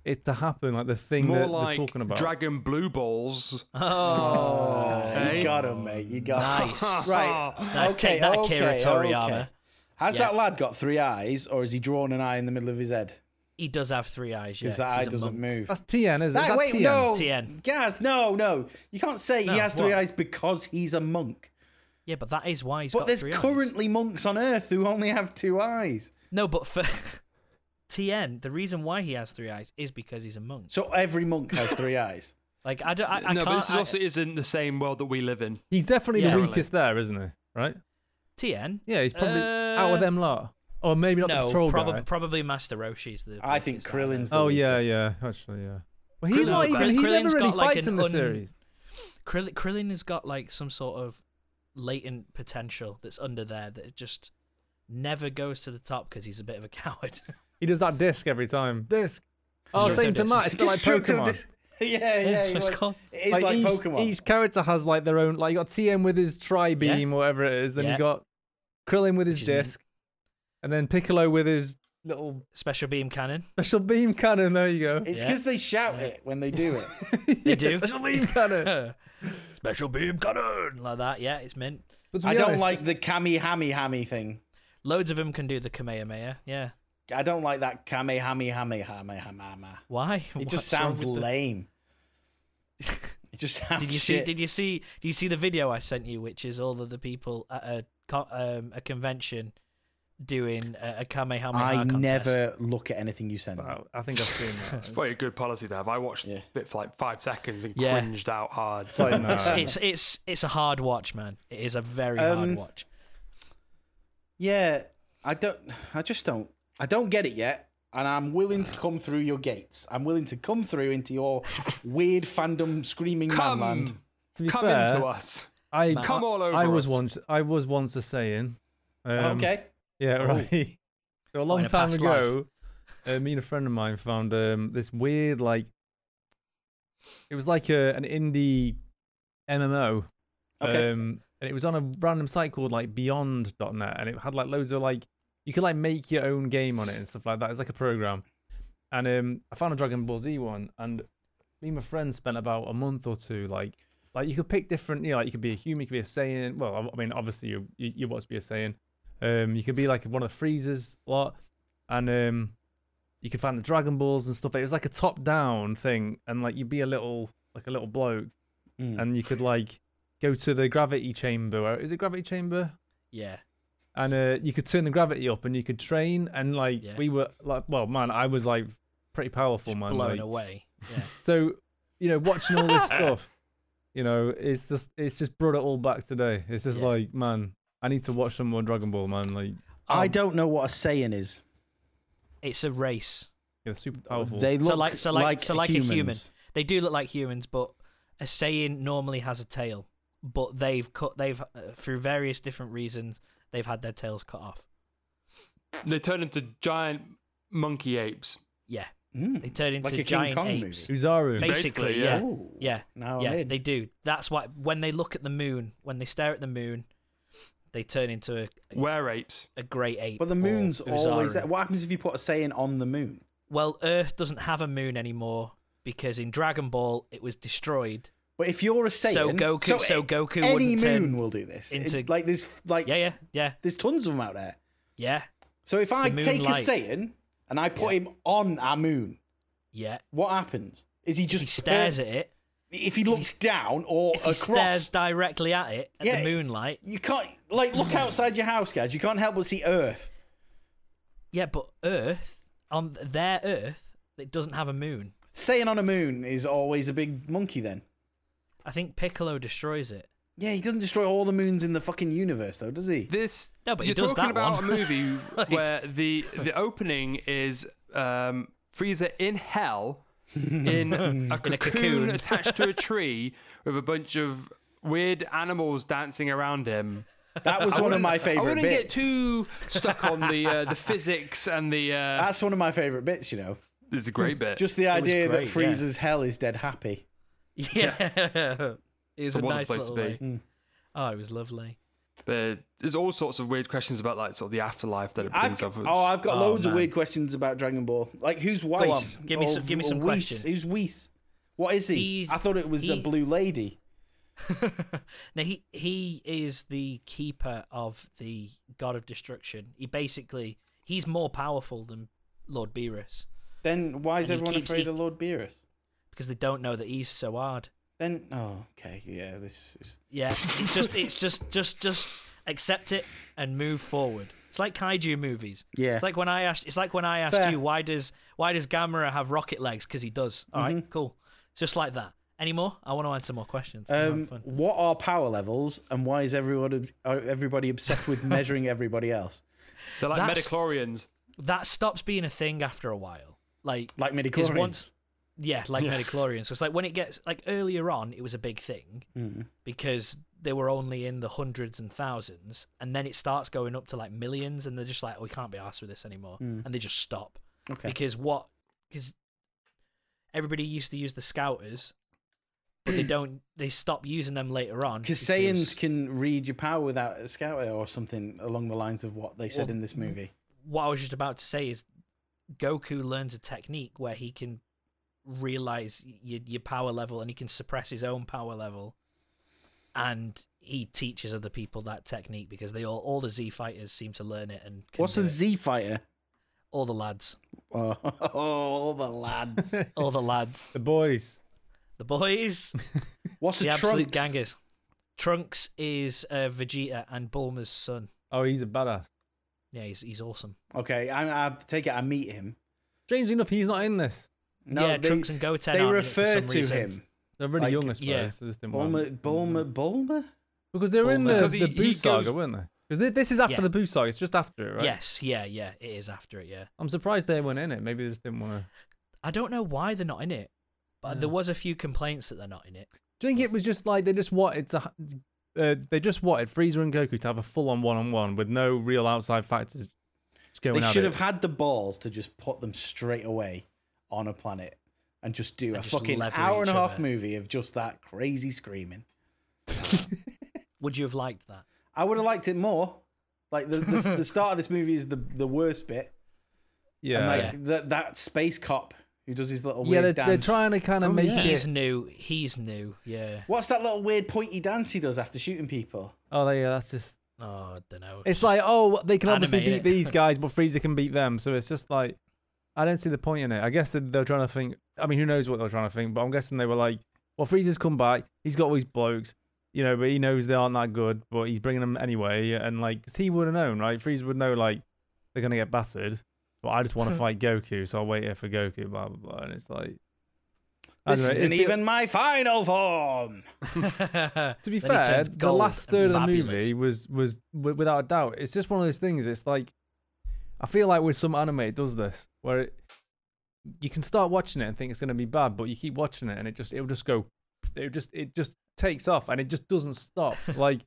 [SPEAKER 4] it to happen, like the thing
[SPEAKER 2] More
[SPEAKER 4] that
[SPEAKER 2] like
[SPEAKER 4] they're talking about.
[SPEAKER 2] Dragon Blue Balls.
[SPEAKER 1] Oh,
[SPEAKER 3] Ah,
[SPEAKER 2] Hey.
[SPEAKER 3] You got him, mate. You got 'em.
[SPEAKER 1] nice.
[SPEAKER 3] Right.
[SPEAKER 1] Now
[SPEAKER 3] okay.
[SPEAKER 1] take that,
[SPEAKER 3] okay,
[SPEAKER 1] Akira Toriyama.
[SPEAKER 3] okay. Has
[SPEAKER 1] Yeah.
[SPEAKER 3] that lad got three eyes, or has he drawn an eye in the middle of his head?
[SPEAKER 1] He does have three eyes. Yeah,
[SPEAKER 3] Because that eye
[SPEAKER 1] He's a
[SPEAKER 3] doesn't
[SPEAKER 1] monk.
[SPEAKER 3] move.
[SPEAKER 4] That's TN, isn't it?
[SPEAKER 3] That-
[SPEAKER 4] That's
[SPEAKER 3] wait,
[SPEAKER 4] TN.
[SPEAKER 3] no,
[SPEAKER 1] TN.
[SPEAKER 3] Gaz, no, no. You can't say
[SPEAKER 1] No,
[SPEAKER 3] he has three
[SPEAKER 1] what?
[SPEAKER 3] eyes because he's a monk.
[SPEAKER 1] Yeah, but that is why he's
[SPEAKER 3] but
[SPEAKER 1] got
[SPEAKER 3] there's
[SPEAKER 1] three eyes.
[SPEAKER 3] currently monks on Earth who only have two eyes.
[SPEAKER 1] No, but for TN, the reason why he has three eyes is because he's a monk.
[SPEAKER 3] So every monk has three eyes.
[SPEAKER 1] Like I don't. I, I
[SPEAKER 2] no,
[SPEAKER 1] can't,
[SPEAKER 2] but this is
[SPEAKER 1] I-
[SPEAKER 2] also isn't the same world that we live in.
[SPEAKER 4] He's definitely
[SPEAKER 1] Yeah.
[SPEAKER 4] the weakest there, isn't he? Right?
[SPEAKER 1] TN.
[SPEAKER 4] Yeah, he's probably out
[SPEAKER 1] Uh,
[SPEAKER 4] of them lot. Or maybe not the
[SPEAKER 1] No,
[SPEAKER 4] troll
[SPEAKER 1] probably
[SPEAKER 4] guy.
[SPEAKER 1] probably Master Roshi's the.
[SPEAKER 3] I think
[SPEAKER 1] weakest out there.
[SPEAKER 3] Krillin's the
[SPEAKER 4] Oh yeah,
[SPEAKER 3] weakest.
[SPEAKER 4] yeah, actually, yeah. Well, he's
[SPEAKER 1] Krillin's
[SPEAKER 4] not
[SPEAKER 1] got-
[SPEAKER 4] even. He
[SPEAKER 1] Krillin's
[SPEAKER 4] never really
[SPEAKER 1] got, like,
[SPEAKER 4] fights
[SPEAKER 1] an
[SPEAKER 4] in the
[SPEAKER 1] un-
[SPEAKER 4] series.
[SPEAKER 1] Krill- Krillin has got like some sort of latent potential that's under there that just never goes to the top because he's a bit of a coward.
[SPEAKER 4] He does that disc every time. Disc. Oh,
[SPEAKER 1] Destructo
[SPEAKER 4] same to
[SPEAKER 1] disc.
[SPEAKER 4] Matt. It's still like
[SPEAKER 3] Destructive
[SPEAKER 4] Pokemon.
[SPEAKER 3] dis- yeah, yeah.
[SPEAKER 1] That's
[SPEAKER 3] he
[SPEAKER 1] what it's
[SPEAKER 3] was.
[SPEAKER 1] called.
[SPEAKER 3] It is like,
[SPEAKER 4] each,
[SPEAKER 3] Pokemon.
[SPEAKER 4] Each character has like their own. Like you got TM with his tri beam or whatever it is. Then
[SPEAKER 1] Yeah.
[SPEAKER 4] you got Krillin with his
[SPEAKER 1] Which is mint.
[SPEAKER 4] disc, and then Piccolo with his little
[SPEAKER 1] Special beam cannon.
[SPEAKER 4] special beam cannon. There you go.
[SPEAKER 3] It's
[SPEAKER 1] Yeah.
[SPEAKER 3] because they shout it when they do it.
[SPEAKER 1] They do.
[SPEAKER 4] special beam cannon.
[SPEAKER 1] Special beam cannon like that. Yeah, it's mint.
[SPEAKER 4] But to
[SPEAKER 3] I
[SPEAKER 4] be
[SPEAKER 3] don't
[SPEAKER 4] honest,
[SPEAKER 3] like the kami hammy hammy thing.
[SPEAKER 1] Loads of them can do the Kamehameha. Yeah.
[SPEAKER 3] I don't like that kami hammy hammy hammy hammy. hammy.
[SPEAKER 1] Why?
[SPEAKER 3] It
[SPEAKER 1] What's
[SPEAKER 3] just
[SPEAKER 1] wrong
[SPEAKER 3] sounds
[SPEAKER 1] with the-
[SPEAKER 3] lame. It just sounds
[SPEAKER 1] Did you see?
[SPEAKER 3] shit.
[SPEAKER 1] Did you see? Did you see the video I sent you, which is all of the people at a co- um, a convention doing a, a Kamehameha
[SPEAKER 3] I
[SPEAKER 1] contest?
[SPEAKER 3] never look at anything you send. me.
[SPEAKER 4] Wow, I think I've seen that.
[SPEAKER 2] It's probably a good policy to have. I watched
[SPEAKER 3] Yeah.
[SPEAKER 2] a bit for like five seconds and
[SPEAKER 1] Yeah.
[SPEAKER 2] cringed out hard.
[SPEAKER 4] It's like,
[SPEAKER 1] It's,
[SPEAKER 4] nah.
[SPEAKER 1] it's it's it's a hard watch, man. It is a very
[SPEAKER 3] Um,
[SPEAKER 1] hard watch.
[SPEAKER 3] Yeah, I don't. I just don't. I don't get it yet, and I'm willing to come through your gates. I'm willing to come through into your weird fandom screaming
[SPEAKER 2] Come,
[SPEAKER 3] manland.
[SPEAKER 4] to be
[SPEAKER 2] come
[SPEAKER 4] fair,
[SPEAKER 2] into us.
[SPEAKER 4] I
[SPEAKER 2] Come all over
[SPEAKER 4] I was
[SPEAKER 2] us.
[SPEAKER 4] once. I was once a saying. Um,
[SPEAKER 3] okay,
[SPEAKER 4] Yeah,
[SPEAKER 1] Oh.
[SPEAKER 4] right. so a long
[SPEAKER 1] in a
[SPEAKER 4] time
[SPEAKER 1] past
[SPEAKER 4] ago, uh, me and a friend of mine found um, this weird, like, it was like a, an indie MMO.
[SPEAKER 3] Okay.
[SPEAKER 4] Um, and it was on a random site called like Beyond.net, and it had like loads of like you could like make your own game on it and stuff like that. It's like a program. And um, I found a Dragon Ball Z one, and me and my friend spent about a month or two like like you could pick different you know like you could be a human you could be a saiyan well i I mean obviously you you, you want to be a saiyan um you could be like one of the freezers lot and um you could find the dragon balls and stuff it was like a top down thing and like you'd be a little like a little bloke
[SPEAKER 1] Hmm.
[SPEAKER 3] Mm.
[SPEAKER 4] and you could like go to the gravity chamber where is it gravity chamber
[SPEAKER 1] Yeah,
[SPEAKER 4] and uh, you could turn the gravity up and you could train and like
[SPEAKER 1] Yeah.
[SPEAKER 4] we were like well man i was like pretty powerful man
[SPEAKER 1] blown
[SPEAKER 4] like,
[SPEAKER 1] away. Yeah,
[SPEAKER 4] so, you know, watching all this stuff, you know, it's just it's just brought it all back today. It's just
[SPEAKER 1] Yeah.
[SPEAKER 4] like, man, I need to watch some more Dragon Ball, man. Like,
[SPEAKER 3] I
[SPEAKER 1] Um,
[SPEAKER 3] don't know what a Saiyan is.
[SPEAKER 1] It's a race. Oh,
[SPEAKER 4] yeah, super powerful.
[SPEAKER 3] They look
[SPEAKER 1] so like so like, so like a human.
[SPEAKER 3] humans.
[SPEAKER 1] They do look like humans, but a saying normally has a tail, but they've cut they've uh, through various different reasons they've had their tails cut off.
[SPEAKER 2] They turn into giant monkey apes.
[SPEAKER 1] Yeah,
[SPEAKER 3] Mm.
[SPEAKER 1] they turn into
[SPEAKER 3] Like a King
[SPEAKER 1] giant
[SPEAKER 3] Kong
[SPEAKER 1] apes.
[SPEAKER 4] Uzaru.
[SPEAKER 2] Basically,
[SPEAKER 1] Basically,
[SPEAKER 2] yeah.
[SPEAKER 1] yeah,
[SPEAKER 3] Oh,
[SPEAKER 1] yeah,
[SPEAKER 3] Now
[SPEAKER 1] yeah,
[SPEAKER 3] I'm in.
[SPEAKER 1] they do. That's why when they look at the moon, when they stare at the moon, they turn into a,
[SPEAKER 2] Were apes.
[SPEAKER 1] a great ape.
[SPEAKER 3] but the
[SPEAKER 1] or
[SPEAKER 3] moon's always
[SPEAKER 1] Uzaru.
[SPEAKER 3] there. What happens if you put a saying on the moon?
[SPEAKER 1] Well, Earth doesn't have a moon anymore because in Dragon Ball it was destroyed.
[SPEAKER 3] But if you're a
[SPEAKER 1] So
[SPEAKER 3] Saiyan,
[SPEAKER 1] Goku- so Goku
[SPEAKER 3] any
[SPEAKER 1] wouldn't turn
[SPEAKER 3] moon will do this. It-
[SPEAKER 1] into-
[SPEAKER 3] like there's like
[SPEAKER 1] Yeah, yeah, yeah,
[SPEAKER 3] there's tons of them out there.
[SPEAKER 1] yeah,
[SPEAKER 3] So if
[SPEAKER 1] the
[SPEAKER 3] I
[SPEAKER 1] moon
[SPEAKER 3] take
[SPEAKER 1] light.
[SPEAKER 3] a Saiyan and I put him on our moon,
[SPEAKER 1] yeah.
[SPEAKER 3] what happens? Is he just
[SPEAKER 1] He stares at it.
[SPEAKER 3] if he looks down or
[SPEAKER 1] If he
[SPEAKER 3] across?
[SPEAKER 1] stares directly at it at
[SPEAKER 3] Yeah,
[SPEAKER 1] the moonlight.
[SPEAKER 3] You can't like look outside your house, guys. You can't help but see Earth.
[SPEAKER 1] Yeah, but Earth on their Earth, it doesn't have a moon.
[SPEAKER 3] Saiyan on a moon is always a big monkey. Then
[SPEAKER 1] I think Piccolo destroys it.
[SPEAKER 3] yeah, he doesn't destroy all the moons in the fucking universe, though, does he?
[SPEAKER 2] This
[SPEAKER 1] No, but he
[SPEAKER 2] you're
[SPEAKER 1] does
[SPEAKER 2] talking
[SPEAKER 1] that
[SPEAKER 2] about
[SPEAKER 1] one.
[SPEAKER 2] a movie
[SPEAKER 1] Like-
[SPEAKER 2] where the the opening is um, Frieza in hell in a, cocoon
[SPEAKER 1] cocoon.
[SPEAKER 2] attached to a tree with a bunch of weird animals dancing around him.
[SPEAKER 3] That was one of my
[SPEAKER 2] I
[SPEAKER 3] favorite
[SPEAKER 2] wouldn't
[SPEAKER 3] bits.
[SPEAKER 2] get too stuck on the uh, the physics and the. Uh,
[SPEAKER 3] That's one of my favorite bits. You know,
[SPEAKER 2] this is a great bit.
[SPEAKER 3] just the
[SPEAKER 1] was
[SPEAKER 3] idea that
[SPEAKER 1] great, yeah.
[SPEAKER 3] Frieza's hell is dead happy.
[SPEAKER 1] Yeah. it's
[SPEAKER 2] a
[SPEAKER 1] a
[SPEAKER 2] wonderful
[SPEAKER 1] nice
[SPEAKER 2] place to
[SPEAKER 1] little
[SPEAKER 2] be.
[SPEAKER 1] way.
[SPEAKER 3] Mm.
[SPEAKER 1] Oh, it was lovely.
[SPEAKER 2] There- there's all sorts of weird questions about like sort of the afterlife that it
[SPEAKER 3] I've
[SPEAKER 2] brings
[SPEAKER 3] got,
[SPEAKER 2] up.
[SPEAKER 3] oh, I've got
[SPEAKER 1] Oh,
[SPEAKER 3] loads of
[SPEAKER 1] man.
[SPEAKER 3] weird questions about Dragon Ball. Like, who's Weiss?
[SPEAKER 1] on, give me
[SPEAKER 3] Or-
[SPEAKER 1] some- give me
[SPEAKER 3] or
[SPEAKER 1] some
[SPEAKER 3] Whis?
[SPEAKER 1] question.
[SPEAKER 3] Who's Whis? What is he?
[SPEAKER 1] He's-
[SPEAKER 3] I thought it was a
[SPEAKER 1] he-
[SPEAKER 3] blue lady.
[SPEAKER 1] now he he is the keeper of the god of destruction. He basically he's more powerful than Lord Beerus
[SPEAKER 3] Then why is
[SPEAKER 1] And he
[SPEAKER 3] everyone
[SPEAKER 1] keeps-
[SPEAKER 3] afraid
[SPEAKER 1] he-
[SPEAKER 3] of Lord Beerus?
[SPEAKER 1] because they don't know that he's so hard.
[SPEAKER 3] Then oh, okay, yeah, this is
[SPEAKER 1] Yeah, it's just it's just just just accept it and move forward. It's like kaiju movies.
[SPEAKER 3] Yeah.
[SPEAKER 1] It's like when I asked it's like when I asked
[SPEAKER 3] Fair.
[SPEAKER 1] you why does why does Gamera have rocket legs because he does. All
[SPEAKER 3] Mm-hmm.
[SPEAKER 1] right, cool. It's just like that. Any more? I want to answer more questions. I'm having
[SPEAKER 3] Um,
[SPEAKER 1] fun.
[SPEAKER 3] what are power levels, and why is everyone are everybody obsessed with measuring everybody else?
[SPEAKER 2] They're like
[SPEAKER 1] That's-
[SPEAKER 2] Metachlorians.
[SPEAKER 1] That stops being a thing after a while. Like
[SPEAKER 3] Like midi
[SPEAKER 1] Because once- Yeah, like Metachlorians. It's like when it gets like earlier on, it was a big thing
[SPEAKER 3] Mm-hmm.
[SPEAKER 1] because they were only in the hundreds and thousands, and then it starts going up to like millions, and they're just like, we can't be asked for this anymore,
[SPEAKER 3] Mm.
[SPEAKER 1] and they just stop
[SPEAKER 3] Okay.
[SPEAKER 1] because what? Because everybody used to use the scouters, but they don't. They stop using them later on.
[SPEAKER 3] Because Saiyans can read your power without a scouter or something along the lines of what they said
[SPEAKER 1] Well,
[SPEAKER 3] in this movie.
[SPEAKER 1] what I was just about to say is Goku learns a technique where he can realize your, your power level and he can suppress his own power level. And he teaches other people that technique because they all, all the Z fighters seem to learn it and can
[SPEAKER 3] What's
[SPEAKER 1] do
[SPEAKER 3] a
[SPEAKER 1] it.
[SPEAKER 3] Z fighter?
[SPEAKER 1] all the lads,
[SPEAKER 3] Oh, all the lads.
[SPEAKER 1] all the lads,
[SPEAKER 4] The boys.
[SPEAKER 1] the boys,
[SPEAKER 3] What's
[SPEAKER 1] the
[SPEAKER 3] a
[SPEAKER 1] absolute
[SPEAKER 3] trunk?
[SPEAKER 1] gangers. Trunks is uh, Vegeta and Bulma's son.
[SPEAKER 4] Oh, he's a badass.
[SPEAKER 1] Yeah, he's he's awesome.
[SPEAKER 3] Okay, I, I take it. I meet him.
[SPEAKER 4] Strangely enough, he's not in this.
[SPEAKER 3] No,
[SPEAKER 1] yeah,
[SPEAKER 3] they,
[SPEAKER 1] Trunks and Goten.
[SPEAKER 3] they
[SPEAKER 1] aren't in it for
[SPEAKER 3] refer
[SPEAKER 1] some
[SPEAKER 3] to
[SPEAKER 1] reason. Mm.
[SPEAKER 3] him.
[SPEAKER 4] They're really
[SPEAKER 3] Like,
[SPEAKER 4] young, I suppose.
[SPEAKER 1] yeah.
[SPEAKER 4] So this didn't
[SPEAKER 3] Bulma,
[SPEAKER 4] matter.
[SPEAKER 3] Bulma, Bulma.
[SPEAKER 4] Because they were in
[SPEAKER 1] Bulma.
[SPEAKER 4] the,
[SPEAKER 2] Because he-
[SPEAKER 4] the
[SPEAKER 2] he
[SPEAKER 4] Boo
[SPEAKER 2] goes-
[SPEAKER 4] saga, weren't they? Because this is after
[SPEAKER 1] Yeah.
[SPEAKER 4] the Boo saga. It's just after it, right?
[SPEAKER 1] Yes, yeah, yeah. It is after it. Yeah.
[SPEAKER 4] I'm surprised they weren't in it. Maybe they just didn't want to.
[SPEAKER 1] I don't know why they're not in it, but there was a few complaints that they're not in it.
[SPEAKER 4] Do you think it was just like they just wanted to? ha- Uh, they just wanted Frieza and Goku to have a full-on one-on-one with no real outside factors. Just going
[SPEAKER 3] They
[SPEAKER 4] at
[SPEAKER 3] should
[SPEAKER 4] it.
[SPEAKER 3] have had the balls to just put them straight away on a planet and just do
[SPEAKER 1] And
[SPEAKER 3] a
[SPEAKER 1] just
[SPEAKER 3] fucking
[SPEAKER 1] leather
[SPEAKER 3] hour and a
[SPEAKER 1] each
[SPEAKER 3] half
[SPEAKER 1] other.
[SPEAKER 3] movie of just that crazy screaming.
[SPEAKER 1] Would you have liked that?
[SPEAKER 3] I would have liked it more. Like the, the, the start of this movie is the, the worst bit, and
[SPEAKER 4] Yeah,
[SPEAKER 3] like
[SPEAKER 1] Yeah.
[SPEAKER 3] that that space cop who does his little
[SPEAKER 4] yeah.
[SPEAKER 3] weird
[SPEAKER 4] They're,
[SPEAKER 3] dance.
[SPEAKER 4] they're trying to kind of
[SPEAKER 2] Oh,
[SPEAKER 4] make
[SPEAKER 2] yeah.
[SPEAKER 1] He's
[SPEAKER 4] it.
[SPEAKER 1] new. He's new. Yeah.
[SPEAKER 3] What's that little weird pointy dance he does after shooting people?
[SPEAKER 4] Oh, yeah. That's just.
[SPEAKER 1] Oh, I don't know.
[SPEAKER 4] It's like, oh, they can obviously
[SPEAKER 1] Animate
[SPEAKER 4] beat
[SPEAKER 1] it.
[SPEAKER 4] these guys, but Frieza can beat them. So it's just like, I don't see the point in it. I guess that they're trying to think. I mean, who knows what they're trying to think? But I'm guessing they were like, well, Frieza's come back. He's got all these blokes, you know, but he knows they aren't that good, but he's bringing them anyway. And like, 'cause he would have known, right? Frieza would know, like, they're gonna get battered. But I just want to fight Goku, so I'll wait here for Goku. Blah blah blah. And it's like, I don't
[SPEAKER 3] This
[SPEAKER 4] know, uh, it
[SPEAKER 3] isn't
[SPEAKER 4] feel-
[SPEAKER 3] even my final form.
[SPEAKER 4] to be
[SPEAKER 1] Then he
[SPEAKER 4] fair,
[SPEAKER 1] turns
[SPEAKER 4] the
[SPEAKER 1] gold
[SPEAKER 4] last
[SPEAKER 1] and
[SPEAKER 4] third of the
[SPEAKER 1] fabulous.
[SPEAKER 4] movie was was w- without a doubt. It's just one of those things. It's like I feel like with some anime, it does this where it, you can start watching it and think it's going to be bad, but you keep watching it and it just it'll just go it just it just takes off and it just doesn't stop. like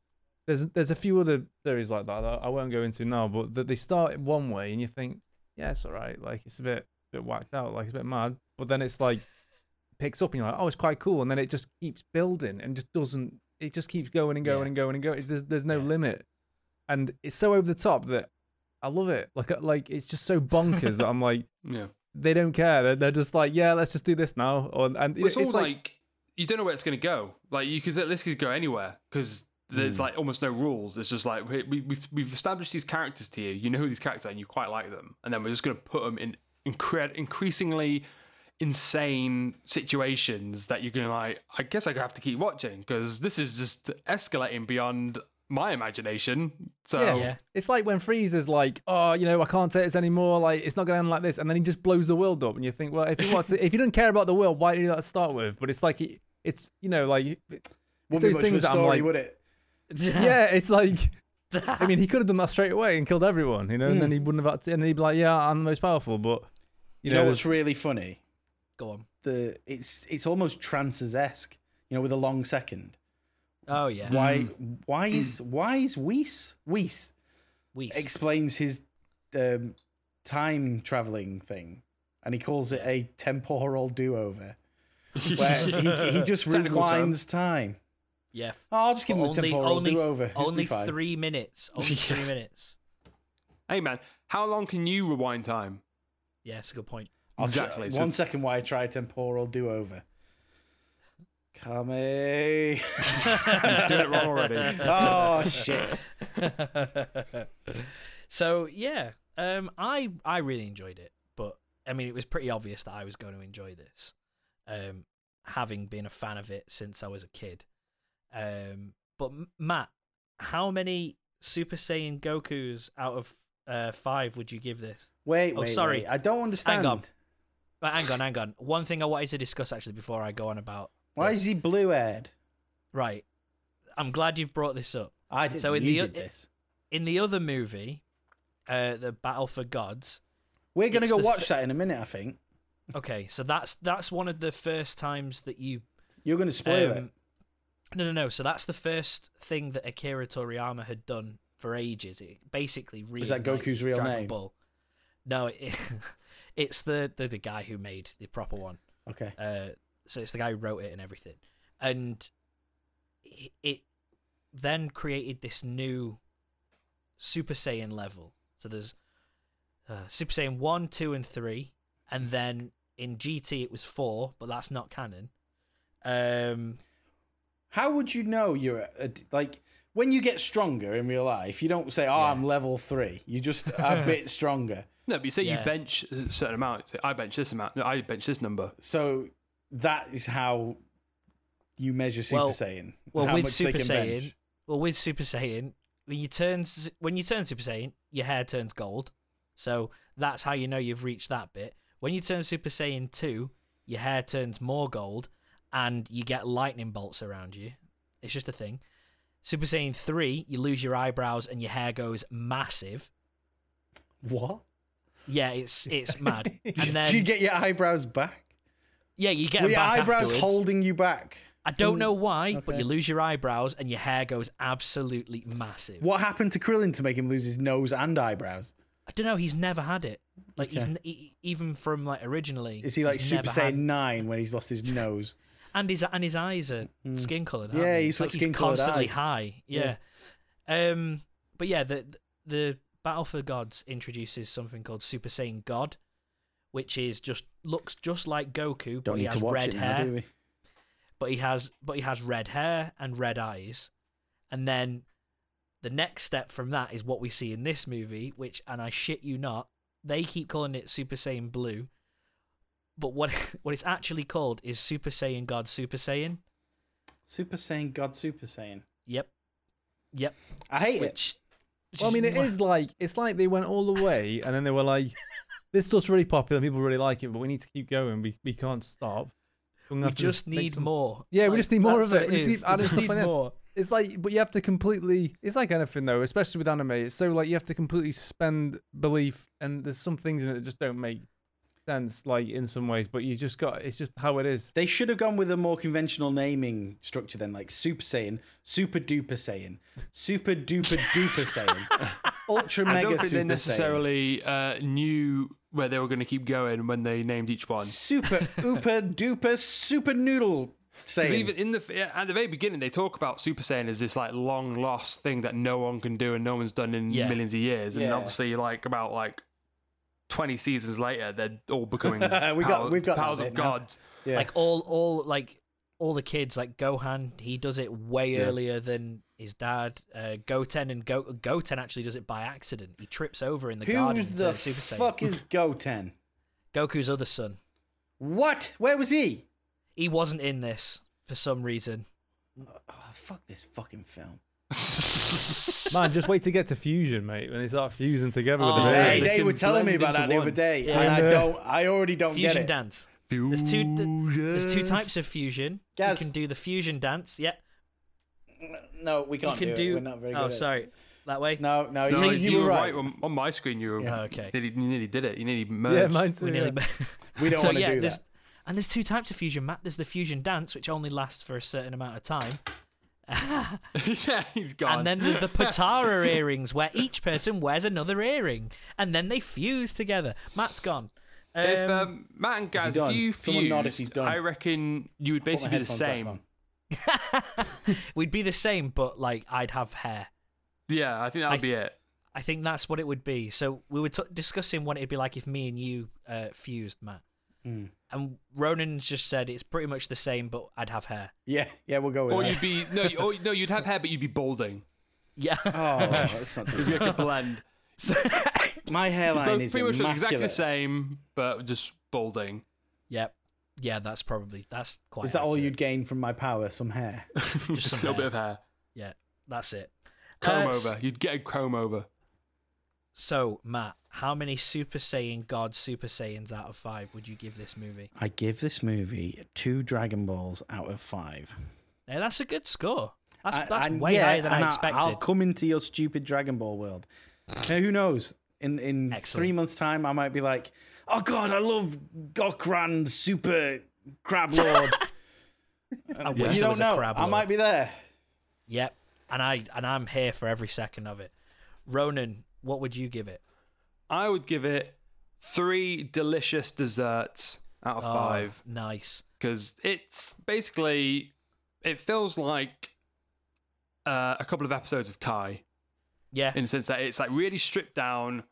[SPEAKER 4] there's there's a few other theories like that, that I won't go into now, but that they start it one way and you think, yeah, it's all right. Like it's a bit bit whacked out, like it's a bit mad, but then it's like picks up and you're like, oh, it's quite cool, and then it just keeps building and just doesn't. It just keeps going and going
[SPEAKER 1] Yeah.
[SPEAKER 4] and going and going. There's there's no
[SPEAKER 1] Yeah.
[SPEAKER 4] limit, and it's so over the top that I love it. Like I- like it's just so bonkers that I'm like
[SPEAKER 2] Yeah.
[SPEAKER 4] they don't care. They're, they're just like, yeah, let's just do this now. Or, and
[SPEAKER 2] Well, it's,
[SPEAKER 4] it's
[SPEAKER 2] all like, you don't know where it's going to go. Like you could this could go anywhere because there's
[SPEAKER 4] Hmm.
[SPEAKER 2] like almost no rules. It's just like we, we, we've we've established these characters to you. You know who these characters are, and you quite like them. And then we're just going to put them in incre- increasingly insane situations that you're going to like. I guess I have to keep watching because this is just escalating beyond my imagination. So
[SPEAKER 4] yeah,
[SPEAKER 1] Yeah.
[SPEAKER 4] it's like when Frieza's like, oh, you know, I can't take this anymore. Like it's not going to end like this, and then he just blows the world up, and you think, well, if you want to, if you don't care about the world, why did you do that to start with? But it's like it, it's you know like it-
[SPEAKER 3] Wouldn't be
[SPEAKER 4] those
[SPEAKER 3] much of a
[SPEAKER 4] things that I'm
[SPEAKER 3] story,
[SPEAKER 4] like-
[SPEAKER 3] would it?
[SPEAKER 4] yeah, it's like. I mean, he could have done that straight away and killed everyone, you know, and then
[SPEAKER 1] Hmm.
[SPEAKER 4] he wouldn't have had to, and he'd be like, "Yeah, I'm the most powerful," but you,
[SPEAKER 3] You know
[SPEAKER 4] know,
[SPEAKER 3] what's really funny?
[SPEAKER 1] Go on.
[SPEAKER 3] The it's it's almost trances esque. You know, with a long second.
[SPEAKER 1] Oh yeah.
[SPEAKER 3] Why
[SPEAKER 4] Hmm.
[SPEAKER 3] why is why is Weiss Weiss
[SPEAKER 1] Weiss.
[SPEAKER 3] explains his um, time traveling thing, and he calls it a temporal do over, where he, he just
[SPEAKER 2] Technical term.
[SPEAKER 3] rewinds time.
[SPEAKER 1] yeah.
[SPEAKER 3] Oh, I'll just give him
[SPEAKER 1] But
[SPEAKER 3] the temporal do over.
[SPEAKER 1] Only three minutes. Only three minutes.
[SPEAKER 2] hey man, how long can you rewind time?
[SPEAKER 1] Yeah, that's a good point.
[SPEAKER 2] Exactly.
[SPEAKER 3] Exactly.
[SPEAKER 2] So-
[SPEAKER 3] One second why I try temporal do over. Come here.
[SPEAKER 2] Doing it wrong already.
[SPEAKER 3] oh shit.
[SPEAKER 1] so yeah, um, I I really enjoyed it, but I mean, it was pretty obvious that I was going to enjoy this, um, having been a fan of it since I was a kid. Um, but M- Matt, how many Super Saiyan Goku's out of uh, five would you give this?
[SPEAKER 3] Wait, wait.
[SPEAKER 1] Oh, sorry.
[SPEAKER 3] wait. I don't understand.
[SPEAKER 1] on. But hang on, hang on. One thing I wanted to discuss actually before I go on about
[SPEAKER 3] Why is he blue haired?
[SPEAKER 1] right. I'm glad you've brought this up.
[SPEAKER 3] I didn't.
[SPEAKER 1] So in
[SPEAKER 3] you
[SPEAKER 1] the-
[SPEAKER 3] did this.
[SPEAKER 1] In the other movie, uh, the Battle for Gods,
[SPEAKER 3] We're gonna
[SPEAKER 1] it's
[SPEAKER 3] go
[SPEAKER 1] the
[SPEAKER 3] watch
[SPEAKER 1] fi-
[SPEAKER 3] that in a minute. I think
[SPEAKER 1] Okay, so that's that's one of the first times that you.
[SPEAKER 3] you're gonna spoil
[SPEAKER 1] um, No, no, no. So that's the first thing that Akira Toriyama had done for ages. It basically
[SPEAKER 3] Was that
[SPEAKER 1] reignited
[SPEAKER 3] Goku's real
[SPEAKER 1] Dragon
[SPEAKER 3] name?
[SPEAKER 1] Ball. No, it, it's the, the the guy who made the proper one.
[SPEAKER 3] it. Okay.
[SPEAKER 1] Uh, so it's the guy who wrote it and everything, and it- it then created this new Super Saiyan level. So there's uh, Super Saiyan one, two, and three, and then in GT it was four, but that's not canon. Um,
[SPEAKER 3] How would you know you're a, a- like when you get stronger in real life? You don't say, "Oh, I'm level three. You just a bit stronger.
[SPEAKER 2] No, but you say
[SPEAKER 1] Yeah.
[SPEAKER 2] you bench a certain amount. You Say, I bench this amount. No, I bench this number.
[SPEAKER 3] So that is how you measure Super
[SPEAKER 1] Well-
[SPEAKER 3] Saiyan.
[SPEAKER 1] well,
[SPEAKER 3] how
[SPEAKER 1] with
[SPEAKER 3] much they
[SPEAKER 1] Super
[SPEAKER 3] can
[SPEAKER 1] Saiyan,
[SPEAKER 3] bench.
[SPEAKER 1] well, with Super Saiyan, when you turn s- when you turn Super Saiyan, your hair turns gold. So that's how you know you've reached that bit. When you turn Super Saiyan two, your hair turns more gold, and you get lightning bolts around you. It's just a thing. Super Saiyan three, you lose your eyebrows and your hair goes massive.
[SPEAKER 3] what?
[SPEAKER 1] Yeah, it's it's mad. And then
[SPEAKER 3] Do you get your eyebrows back?
[SPEAKER 1] yeah, you get
[SPEAKER 3] Were
[SPEAKER 1] them
[SPEAKER 3] your
[SPEAKER 1] back
[SPEAKER 3] eyebrows
[SPEAKER 1] afterwards.
[SPEAKER 3] holding you back?
[SPEAKER 1] I don't know why, but
[SPEAKER 3] Okay.
[SPEAKER 1] you lose your eyebrows and your hair goes absolutely massive.
[SPEAKER 3] What happened to Krillin to make him lose his nose and eyebrows?
[SPEAKER 1] I don't know. He's never had it. Like he's
[SPEAKER 3] Okay.
[SPEAKER 1] n- e- even from like originally.
[SPEAKER 3] Is he like
[SPEAKER 1] he's
[SPEAKER 3] Super
[SPEAKER 1] never
[SPEAKER 3] Saiyan
[SPEAKER 1] had-
[SPEAKER 3] nine when he's lost his nose?
[SPEAKER 1] And his and his eyes are skin coloured.
[SPEAKER 3] Hmm. Yeah,
[SPEAKER 1] aren't they?
[SPEAKER 3] he's got
[SPEAKER 1] like, he's
[SPEAKER 3] skin-coloured
[SPEAKER 1] constantly
[SPEAKER 3] eyes.
[SPEAKER 1] high. Yeah. Um. But yeah, the the Battle for Gods introduces something called Super Saiyan God, which is just looks just like Goku, but he has red hair.
[SPEAKER 3] we?
[SPEAKER 1] but he has but he has red hair and red eyes and then the next step from that is what we see in this movie which and i shit you not they keep calling it super saiyan blue but what what it's actually called is super saiyan god super saiyan
[SPEAKER 3] Super Saiyan God, Super Saiyan.
[SPEAKER 1] yep yep
[SPEAKER 3] I hate it.
[SPEAKER 1] which, which
[SPEAKER 4] Well, I mean, it is like it's like they went all the way, and then they were like, "This stuff's really popular. People really like it, but we need to keep going. We we can't stop. We're gonna
[SPEAKER 1] we
[SPEAKER 4] have to
[SPEAKER 1] just
[SPEAKER 4] make
[SPEAKER 1] need
[SPEAKER 4] some-
[SPEAKER 1] more
[SPEAKER 4] Yeah, we
[SPEAKER 1] Like,
[SPEAKER 4] just need more
[SPEAKER 1] that's
[SPEAKER 4] of it.
[SPEAKER 1] what
[SPEAKER 4] We just
[SPEAKER 1] is.
[SPEAKER 4] keep adding
[SPEAKER 1] just
[SPEAKER 4] stuff
[SPEAKER 1] need
[SPEAKER 4] in it.
[SPEAKER 1] more
[SPEAKER 4] It's like, but you have to completely. It's like anything though, especially with anime. It's so like you have to completely suspend belief, and there's some things in it that just don't make sense, like in some ways, but you just got it's just how it is.
[SPEAKER 3] They should have gone with a more conventional naming structure then, like Super Saiyan, Super Duper Saiyan, Super Duper Duper Saiyan, Ultra
[SPEAKER 2] I
[SPEAKER 3] Mega
[SPEAKER 2] don't think
[SPEAKER 3] Super
[SPEAKER 2] they necessarily uh, knew where they were going to keep going when they named each one.
[SPEAKER 3] Saiyan, Super Ooper Duper Super Noodle Saiyan.
[SPEAKER 2] Because even in the at the very beginning, they talk about Super Saiyan as this like long lost thing that no one can do and no one's done in
[SPEAKER 1] Yeah.
[SPEAKER 2] millions of years, and
[SPEAKER 3] Yeah.
[SPEAKER 2] obviously like about like twenty seasons later, they're all becoming
[SPEAKER 3] We got-
[SPEAKER 2] power-
[SPEAKER 3] we've got that
[SPEAKER 2] powers
[SPEAKER 3] bit
[SPEAKER 2] of
[SPEAKER 3] now.
[SPEAKER 2] gods.
[SPEAKER 3] yeah.
[SPEAKER 1] Like all, all like all the kids, like Gohan, he does it way earlier than his dad. Uh, Goten and Go- Goten actually does it by accident. He trips over in the
[SPEAKER 3] who
[SPEAKER 1] garden.
[SPEAKER 3] the
[SPEAKER 1] to Super Saiyan.
[SPEAKER 3] fuck is Goten?
[SPEAKER 1] Goku's other son?
[SPEAKER 3] What? Where was he?
[SPEAKER 1] He wasn't in this for some reason.
[SPEAKER 3] Oh, fuck this fucking film.
[SPEAKER 4] Man, just wait to get to fusion, mate. When they start fusing together with
[SPEAKER 1] Oh,
[SPEAKER 4] the
[SPEAKER 3] Hey,
[SPEAKER 4] rest.
[SPEAKER 1] they
[SPEAKER 3] they
[SPEAKER 2] can
[SPEAKER 3] were telling me
[SPEAKER 2] blend
[SPEAKER 3] about
[SPEAKER 2] into
[SPEAKER 3] that the
[SPEAKER 2] one.
[SPEAKER 3] other day,
[SPEAKER 1] Yeah.
[SPEAKER 3] and I
[SPEAKER 4] Yeah.
[SPEAKER 3] don't. I already don't
[SPEAKER 1] Fusion
[SPEAKER 3] get it.
[SPEAKER 1] dance. There's two. There's two types of fusion.
[SPEAKER 3] Gaz.
[SPEAKER 1] You can do the fusion dance. Yeah.
[SPEAKER 3] No, we
[SPEAKER 1] You
[SPEAKER 3] can't
[SPEAKER 1] can
[SPEAKER 3] do. it.
[SPEAKER 1] do.
[SPEAKER 3] We're not very good.
[SPEAKER 1] oh,
[SPEAKER 3] at it.
[SPEAKER 1] sorry. That way.
[SPEAKER 3] No, no,
[SPEAKER 2] No,
[SPEAKER 3] you, you were right.
[SPEAKER 2] on, on my screen. You were
[SPEAKER 1] Yeah. Okay.
[SPEAKER 2] Nearly, you nearly did it. You nearly merged.
[SPEAKER 4] yeah, mine's
[SPEAKER 1] We nearly.
[SPEAKER 3] We don't
[SPEAKER 1] so
[SPEAKER 3] want to
[SPEAKER 1] yeah,
[SPEAKER 3] do
[SPEAKER 1] there's,
[SPEAKER 3] that.
[SPEAKER 1] and there's two types of fusion, Matt. There's the fusion dance, which only lasts for a certain amount of time,
[SPEAKER 2] yeah, he's gone.
[SPEAKER 1] and then there's the Patara earrings, where each person wears another earring, and then they fuse together. Matt's gone. Um,
[SPEAKER 2] if um, Matt and Gaz, if
[SPEAKER 3] done?
[SPEAKER 2] you
[SPEAKER 3] Someone nod if he's
[SPEAKER 2] fused,
[SPEAKER 3] done.
[SPEAKER 2] I reckon you would
[SPEAKER 3] Put my
[SPEAKER 2] basically be the
[SPEAKER 3] headphones back
[SPEAKER 2] same.
[SPEAKER 3] on. um,
[SPEAKER 1] we'd be the same, but like I'd have hair.
[SPEAKER 2] Yeah, I think that
[SPEAKER 1] I
[SPEAKER 2] would be it.
[SPEAKER 1] I think that's what it would be. So we were t- discussing what it'd be like if me and you uh, fused, Matt.
[SPEAKER 3] Hmm.
[SPEAKER 1] And Ronan's just said it's pretty much the same, but I'd have hair.
[SPEAKER 3] Yeah, yeah, we'll go with
[SPEAKER 2] Or
[SPEAKER 3] that.
[SPEAKER 2] you'd be no, you, or, no, you'd have hair, but you'd be balding.
[SPEAKER 1] Yeah.
[SPEAKER 3] Oh, let's not do
[SPEAKER 2] You'd be like a blend.
[SPEAKER 3] that. My hairline
[SPEAKER 2] Both
[SPEAKER 3] is
[SPEAKER 2] pretty much look
[SPEAKER 3] immaculate.
[SPEAKER 2] exactly the same, but just balding.
[SPEAKER 1] yep. Yeah, that's probably that's quite.
[SPEAKER 3] Is that all you'd
[SPEAKER 1] accurate.
[SPEAKER 3] gain from my power? Some hair.
[SPEAKER 2] just a
[SPEAKER 1] some
[SPEAKER 2] little
[SPEAKER 1] hair.
[SPEAKER 2] bit of hair.
[SPEAKER 1] Yeah, that's it.
[SPEAKER 2] Comb
[SPEAKER 1] Uh, s-
[SPEAKER 2] over. You'd get a comb over.
[SPEAKER 1] So Matt, how many Super Saiyan God Super Saiyans out of five would you give this movie?
[SPEAKER 3] I give this movie two Dragon Balls out of five.
[SPEAKER 1] Now, that's a good score. That's
[SPEAKER 3] I-
[SPEAKER 1] that's
[SPEAKER 3] and
[SPEAKER 1] way
[SPEAKER 3] yeah,
[SPEAKER 1] higher than
[SPEAKER 3] and
[SPEAKER 1] I
[SPEAKER 3] I'll-
[SPEAKER 1] expected.
[SPEAKER 3] I'll come into your stupid Dragon Ball world. Now, who knows? In in
[SPEAKER 1] Excellent.
[SPEAKER 3] three months' time, I might be like, oh god, I love Gokran Super Crab Lord.
[SPEAKER 1] I wish
[SPEAKER 3] you
[SPEAKER 1] there
[SPEAKER 3] don't
[SPEAKER 1] was a
[SPEAKER 3] know.
[SPEAKER 1] crab
[SPEAKER 3] I
[SPEAKER 1] lord.
[SPEAKER 3] might be there.
[SPEAKER 1] Yep. And I and I'm here for every second of it. Ronan, what would you give it?
[SPEAKER 2] I would give it three delicious desserts out of
[SPEAKER 3] Ah.
[SPEAKER 1] Oh,
[SPEAKER 2] five
[SPEAKER 1] Nice.
[SPEAKER 2] because it's basically it feels like uh, a couple of episodes of Kai.
[SPEAKER 1] Yeah.
[SPEAKER 2] in the sense that it's like really stripped down.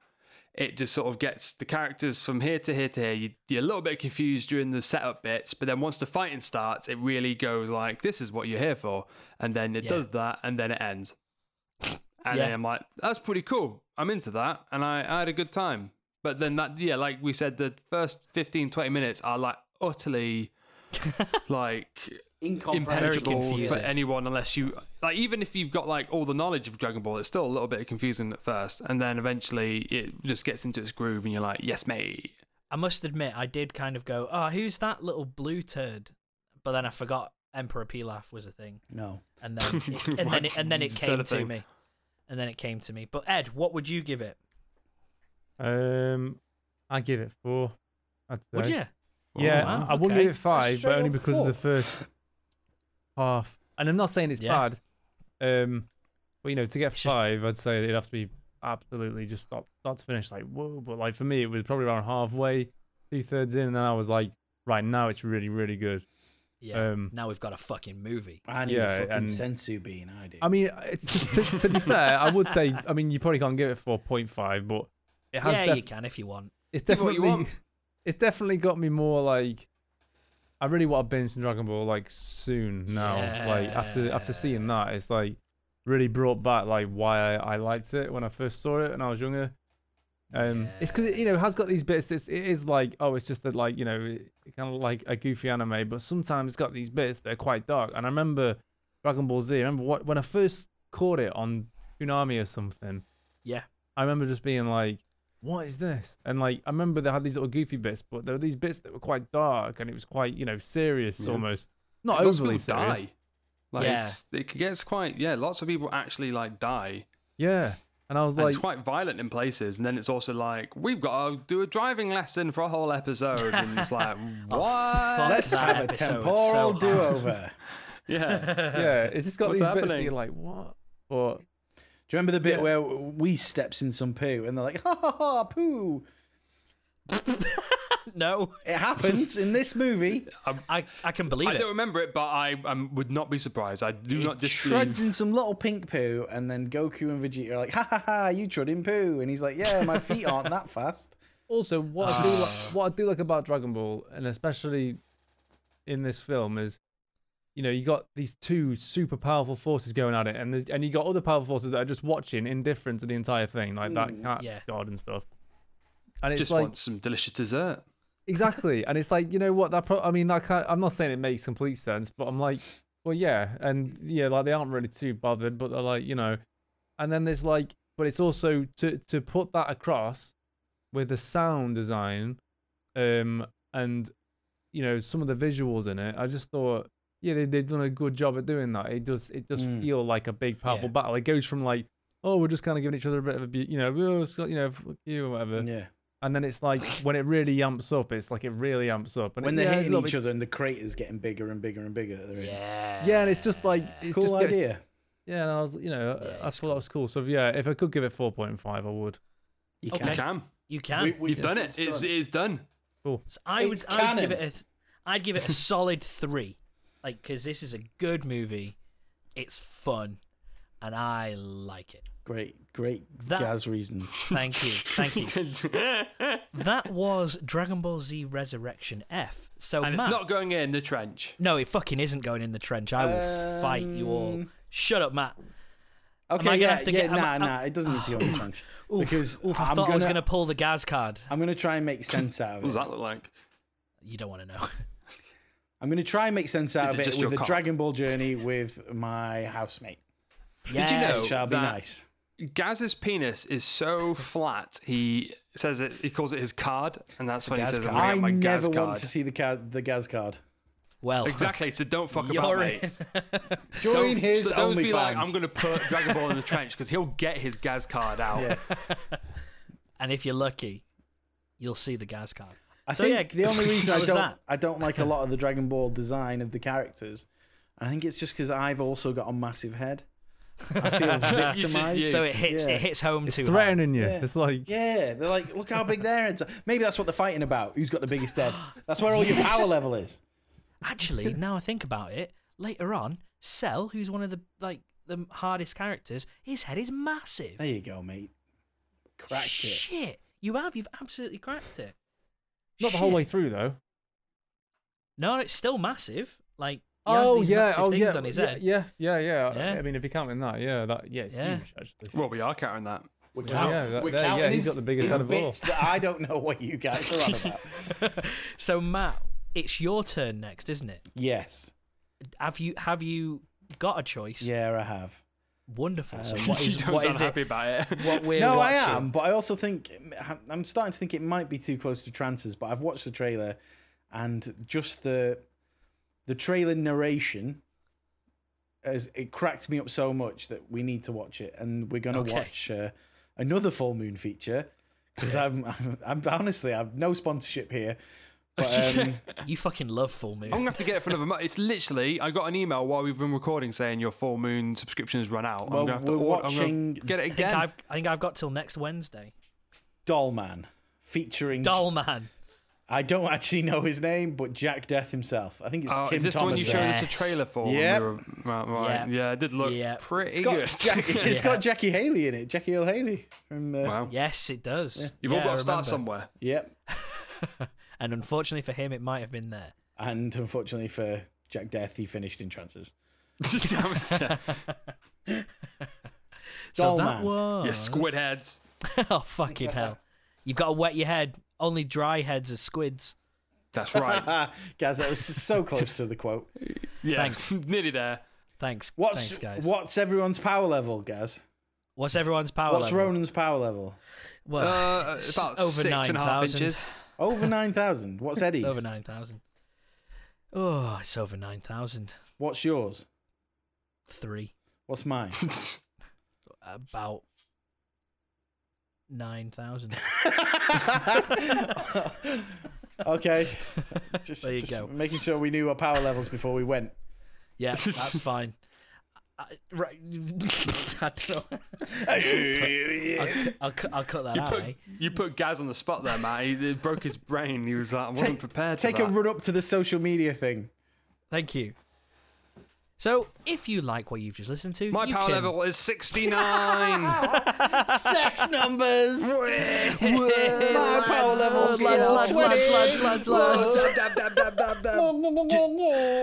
[SPEAKER 2] It just sort of gets the characters from here to here to here. You, you're a little bit confused during the setup bits, but then once the fighting starts, it really goes like, "This is what you're here for," and then it
[SPEAKER 1] Yeah.
[SPEAKER 2] does that, and then it ends. And then
[SPEAKER 1] Yeah.
[SPEAKER 2] I'm like, "That's pretty cool. I'm into that," and I, I had a good time. But then that, yeah, like we said, the first 15, 20 minutes are like utterly like
[SPEAKER 1] Very
[SPEAKER 2] impenetrable for
[SPEAKER 1] confusing.
[SPEAKER 2] anyone unless you like even if you've got like all the knowledge of Dragon Ball, it's still a little bit confusing at first, and then eventually it just gets into its groove, and you're like, "Yes, mate."
[SPEAKER 1] I must admit I did kind of go, Oh, who's that little blue turd? But then I forgot Emperor Pilaf was a thing.
[SPEAKER 3] No.
[SPEAKER 1] And then it, and then it, and then it
[SPEAKER 2] Is that
[SPEAKER 1] came
[SPEAKER 2] a
[SPEAKER 1] to
[SPEAKER 2] thing?
[SPEAKER 1] me. And then it came to me. But Ed, what would you give it?
[SPEAKER 4] Um, I give it four. I'd say.
[SPEAKER 1] Would you?
[SPEAKER 4] Yeah,
[SPEAKER 1] Oh, wow,
[SPEAKER 4] I wouldn't
[SPEAKER 1] okay.
[SPEAKER 4] give it five,
[SPEAKER 3] Straight
[SPEAKER 4] but only
[SPEAKER 3] up
[SPEAKER 4] because
[SPEAKER 3] four.
[SPEAKER 4] of the first half. And I'm not saying it's
[SPEAKER 1] Yeah.
[SPEAKER 4] bad. Um, but you know, to get
[SPEAKER 1] It's just-
[SPEAKER 4] five, I'd say it'd have to be absolutely just stop, start to finish. Like whoa, but like for me, it was probably around halfway, two thirds in, and then I was like, right now it's really, really good.
[SPEAKER 1] Yeah.
[SPEAKER 4] Um,
[SPEAKER 1] now we've got a fucking movie.
[SPEAKER 3] I need
[SPEAKER 4] Yeah,
[SPEAKER 3] a fucking
[SPEAKER 4] and-
[SPEAKER 3] sensu bean. I do.
[SPEAKER 4] I mean, it's, to, to be fair, I would say, I mean, you probably can't give it four point five, but it has
[SPEAKER 1] Yeah,
[SPEAKER 4] def-
[SPEAKER 1] you can if you want.
[SPEAKER 4] it's
[SPEAKER 2] Give what you
[SPEAKER 4] definitely
[SPEAKER 2] want.
[SPEAKER 4] it's definitely got me more like I really want to binge some Dragon Ball like soon now. Like after after seeing that, it's like really brought back like why I, I liked it when I first saw it when I was younger. Um, it's because you know it has got these bits. It's, it is like oh, it's just that like you know kind of like a goofy anime, but sometimes it's got these bits that are quite dark. And I remember Dragon Ball Z. I remember what, when I first caught it on Toonami or something.
[SPEAKER 1] Yeah.
[SPEAKER 4] I remember just being like, what is this? And like, I remember they had these little goofy bits, but there were these bits that were quite dark and it was quite, you know, serious
[SPEAKER 2] Yeah.
[SPEAKER 4] almost. Not
[SPEAKER 2] Lots of
[SPEAKER 4] overly
[SPEAKER 2] people
[SPEAKER 4] serious.
[SPEAKER 2] die. Like
[SPEAKER 1] Yeah.
[SPEAKER 2] it's, it gets quite yeah. Lots of people actually like die.
[SPEAKER 4] Yeah. And I was
[SPEAKER 2] And
[SPEAKER 4] like,
[SPEAKER 2] it's quite violent in places, and then it's also like we've got to do a driving lesson for a whole episode, and it's like
[SPEAKER 4] Oh,
[SPEAKER 2] what?
[SPEAKER 1] fuck.
[SPEAKER 3] Uh, Let's
[SPEAKER 1] That
[SPEAKER 3] have a
[SPEAKER 1] episode was so
[SPEAKER 3] temporal do over.
[SPEAKER 2] yeah,
[SPEAKER 4] yeah, it's just got
[SPEAKER 2] What's
[SPEAKER 4] these bits that
[SPEAKER 2] happening?
[SPEAKER 4] you're like, what? But
[SPEAKER 3] Do you remember the bit where we steps in some poo and they're like, ha ha ha, poo?
[SPEAKER 1] no,
[SPEAKER 3] It happens in this movie.
[SPEAKER 1] I, I can believe
[SPEAKER 2] I
[SPEAKER 1] it.
[SPEAKER 2] don't remember it, but I um, would not be surprised. I do not
[SPEAKER 3] He
[SPEAKER 2] disbelieve.
[SPEAKER 3] treads in some little pink poo, and then Goku and Vegeta are like, ha ha ha, you trod in poo. And he's like, yeah, my feet aren't that fast.
[SPEAKER 4] also, what I do like, what I do like about Dragon Ball, and especially in this film, is you know you got these two super powerful forces going at it, and there's- and you got other powerful forces that are just watching, indifferent to the entire thing, like that cat
[SPEAKER 1] yeah.
[SPEAKER 4] god and stuff. And it's
[SPEAKER 2] Mm, Just
[SPEAKER 4] like
[SPEAKER 2] want some delicious dessert.
[SPEAKER 4] Exactly, and it's like you know what that. Pro- I mean, that kind. I'm not saying it makes complete sense, but I'm like, well, yeah, and yeah, like they aren't really too bothered, but they're like, you know, and then there's like, but it's also to to put that across with the sound design, um, and you know some of the visuals in it. I just thought, yeah, they they've done a good job at doing that. It does it does
[SPEAKER 3] Mm.
[SPEAKER 4] feel like a big powerful
[SPEAKER 1] Yeah.
[SPEAKER 4] battle. It goes from like, oh, we're just kind of giving each other a bit of a, bu- you know, oh, it's got- you know, fuck you or whatever
[SPEAKER 3] Yeah.
[SPEAKER 4] and then it's like when it really amps up, it's like it really amps up. And
[SPEAKER 3] When
[SPEAKER 4] it-
[SPEAKER 3] they're
[SPEAKER 4] yeah,
[SPEAKER 3] hitting each other and the crater's getting bigger and bigger and bigger. that they're in.
[SPEAKER 1] Yeah.
[SPEAKER 4] yeah, and it's just like it's
[SPEAKER 3] cool
[SPEAKER 4] just gets-
[SPEAKER 3] idea.
[SPEAKER 4] yeah, and I was you know
[SPEAKER 1] Yeah,
[SPEAKER 4] I
[SPEAKER 1] it's
[SPEAKER 4] thought that was cool. So yeah, if I could give it four point five, I would.
[SPEAKER 3] You
[SPEAKER 1] Okay.
[SPEAKER 2] You
[SPEAKER 1] Yeah.
[SPEAKER 2] can.
[SPEAKER 1] You can.
[SPEAKER 3] We- we-
[SPEAKER 2] You've done it.
[SPEAKER 3] it's
[SPEAKER 2] It's
[SPEAKER 3] done.
[SPEAKER 2] it is done.
[SPEAKER 1] So I would.
[SPEAKER 3] It's
[SPEAKER 1] I'd give it
[SPEAKER 3] canon.
[SPEAKER 1] a. I'd give it a solid three, like because this is a good movie. It's fun, and I like it.
[SPEAKER 3] Great, great
[SPEAKER 1] That-
[SPEAKER 3] Gaz reasons.
[SPEAKER 1] Thank you, thank you. that was Dragon Ball Z Resurrection F. So
[SPEAKER 2] and
[SPEAKER 1] Matt-
[SPEAKER 2] it's not going in the trench.
[SPEAKER 1] No, it fucking isn't going in the trench. I will fight you all.
[SPEAKER 3] Um,
[SPEAKER 1] Shut up, Matt. I
[SPEAKER 3] Okay,
[SPEAKER 1] gonna
[SPEAKER 3] yeah,
[SPEAKER 1] have to
[SPEAKER 3] yeah,
[SPEAKER 1] get- am
[SPEAKER 3] nah,
[SPEAKER 1] I- am-
[SPEAKER 3] nah, it doesn't need to go in the trunks.
[SPEAKER 1] Oof,
[SPEAKER 3] because
[SPEAKER 1] oof, I
[SPEAKER 3] I'm
[SPEAKER 1] thought I was
[SPEAKER 3] gonna-
[SPEAKER 1] going to pull the Gaz card.
[SPEAKER 3] I'm going to try and make sense out
[SPEAKER 2] What does
[SPEAKER 3] of it.
[SPEAKER 2] that look like?
[SPEAKER 1] You don't want to know.
[SPEAKER 3] I'm going to try and make sense out
[SPEAKER 2] Is
[SPEAKER 3] of
[SPEAKER 2] it
[SPEAKER 3] it
[SPEAKER 2] just
[SPEAKER 3] with
[SPEAKER 2] your
[SPEAKER 3] a
[SPEAKER 2] cock?
[SPEAKER 3] Dragon Ball journey with my housemate.
[SPEAKER 1] yes.
[SPEAKER 2] you know-
[SPEAKER 3] It shall be
[SPEAKER 2] that-
[SPEAKER 3] nice.
[SPEAKER 2] Gaz's penis is so flat. He says it. He calls it his card, and that's when he
[SPEAKER 1] Gaz
[SPEAKER 2] says, "I'm
[SPEAKER 1] card.
[SPEAKER 2] gonna
[SPEAKER 3] I
[SPEAKER 2] get my Gaz
[SPEAKER 3] never
[SPEAKER 2] card."
[SPEAKER 3] want to see the ca- the Gaz card.
[SPEAKER 1] Well,
[SPEAKER 2] Exactly. So don't fuck about
[SPEAKER 1] You're
[SPEAKER 2] mate.
[SPEAKER 1] in.
[SPEAKER 3] Join
[SPEAKER 2] Don't,
[SPEAKER 3] his
[SPEAKER 2] so don't be
[SPEAKER 3] OnlyFans.
[SPEAKER 2] like, "I'm going to put Dragon Ball in the trench" because he'll get his Gaz card out.
[SPEAKER 3] Yeah.
[SPEAKER 1] and if you're lucky, you'll see the Gaz card.
[SPEAKER 3] I
[SPEAKER 1] So,
[SPEAKER 3] think
[SPEAKER 1] yeah,
[SPEAKER 3] the only reason
[SPEAKER 1] how
[SPEAKER 3] I
[SPEAKER 1] was
[SPEAKER 3] don't
[SPEAKER 1] that?
[SPEAKER 3] I don't like a lot of the Dragon Ball design of the characters, I think it's just because I've also got a massive head. I feel
[SPEAKER 2] You should-
[SPEAKER 3] victimized.
[SPEAKER 2] yeah.
[SPEAKER 1] So it hits.
[SPEAKER 3] Yeah.
[SPEAKER 1] It hits home
[SPEAKER 4] It's
[SPEAKER 1] too. hard.
[SPEAKER 4] threatening you.
[SPEAKER 3] Yeah.
[SPEAKER 4] It's like
[SPEAKER 3] Yeah, they're like, look how big their heads are. Maybe that's what they're fighting about. Who's got the biggest head? That's where all your power level is.
[SPEAKER 1] Actually, now I think about it, later on, Cell, who's one of the like the hardest characters, his head is massive.
[SPEAKER 3] There you go, mate. Cracked it.
[SPEAKER 1] Shit, you have. You've absolutely cracked it.
[SPEAKER 4] not the whole
[SPEAKER 1] Shit.
[SPEAKER 4] way through though.
[SPEAKER 1] No, it's still massive. Like he has
[SPEAKER 4] Oh
[SPEAKER 1] these
[SPEAKER 4] yeah,
[SPEAKER 1] massive
[SPEAKER 4] oh
[SPEAKER 1] things
[SPEAKER 4] yeah,
[SPEAKER 1] on his
[SPEAKER 4] yeah,
[SPEAKER 1] head.
[SPEAKER 4] yeah, yeah, yeah,
[SPEAKER 1] Yeah.
[SPEAKER 4] I mean, if you count in that, yeah, that yeah, it's
[SPEAKER 1] Yeah.
[SPEAKER 4] huge actually.
[SPEAKER 2] Well, we are counting that.
[SPEAKER 3] We're,
[SPEAKER 4] Yeah,
[SPEAKER 3] count-
[SPEAKER 4] yeah, that-
[SPEAKER 3] we're
[SPEAKER 4] there, yeah,
[SPEAKER 3] counting
[SPEAKER 4] he's
[SPEAKER 3] his,
[SPEAKER 4] got the biggest
[SPEAKER 3] his
[SPEAKER 4] head of all.
[SPEAKER 3] bits that I don't know what you guys are on about.
[SPEAKER 1] So Matt, it's your turn next, isn't it?
[SPEAKER 3] yes.
[SPEAKER 1] Have you have you got a choice?
[SPEAKER 3] Yeah, I have.
[SPEAKER 1] Wonderful. So
[SPEAKER 3] Uh,
[SPEAKER 1] what
[SPEAKER 2] She
[SPEAKER 1] is
[SPEAKER 2] don't
[SPEAKER 1] what
[SPEAKER 2] sound
[SPEAKER 1] is
[SPEAKER 2] happy
[SPEAKER 1] it?
[SPEAKER 2] about it.
[SPEAKER 1] What we're
[SPEAKER 3] no,
[SPEAKER 1] watching?
[SPEAKER 3] I am, but I also think I'm starting to think it might be too close to trances. But I've watched the trailer, and just the the trailer narration as it cracked me up so much that we need to watch it, and we're gonna
[SPEAKER 1] Okay.
[SPEAKER 3] watch uh, another full moon feature because I'm, I'm I'm honestly I've no sponsorship here, but um,
[SPEAKER 1] You fucking love full moon.
[SPEAKER 2] I'm gonna have to get it for another month. It's literally I got an email while we've been recording saying your full moon subscription has run out.
[SPEAKER 3] Well,
[SPEAKER 2] I'm gonna have to
[SPEAKER 3] we're
[SPEAKER 2] order- I'm gonna
[SPEAKER 3] watching-
[SPEAKER 2] get it
[SPEAKER 1] I think
[SPEAKER 2] again.
[SPEAKER 1] I've I think I've got till next Wednesday.
[SPEAKER 3] Dollman featuring
[SPEAKER 1] Doll man.
[SPEAKER 3] I don't actually know his name, but Jack Death himself. I think it's
[SPEAKER 2] Oh,
[SPEAKER 3] Tim
[SPEAKER 2] is this the one
[SPEAKER 3] Thomas.
[SPEAKER 2] you
[SPEAKER 1] Thomason.
[SPEAKER 2] showed us a
[SPEAKER 1] Yes.
[SPEAKER 2] trailer for? when
[SPEAKER 3] Yep.
[SPEAKER 2] We were, right, right.
[SPEAKER 1] Yep.
[SPEAKER 2] Yeah, it did look
[SPEAKER 1] Yep.
[SPEAKER 2] pretty
[SPEAKER 3] It's got,
[SPEAKER 2] good.
[SPEAKER 3] Jack, it's
[SPEAKER 1] Yeah.
[SPEAKER 3] got Jackie Haley in it. Jackie Earl Haley from. Uh,
[SPEAKER 2] Wow.
[SPEAKER 1] Yes, it does.
[SPEAKER 2] You've
[SPEAKER 1] Yeah,
[SPEAKER 2] all got
[SPEAKER 1] I
[SPEAKER 2] to start
[SPEAKER 1] remember.
[SPEAKER 2] somewhere.
[SPEAKER 3] Yep.
[SPEAKER 1] And unfortunately for him, it might have been there.
[SPEAKER 3] And unfortunately for Jack Death, he finished in trances.
[SPEAKER 1] So
[SPEAKER 3] Doll
[SPEAKER 1] that
[SPEAKER 3] Man.
[SPEAKER 1] was
[SPEAKER 2] yeah, squid heads.
[SPEAKER 1] oh fucking hell! You've got to wet your head. Only dry heads are squids.
[SPEAKER 2] That's right.
[SPEAKER 3] Ah, guys, that was so close to the quote.
[SPEAKER 2] Yeah,
[SPEAKER 1] Thanks.
[SPEAKER 2] nearly there.
[SPEAKER 1] Thanks.
[SPEAKER 3] What's
[SPEAKER 1] Thanks, guys.
[SPEAKER 3] what's everyone's power level, Gaz?
[SPEAKER 1] What's everyone's power
[SPEAKER 3] What's
[SPEAKER 1] level?
[SPEAKER 3] Ronan's power level?
[SPEAKER 1] Well,
[SPEAKER 2] Uh,
[SPEAKER 1] it's
[SPEAKER 2] about
[SPEAKER 1] over
[SPEAKER 2] six and a half
[SPEAKER 1] 9,000.
[SPEAKER 2] inches.
[SPEAKER 3] Over nine thousand. What's Eddie's?
[SPEAKER 1] over nine thousand. Oh, it's over nine thousand
[SPEAKER 3] What's yours?
[SPEAKER 1] three.
[SPEAKER 3] What's mine?
[SPEAKER 1] About nine thousand.
[SPEAKER 3] Okay. Just,
[SPEAKER 1] There you
[SPEAKER 3] just
[SPEAKER 1] go.
[SPEAKER 3] making sure we knew our power levels before we went.
[SPEAKER 1] Yeah, that's fine. I, right, I don't know. I'll, I'll, cu- I'll cut that
[SPEAKER 2] You
[SPEAKER 1] out.
[SPEAKER 2] put,
[SPEAKER 1] eh?
[SPEAKER 2] you put Gaz on the spot there, Matt. He, it broke his brain. He was like, I wasn't
[SPEAKER 3] Take-
[SPEAKER 2] prepared.
[SPEAKER 3] Take
[SPEAKER 2] for
[SPEAKER 3] a
[SPEAKER 2] that.
[SPEAKER 3] run up to the social media thing.
[SPEAKER 1] Thank you. So, if you like what you've just listened to,
[SPEAKER 2] My
[SPEAKER 1] you
[SPEAKER 2] power
[SPEAKER 1] can-
[SPEAKER 2] level is 69.
[SPEAKER 3] Sex numbers. My power
[SPEAKER 1] Lads, lads,
[SPEAKER 3] level's level
[SPEAKER 1] lads, lads, lads, lads,
[SPEAKER 3] 20.
[SPEAKER 1] lads. My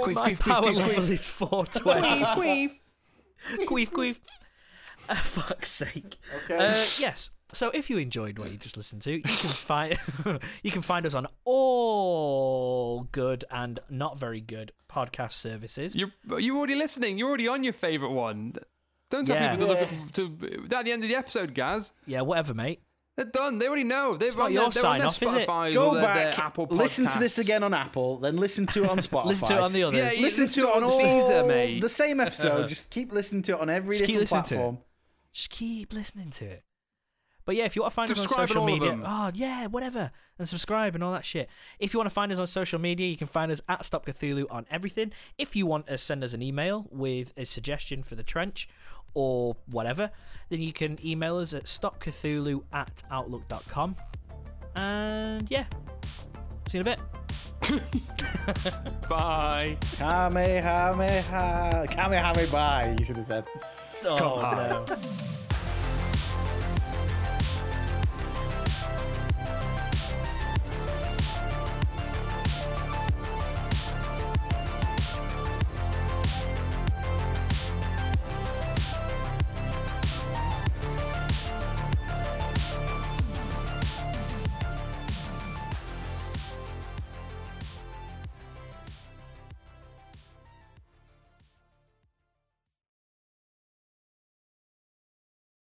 [SPEAKER 2] Queef, queef,
[SPEAKER 1] power
[SPEAKER 2] queef, queef.
[SPEAKER 1] level is 420. queef, queef. Uh, fuck's sake. Uh, yes. So if you enjoyed what you just listened to, you can find you can find us on all good and not very good podcast services.
[SPEAKER 2] You're, you're already listening. You're already on your favourite one. Don't tell
[SPEAKER 1] Yeah.
[SPEAKER 2] people to look at, to, at the end of the episode, Gaz.
[SPEAKER 1] Yeah, whatever, mate.
[SPEAKER 2] They're done. They already know. They've
[SPEAKER 1] not
[SPEAKER 2] on
[SPEAKER 1] your
[SPEAKER 2] their, they're on their
[SPEAKER 1] sign-off, is it?
[SPEAKER 2] Spotify,
[SPEAKER 3] Go
[SPEAKER 2] their,
[SPEAKER 3] back,
[SPEAKER 2] Their Apple
[SPEAKER 3] listen to this
[SPEAKER 2] Podcasts.
[SPEAKER 3] again on Apple, then listen to it on Spotify.
[SPEAKER 1] Listen to it on the others.
[SPEAKER 2] Yeah, you
[SPEAKER 3] listen to it on all
[SPEAKER 2] Caesar, mate.
[SPEAKER 3] the same episode. Just keep listening to it on every
[SPEAKER 1] Uh-huh. Just keep
[SPEAKER 3] different
[SPEAKER 1] listening to it.
[SPEAKER 3] platform.
[SPEAKER 1] Just keep listening to it. But yeah, if you want to find us on
[SPEAKER 2] Subscribe on
[SPEAKER 1] social
[SPEAKER 2] all of
[SPEAKER 1] media,
[SPEAKER 2] them.
[SPEAKER 1] oh yeah, whatever, and subscribe and all that shit. If you want to find us on social media, you can find us at Stop Cthulhu on everything. If you want to send us an email with a suggestion for the trench or whatever, then you can email us at stopcthulhu at outlook.com. And yeah, see you in a bit.
[SPEAKER 2] Bye.
[SPEAKER 3] Kamehameha. Kamehameha. You should have said.
[SPEAKER 1] Oh, no.